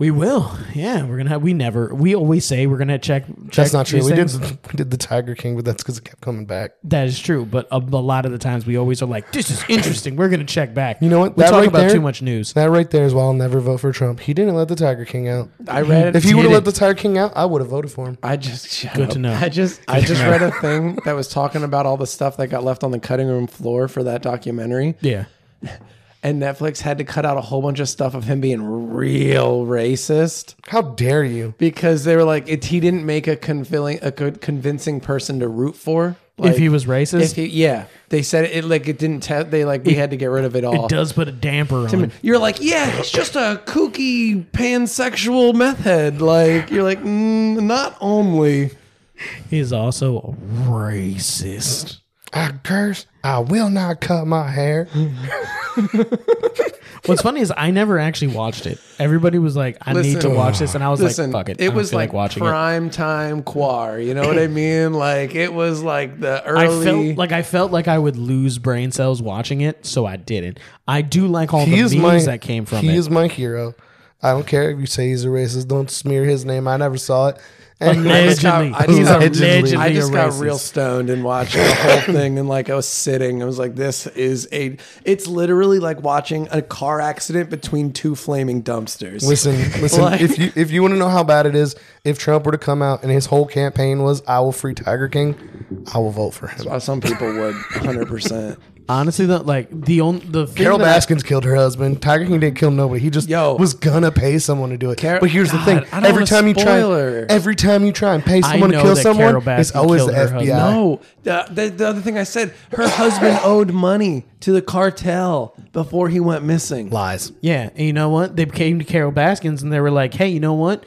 B: We will. Yeah, we're gonna have. We never. We always say we're gonna check. check
C: That's not true.
B: these
C: We did
B: things.
C: we did the Tiger King, but that's because it kept coming back.
B: That is true. But a, a lot of the times we always are like, this is interesting. We're gonna check back. You
C: know what?
B: We
C: That
B: talk
C: right
B: about
C: there-
B: too much news.
C: That right there is why I'll never vote for Trump. He didn't let the Tiger King out.
A: I read it.
C: If he would have
B: didn't.
C: let the Tiger King out, I would have voted for him.
A: I just
B: Good to know.
A: I just I just read a thing that was talking about all the stuff that got left on the cutting room floor for that documentary,
B: Yeah.
A: and Netflix had to cut out a whole bunch of stuff of him being real racist
C: How dare you?
A: because they were like, it, he didn't make a convincing a good convincing person to root for. Like,
B: if he was racist,
A: if he, yeah, they said it like it didn't. Te- they like we had to get rid of it all.
B: it does put a damper on.
A: You're like, yeah, it's just a kooky pansexual meth head. Like you're like, mm, not only.
B: He is also a racist.
C: I curse. I will not cut my hair.
B: What's funny is I never actually watched it. Everybody was like, "I need to
A: Listen.
B: watch this," and I was
A: Listen,
B: like, "Fuck it." I
A: it
B: don't
A: was
B: feel
A: like,
B: watching it.
A: prime time choir. You know what I mean? Like it was like the
B: I
A: early.
B: felt like I felt like I would lose brain cells watching it, so I didn't. I do like all
C: He
B: the
C: is
B: memes
C: my
B: that came from
C: He
B: it.
C: is my hero. I don't care if you say he's a racist. Don't smear his name. I never saw it. And
A: I just got-
B: Allegedly.
A: I just got-
B: Allegedly.
A: I just got
B: Allegedly a
A: real
B: racist.
A: stoned and watched the whole thing, and like I was sitting, I was like, "This is a." It's literally like watching a car accident between two flaming dumpsters.
C: listen, listen.
A: Like-
C: if you if you want to know how bad it is, if Trump were to come out and his whole campaign was "I will free Tiger King," I will vote for him.
A: Uh, Some people would, hundred percent.
B: Honestly, though, like the only the thing
C: Carol
B: that
C: Baskins killed her husband. Tiger King didn't kill nobody. He just
A: Yo.
C: was gonna pay someone to do it.
A: Car-
C: but here's
A: God,
C: the
A: I
C: thing:
A: don't
C: every
A: wanna
C: time you
A: spoiler.
C: try, every time you try and pay
B: I
C: someone to
B: know
C: kill
B: that
C: someone,
B: Carol
C: it's
B: Baskin
C: always the
B: killed her
C: FBI.
B: husband.
A: No, the, uh, the, the other thing I said, her husband owed money to the cartel before he went missing.
C: Lies.
B: yeah, and you know what? They came to Carol Baskins and they were like, "Hey, you know what?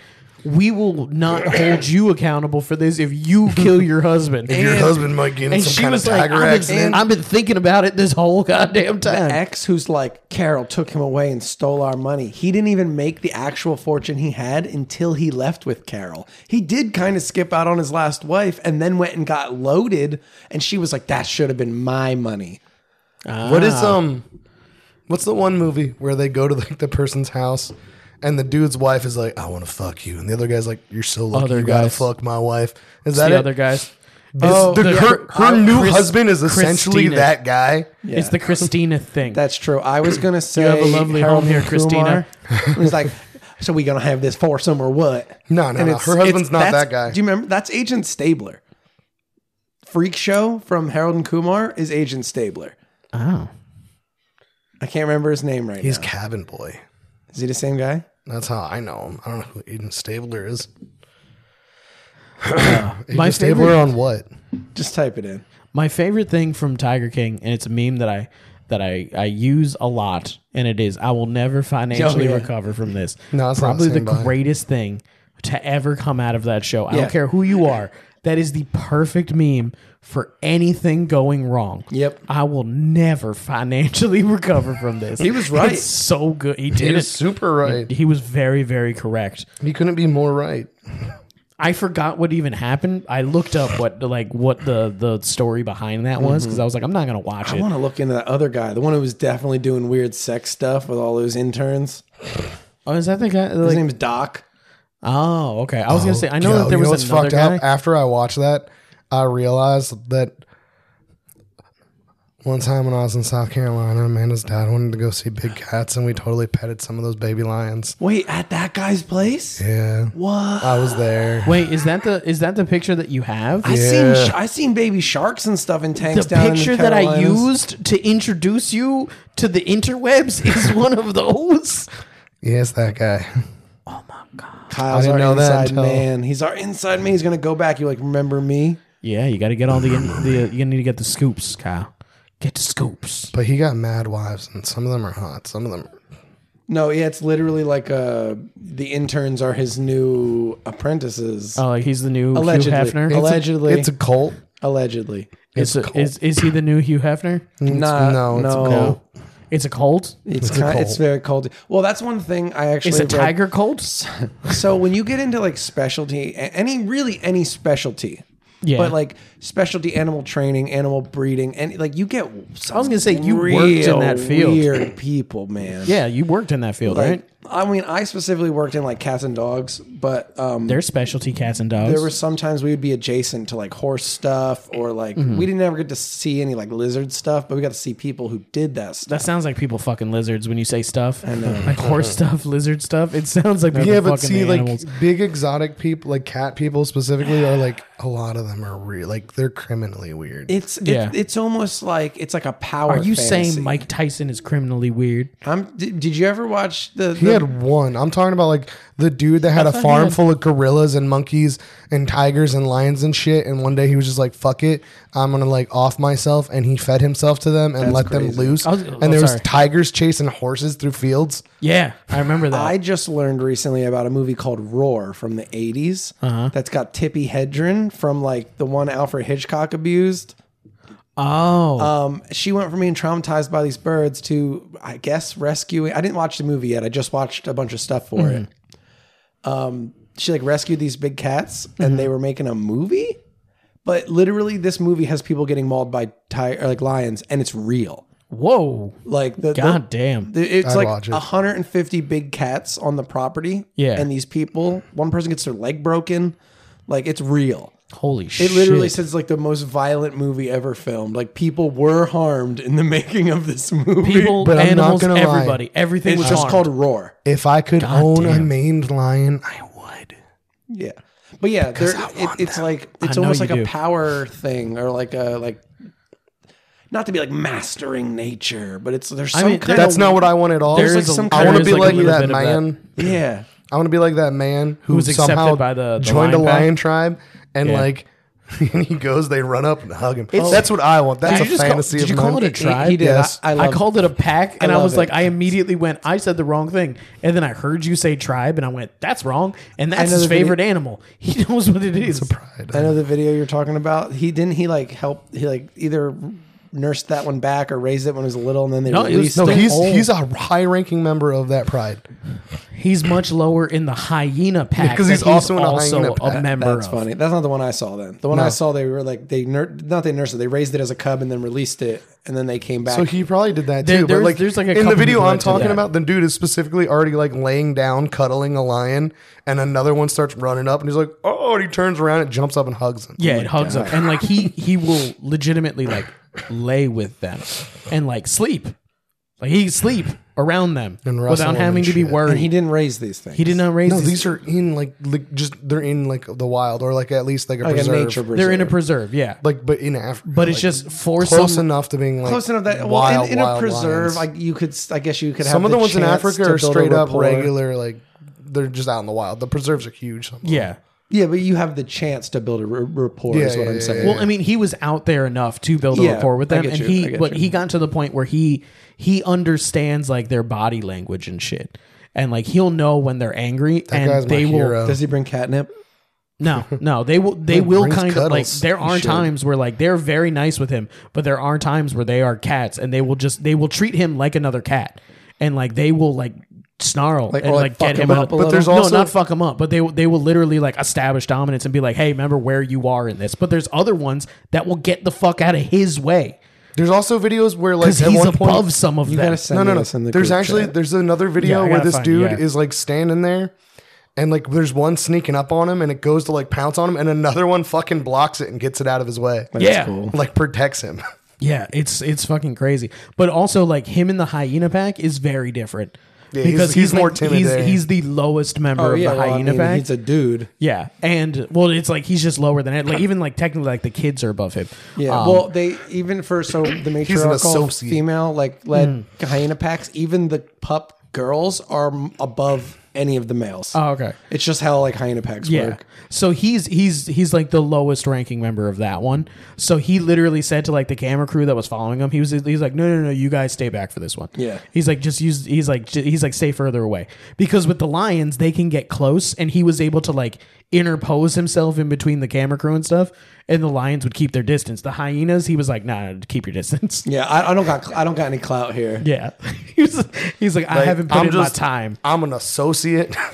B: We will not hold you accountable for this if you kill your husband."
C: Your
A: And-
C: husband might get in
B: and
C: some
B: she
C: kind of
B: was like,
C: tiger
B: I've
C: accident.
B: been, I've been thinking about it this whole goddamn time.
A: Ex, who's like Carol, took him away and stole our money. He didn't even make the actual fortune he had until he left with Carol. He did kind of skip out on his last wife and then went and got loaded. And she was like, "That should have been my money."
C: What is um what's the one movie where they go to like the person's house and the dude's wife is like, I wanna fuck you and the other guy's like, You're so lucky
B: Other
C: you gotta
B: guys.
C: fuck my wife. Is
B: the
C: that it?
B: other guys.
C: It's
A: Oh,
C: the-
A: yeah.
C: her her
A: I-
C: new
B: Chris-
C: husband is essentially
B: Christina.
C: that guy.
B: It's the Christina thing.
A: That's true. I was gonna say
B: have a lovely
A: Harold
B: home here,
A: Kumar. It was like so we gonna have this foursome or what?
C: No, no, no.
A: it's-
C: Her husband's
A: it's-
C: not
A: that's-
C: that guy.
A: Do you remember? That's Agent Stabler. Freak Show from Harold and Kumar is Agent Stabler.
B: Oh.
A: I can't remember his name right
C: He's
A: now.
C: cabin boy.
A: Is he the same guy?
C: That's how I know him. I don't know who Aiden Stabler is.
B: My
C: Aiden Stabler
B: favorite-
C: on what?
A: Just type it in.
B: My favorite thing from Tiger King, and it's a meme that I that I, I use a lot, and it is I will never financially
A: yeah.
B: recover from this.
C: No, it's not
B: probably
C: the
B: the
C: same vibe.
B: greatest thing to ever come out of that show. I
A: Yeah.
B: don't care who you are. That is the perfect meme for anything going wrong.
A: Yep.
B: I will never financially recover from this. he
A: was right.
B: so good. He did
C: He
B: it.
C: was super right.
B: he was very, very correct.
C: He couldn't be more right.
B: I forgot what even happened. I looked up what like what the the story behind that was because I was like, I'm not gonna watch
A: I
B: it.
A: want to look into that other guy, the one who was definitely doing weird sex stuff with all those interns.
B: Oh, is that the guy?
A: His
B: Like,
A: name's Doc.
B: oh, okay. I was gonna say I know
C: Yo,
B: that there
C: you know
B: was
C: what's
B: another
C: fucked up?
B: guy.
C: After I watched that, I realized that one time when I was in South Carolina, Amanda's dad wanted to go see big cats, and we totally petted some of those baby lions.
A: Wait, at that guy's place?
C: Yeah,
A: What?
C: I was there.
B: Wait, is that the is that the picture that you have?
A: I seen
C: Yeah.
A: sh- I seen baby sharks and stuff in tanks
B: the
A: down in
B: picture that I
A: Carolinas.
B: used to introduce you to the interwebs is one of those.
C: Yes, that guy.
A: Kyle's
C: I didn't
A: our
C: know that
A: inside
C: until-
A: man. He's our inside man. He's gonna go back. You like remember me?
B: Yeah, you got to get all the, in, the you need to get the scoops, Kyle. Get the scoops.
C: But he got mad wives, and some of them are hot. Some of them.
A: No, yeah, it's literally like uh the interns are his new apprentices.
B: Oh, like he's the new
A: Allegedly.
B: Hugh Hefner.
A: It's Allegedly.
C: it's a cult.
A: Allegedly.
B: Is, it- is is he the new Hugh Hefner?
A: Nah,
C: no, it's a
A: no.
C: cult.
B: It's a cult.
A: It's
C: a
A: kind,
C: cult.
A: it's very cold. Well, that's one thing I actually
B: It's a
A: read.
B: tiger cult.
A: So when you get into like specialty, a- any really any specialty,
B: Yeah.
A: but like specialty animal training, animal breeding, and like you get. I
B: was gonna say, you worked in that field.
A: Weird people, man.
B: Yeah, you worked in that field,
A: Like,
B: right?
A: I mean, I specifically worked in like cats and dogs, but um,
B: They're specialty cats and dogs.
A: there were sometimes we would be adjacent to like horse stuff or like
B: Mm-hmm.
A: we didn't ever get to see any like lizard stuff, but we got to see people who did that stuff.
B: that sounds like people fucking lizards when you say stuff. I know. Like horse stuff, lizard stuff. It sounds like people
C: Yeah, but
B: fucking
C: see,
B: animals.
C: like big exotic people, like cat people specifically, are like a lot of them are real. Like they're criminally weird.
A: It's it's,
B: Yeah.
A: it's almost like it's like a power.
B: Are you
A: fantasy.
B: saying Mike Tyson is criminally weird?
A: I'm, did, did you ever watch the?
C: He
A: the-
C: had one. I'm talking about like the dude that had a farm full of gorillas and monkeys and tigers and lions and shit. And one day he was just like, "Fuck it, I'm gonna like off myself." And he fed himself to them and let
A: crazy.
C: them loose.
B: I was-
C: and
B: oh,
C: there
B: sorry.
C: was tigers chasing horses through fields.
B: Yeah, I remember that.
A: I just learned recently about a movie called Roar from the 80s that's got Tippi Hedren from like the one Alfred Hitchcock abused.
B: oh,
A: Um, she went from being traumatized by these birds to, I guess, rescuing. I didn't watch the movie yet. I just watched a bunch of stuff for it. Um, she like rescued these big cats and they were making a movie. But literally, this movie has people getting mauled by ti- or like lions, and it's real.
B: whoa!
A: Like the the-
B: God damn.
A: The- It's
C: I'd
A: like
C: watch it.
A: 150 big cats on the property.
B: Yeah.
A: And these people, one person gets their leg broken. Like it's real.
B: Holy shit!
A: It literally says like the most violent movie ever filmed. Like people were harmed in the making of this movie.
B: people,
C: But I'm not
B: animals,
C: gonna lie.
B: everybody, everything
A: it's
B: was
A: just
B: harmed.
A: called Roar.
C: If I could own a
B: damn.
C: maned lion, I would.
A: Yeah. But yeah, there, it, it's like it's
B: I know
A: almost like
B: you
A: a
B: do.
A: power thing or like a like not to be like mastering nature, but it's there's some
B: mean,
A: kind
C: That's
A: of
C: not what I want at all.
B: There
A: is a-
C: I
A: there
C: want to
A: is
C: be like,
B: like a little
C: that
B: bit of that.
C: man.
A: yeah.
C: I want to be like that man who
B: Who's accepted
C: somehow
B: by the- the
C: joined
B: lion
C: a
B: pack?
C: lion tribe and
B: Yeah.
C: like and he goes, they run up and hug him. That's what I want. That's
B: Did you
C: a
B: just call-
C: fantasy
B: did
C: of
B: you call
C: mine.
B: it a tribe?
A: He, he did.
C: Yes.
A: I, I,
B: I
A: love-
B: called it a pack, and I,
A: love
B: was
A: it.
B: like, I immediately went, I said the wrong thing, and then I heard you say tribe, and I went, that's wrong, and that's his
A: Another video-
B: favorite animal. He knows what it is.
A: I know the video you're talking about. He didn't he like help he like either nursed that one back or raised it when it was little and then they
B: No, it was-
A: released
B: no,
A: it.
C: No,
B: They're
C: he's
B: old.
C: he's a high ranking member of that pride.
B: He's much lower in the hyena pack
C: Because
B: that
C: he's also in a hyena
B: a
C: pack.
B: member.
A: That's
B: of.
A: funny. That's not the one I saw then. The one I saw they were like they nur- not they nursed it, they raised it as a cub and then released it and then they came back.
C: So he probably did that
B: There-
C: too.
B: there's-
C: but like,
B: there's, like, a
C: in the
B: couple
C: video
B: people
C: I'm
B: that do
C: talking
B: that.
C: about, the dude is specifically already like laying down, cuddling a lion, and another one starts running up, and he's like, "Oh!" And he turns around, and jumps up and hugs him.
B: Yeah, it hugs them, and like he he will legitimately like lay with them and like sleep, like he sleep around them
C: And wrestle
B: without
C: them
B: having
C: and
B: to be
C: shit.
B: worried.
A: And he
B: He,
A: didn't raise these things.
B: did not raise
C: No,
B: these.
C: these are in like, like just they're in like the wild or like at least like a
A: like
C: preserve.
A: a nature preserve.
B: They're in a preserve, yeah.
C: like but in Africa.
B: but it's just for some.
C: close enough to being like
A: close enough that well,
C: wild,
A: in, in a
C: wild lions.
A: preserve, like you could, s- I guess you could have
C: Some of the ones in
A: chance
C: Africa
A: to
C: are
A: build a
C: straight up
A: rapport.
C: regular, like they're just out in the wild. The preserves are huge. Some of them.
B: Yeah.
A: Yeah, but you have the chance to build a r- rapport. is
C: Yeah,
A: what
C: yeah,
A: I'm
C: yeah,
A: saying.
B: Well, I mean, he was out there enough to build a
A: Yeah,
B: rapport with
A: I
B: them,
A: get
B: and
A: you, I
B: he
A: get
B: but
A: you.
B: he got to the point where he he understands like their body language and shit, and like he'll know when they're angry, and
C: guy's my
B: they will.
C: hero.
A: Does he bring catnip?
B: No, no, they will. They will
C: brings
B: kind of like.
C: cuddles.
B: There are times where like they're very nice with him, but there are times where they are cats, and they will just they will treat him like another cat, and like they will like snarl and
A: or,
B: like,
A: like,
B: get
A: fuck
B: him
A: him
B: up.
A: up a But
C: there's
B: no,
C: also-
B: not fuck him up, but they will they will literally like establish dominance and be like, hey, remember where you are in this. But there's other ones that will get the fuck out of his way
C: There's also videos where like
B: because
C: at
B: he's
C: one
B: above
C: point.
B: some of
A: You
B: them.
A: gotta send
C: no, no,
A: me
C: no.
A: this in the
C: there's
A: group
C: actually
A: chat.
C: there's another video
B: Yeah, I
C: where
B: gotta
C: this
B: find-
C: dude
B: yeah.
C: is like standing there, and like there's one sneaking up on him, and it goes to like pounce on him, and another one fucking blocks it and gets it out of his way. Like,
B: yeah,
A: cool.
C: like protects him.
B: Yeah, it's it's fucking crazy. But also like him in the hyena pack is very different.
C: he's- he's more
B: like, he's,
C: intimidating.
B: he's the lowest member
A: Oh
B: of
A: yeah,
B: the
A: well, I
B: hyena
A: mean,
B: pack.
A: he's a dude.
B: yeah, and well, it's like he's just lower than it. Like even like technically, like the kids are above him.
A: Yeah.
B: Um,
A: well, they even for so the matriarchal
C: associate.
A: female like led hyena packs. Even the pup girls are m- above any of the males.
B: oh, okay.
A: it's just how like hyena packs
B: Yeah.
A: work.
B: So he's he's he's like the lowest ranking member of that one. So he literally said to like the camera crew that was following him, he was he's like, no, no, no, you guys stay back for this one.
A: Yeah.
B: He's like, just use. He's like, j- he's like, stay further away because with the lions they can get close, and he was able to like interpose himself in between the camera crew and stuff, and the lions would keep their distance. The hyenas, he was like, nah, keep your distance.
A: Yeah, I, I don't got cl- I don't got any clout here.
B: Yeah. he's he's like, I haven't put
C: I'm
B: in
C: just-
B: my time.
C: I'm an associate.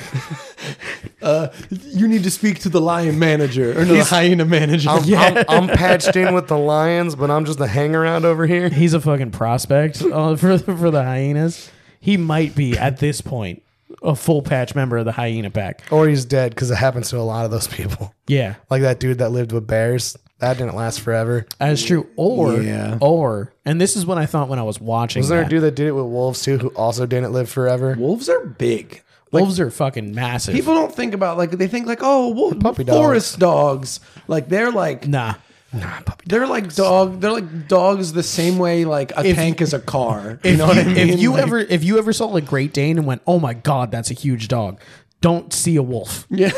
A: You need to speak to the lion manager or no, the hyena manager.
C: I'm, I'm, I'm patched in with the lions, but I'm just a hang around over here.
B: He's a fucking prospect uh, for for the hyenas. He might be at this point a full patch member of the hyena pack.
C: Or he's dead because it happens to a lot of those people.
B: Yeah,
C: Like that dude that lived with bears. That didn't last forever.
B: that is true. Or
A: Yeah.
B: or and this is what I thought when I was watching.
C: Wasn't there
B: that.
C: a dude that did it with wolves too, who also didn't live forever?
A: Wolves are big.
B: Wolves are fucking massive.
A: People don't think about like they think like oh well,
C: Puppy dogs.
A: forest dogs like they're like
B: nah.
C: Nah, puppy.
A: they're like dog they're like dogs the same way like a tank is a car you
B: If
A: know what I mean
B: if you
A: Like,
B: ever if you ever saw a Great Dane and went, oh my god, that's a huge dog. Don't see a wolf.
A: yeah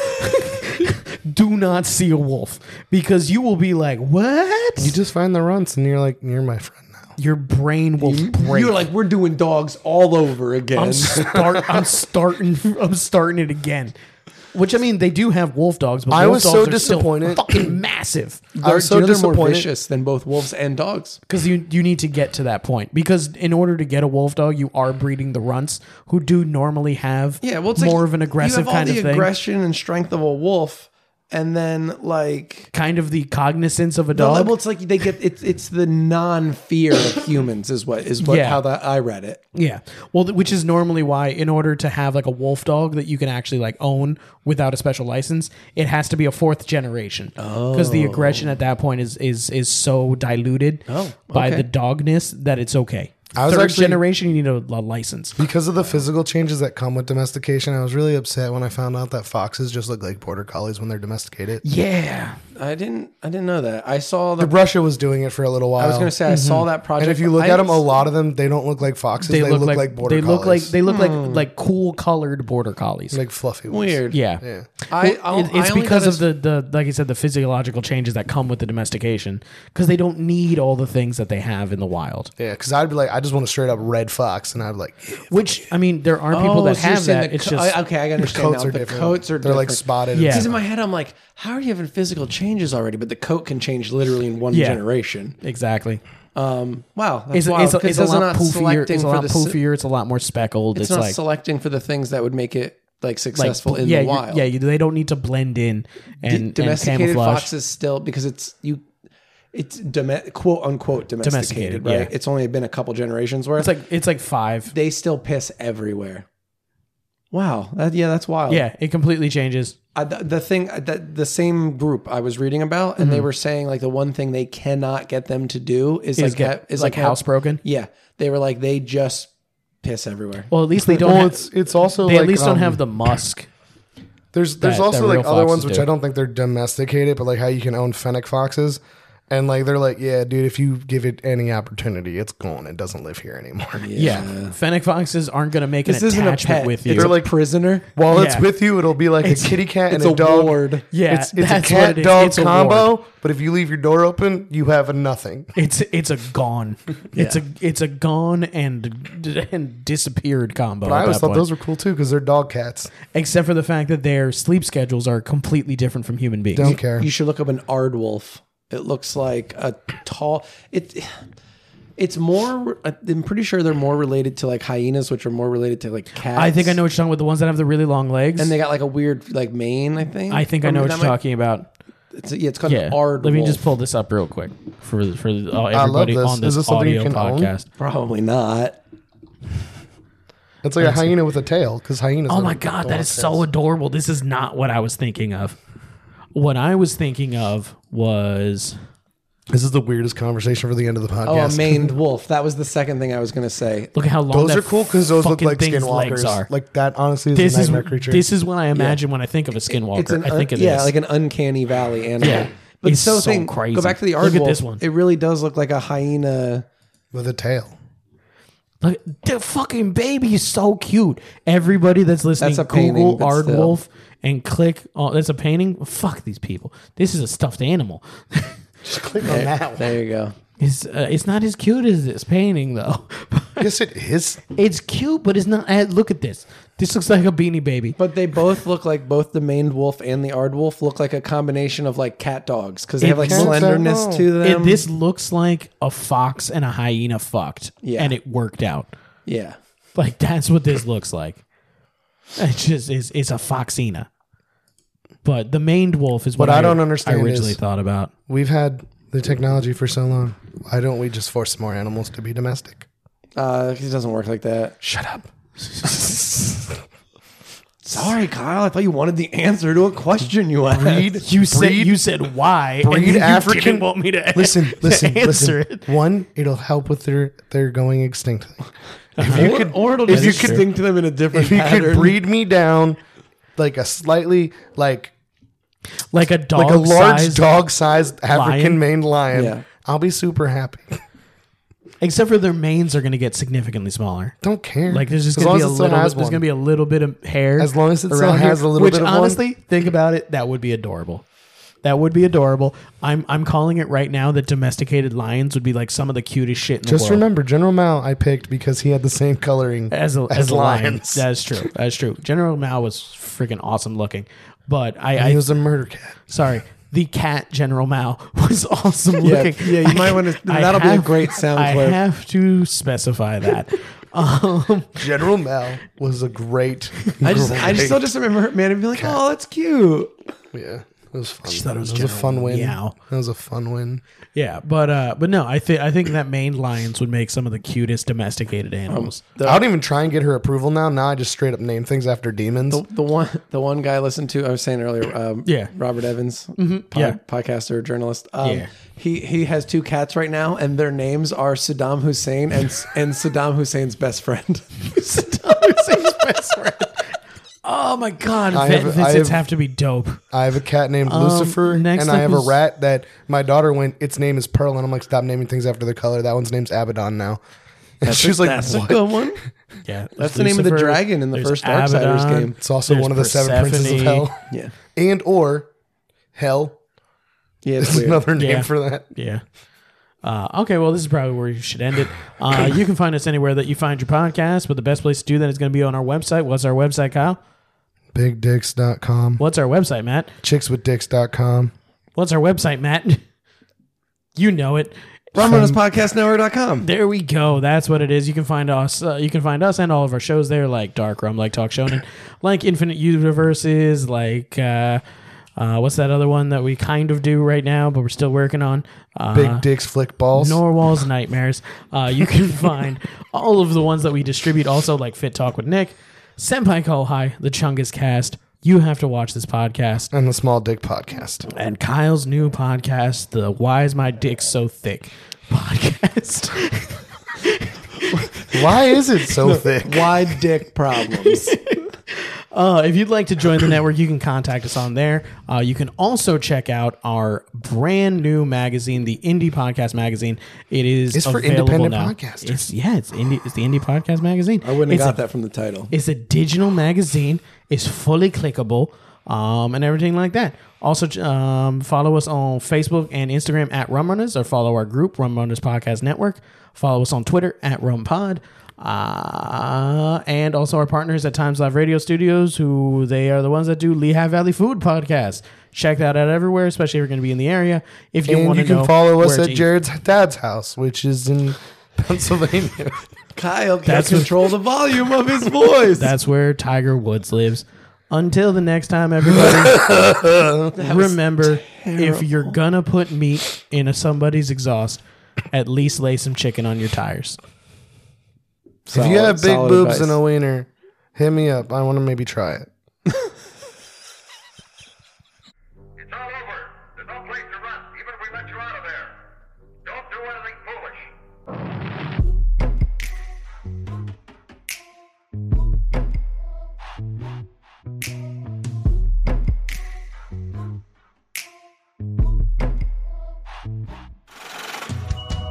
B: Do not see a wolf because you will be like, what?
C: You just find the runts and you're like, you're my friend now.
B: Your brain will break.
A: you're like we're doing dogs all over again
B: I'm start. I'm starting. I'm starting it again. Which I mean, they do have wolf dogs, but
C: I
B: wolf
C: was
B: dogs
C: so
B: are still
C: disappointed.
B: Fucking massive.
C: I was
A: They're-
C: so
A: they're more
C: disappointed.
A: vicious than both wolves and dogs
B: Because you you need to get to that point. Because in order to get a wolf dog, you are breeding the runts, who do normally have
A: yeah well it's like,
B: more of an aggressive
A: you have all
B: kind
A: the
B: of thing,
A: aggression and strength of a wolf and then like
B: kind of the cognizance of a
A: the
B: dog.
A: level it's like they get it's it's the non fear of humans is what is what
B: Yeah.
A: how that I read it
B: yeah. Well, th- which is normally why, in order to have like a wolf dog that you can actually like own without a special license, it has to be a fourth generation. Oh. Because the aggression at that point is is is so diluted by
A: okay.
B: the dogness that it's okay.
C: Oh, I was
B: Third
C: actually-
B: generation, you need a, a license.
C: Because of the physical changes that come with domestication, I was really upset when I found out that foxes just look like border collies when they're domesticated.
B: Yeah.
A: I didn't I didn't know that I saw the
C: Russia was doing it for a little while.
A: I was gonna say I
B: Mm-hmm.
A: saw that project
C: and if you look
A: I-
C: at them,
B: oh,
C: a lot of them they don't look like foxes. They, look, like, border
B: they
C: collies. Hmm.
B: look like they look like like cool colored border collies.
C: like fluffy ones.
A: weird
B: yeah.
C: Yeah.
A: I,
B: Well,
A: I'll-
B: it- it's
A: I only
B: because
A: got
B: of the, the like I said the physiological changes that come with the domestication because they don't need all the things that they have in the wild.
C: Yeah, because I'd be like, I just want a straight up red fox, and I'd be like,
B: Which I mean, there are
A: a-
B: people
A: Oh,
B: that
A: so you're
B: have
A: saying
B: that.
A: the
B: it's
A: co-
B: just
A: I- okay. I understand
C: coats
A: now.
C: are
A: the
C: different.
A: coats are
C: They're like
A: different.
C: spotted. and
B: Yeah.
A: Because in my head, I'm like, how are you having physical changes already? But the coat can change literally in one
B: Yeah.
A: generation.
B: exactly.
A: Um, wow, that's
B: It's,
A: wild.
B: it's, a,
A: 'Cause
B: it's a
A: those are
B: lot
A: not
B: poofier.
A: selecting
B: It's a
A: for
B: lot
A: the se-
B: poofier. It's a lot more speckled.
A: It's
B: It's,
A: not
B: like
A: selecting for the things that would make it like
B: like
A: successful in
B: yeah,
A: the
B: you-
A: wild.
B: yeah. You, they don't need to blend in
A: D-
B: and, and
A: domesticated
B: camouflage.
A: foxes still because it's you. It's dome- quote unquote domesticated,
B: Domesticated,
A: right?
B: yeah.
A: It's only been a couple generations
B: It's
A: worth.
B: like it's like five.
A: they still piss everywhere. Wow, that, yeah, that's wild.
B: Yeah, it completely changes.
A: I, the, the thing uh, that the same group I was reading about, and they
B: Mm-hmm.
A: were saying like the one thing they cannot get them to do is,
B: Is
A: like
B: get
A: ha- is
B: like
A: have-
B: housebroken.
A: Yeah, they were like they just piss everywhere.
B: Well, at least they don't.
C: well,
B: have,
C: it's it's also
B: they
C: like,
B: at least don't
C: um,
B: have the musk.
C: There's there's
B: that-
C: also
B: that
C: like
B: real
C: other
B: foxes
C: ones which
B: do.
C: I don't think they're domesticated, but like how you can own fennec foxes, and like they're like, yeah, dude, if you give it any opportunity, it's gone. It doesn't live here anymore.
B: Yeah. fennec foxes aren't going to make
A: This
B: an
A: isn't a
B: attachment
A: pet.
B: with
A: With
B: you.
A: It's
C: They're
A: a
C: like-
A: prisoner.
C: While it's
B: Yeah.
C: with you, it'll be like
B: It's-
C: a kitty cat and
A: it's
C: a,
A: a
C: dog.
A: ward.
B: Yeah,
C: it's, it's a
B: that's what
C: cat
B: it is.
C: dog
B: It's a
C: combo. But if you leave your door open, you have a nothing.
B: It's it's a gone. It's a it's a gone and and disappeared combo.
C: But I
B: at
C: always
B: that
C: thought
B: point.
C: those were cool too because they're dog cats.
B: except for the fact that their sleep schedules are completely different from human beings.
C: Don't care.
A: You should look up an aardwolf. It looks like a tall. It. It's more. uh, I'm pretty sure they're more related to like hyenas, which are more related to like cats.
B: I think I know what you're talking about. The ones that have the really long legs.
A: And they got like a weird like mane. I think.
B: I think I know
A: Or
B: what
A: that
B: you're
A: might-
B: talking about.
A: It's, yeah, it's called
B: Yeah.
A: an aardwolf.
B: Let me just pull this up real quick for for uh, everybody
C: this.
B: on this,
C: Is this something you
B: audio
C: can own?
B: podcast.
A: Probably not.
C: It's like a hyena with a tail because hyenas.
B: Oh
C: are-
B: my god,
C: don't
B: that
C: have
B: is so
C: tails.
B: adorable. This is not what I was thinking of. What I was thinking of was
C: This is the weirdest conversation for the end of the podcast.
A: Oh, a maned wolf. That was the second thing I was gonna say.
B: look at how long
C: Those
B: that
C: are cool because those look
B: fucking
C: like
B: thing's legs
C: skinwalkers.
B: are.
C: Like that, honestly, is
B: this
C: a
B: is
C: nightmare creature.
B: this is what I imagine when I think of a skinwalker.
A: It's an
B: I think it
A: un-
B: is.
A: yeah, like an uncanny valley animal.
B: Yeah.
A: But
B: It's
A: so,
B: so
A: thing,
B: crazy.
A: Go back to the
B: Look
A: aardwolf.
B: at this one.
A: It really does look like a hyena.
C: with a tail.
B: Look, the fucking baby is so cute. Everybody that's listening,
A: That's a
B: Google
A: painting, but still.
B: Aardwolf and click. Oh, that's a painting. Fuck these people. This is a stuffed animal.
C: Just click on that. One.
A: There you go.
B: It's uh, it's not as cute as this painting though.
C: Yes, it is.
B: it's cute, but it's not. uh, Look at this. This looks like a beanie baby.
A: But they both look like both the maned wolf and the aardwolf look like a combination of like cat dogs because they have like
B: It looks-
A: slenderness to
B: It-
A: them.
B: this looks like a fox and a hyena fucked,
A: Yeah.
B: and it worked out.
A: yeah.
B: Like that's what this looks like. It just is. It's a foxina. But the maned wolf is what,
C: What I don't understand
B: I originally
C: is-
B: thought about.
C: We've had the technology for so long. Why don't we just force more animals to be domestic?
A: Uh, 'cause it doesn't work like that.
C: Shut up.
A: Sorry, Kyle. I thought you wanted the answer to a question you asked.
C: Breed.
B: You said
C: breed-
B: you said why? and
C: breed
B: then you
C: African-
B: didn't want me to
C: Listen,
B: to
C: listen,
B: answer
C: listen.
B: it.
C: One, it'll help with their their going extinct thing.
A: or, or it'll
C: if
A: just
C: you could-
A: sting to them in a different
C: If you
A: pattern.
C: could breed me down, like a slightly like
B: Like a dog,
C: like a large
B: sized-
C: dog sized African maned lion,
A: Yeah.
C: I'll be super happy.
B: Except for their manes are going to get significantly smaller.
C: Don't care.
B: Like there's just
C: As
B: going
C: long as
B: to be a
C: it still
B: little.
C: has
B: Bit, there's
C: one.
B: going to be a little bit of hair.
C: As long as it still
B: around
C: has a little
B: which
C: bit of one.
B: honestly, think about it, that would be adorable. That would be adorable. I'm I'm calling it right now that domesticated lions would be like some of the cutest shit in
C: Just
B: the world.
C: remember, General Mao I picked because he had the same coloring
B: as a, as, a lion.
C: lions.
B: That's true. That's true. General Mao was freaking awesome looking, but
C: he
B: I, I
C: was a murder cat.
B: sorry, the cat General Mao was awesome looking.
A: yeah, you
B: I-
A: might wanna-
B: I
A: that'll be a great sound
B: I
A: clip.
B: have to specify that. um,
C: General Mao was a great.
A: I just, I just
C: great-
A: still just remember her, man and be like, oh, that's cute.
C: yeah, it was fun.
B: thought it was
C: a
B: General
C: fun win.
B: Meow.
C: That was a fun win.
B: yeah, but uh, but no, I think I think that Maine lions would make some of the cutest domesticated
A: Um,
B: animals.
C: I don't even try and get her approval now. Now I just straight up name things after demons.
A: The one, the one guy I listened to, I was saying earlier, um,
B: Yeah.
A: Robert Evans, pod-
B: yeah.
A: podcaster, journalist. Um,
B: Yeah.
A: he he has two cats right now, and their names are Saddam Hussein and and Saddam Hussein's best friend.
B: Saddam Hussein's best friend. Oh my god,
C: I
B: vet
C: have- I
B: visits
C: have-
B: have, to be dope.
C: I have a cat named Lucifer,
B: Um, next
C: and I
B: up
C: have a
B: is-
C: rat that my daughter went. Its name is Pearl, and I'm like, stop naming things after the color. That one's name's Abaddon now. And she's like,
A: that's
C: what?
A: a good one.
B: Yeah,
A: That's the name of the dragon in the first Darksiders game.
C: It's also
B: There's
C: one of the seven princes of
B: Persephone.
C: hell,
A: Yeah,
C: and or hell.
A: yeah, it's
C: It's
A: weird.
C: another name
B: Yeah.
C: for that.
B: Yeah. Uh, okay, well, this is probably where you should end it. Uh, you can find us anywhere that you find your podcast, but the best place to do that is going to be on our website. What's our website, Kyle?
C: Bigdicks.com,
B: What's our website, Matt?
C: chickswithdicks.com.
B: What's our website, Matt? you know it.
A: RomRunnersPodcastNetwork.com.
B: There we go. That's what it is. You can find us. Uh, you can find us and all of our shows there, like Dark Rum, like Talk Shonen, like Infinite Universes, like uh, uh, what's that other one that we kind of do right now, but we're still working on. Uh,
C: Big dicks flick balls.
B: Norwal's Nightmares. Uh, you can find all of the ones that we distribute, also like Fit Talk with Nick, Senpai Call High, The Chungus Cast. You have to watch this podcast
C: and the small dick podcast.
B: and Kyle's new podcast, the Why Is My Dick So Thick podcast.
C: Why is it so thick?
A: Wide dick problems.
B: Uh, if you'd like to join the network, you can contact us on there. Uh, you can also check out our brand new magazine, the Indie Podcast Magazine. It is
C: It's for
B: available
C: independent
B: now.
C: podcasters.
B: It's, yeah, it's indie. It's the Indie Podcast Magazine.
A: I wouldn't have
B: it's
A: got
B: a,
A: that from the title.
B: It's a digital magazine. It's fully clickable, um, and everything like that. Also, ch- um, follow us on Facebook and Instagram at Rum Runners, or follow our group Rum Runners Podcast Network. Follow us on Twitter at Rum Pod. Uh, and also our partners at Times Live Radio Studios, who they are the ones that do Lehigh Valley Food Podcast. Check that out everywhere, especially if you're going to be in the area. If you
C: and
B: want
C: you
B: to
C: can
B: know
C: follow us
B: where to
C: at
B: eat.
C: Jared's dad's house, which is in Pennsylvania.
A: Kyle can't
B: That's what-
A: control the volume of his voice.
B: That's where Tiger Woods lives. Until the next time, everybody, remember if you're gonna put meat in a somebody's exhaust, at least lay some chicken on your tires.
C: if you have big boobs
A: and
C: and a wiener, hit me up. I want to maybe try it.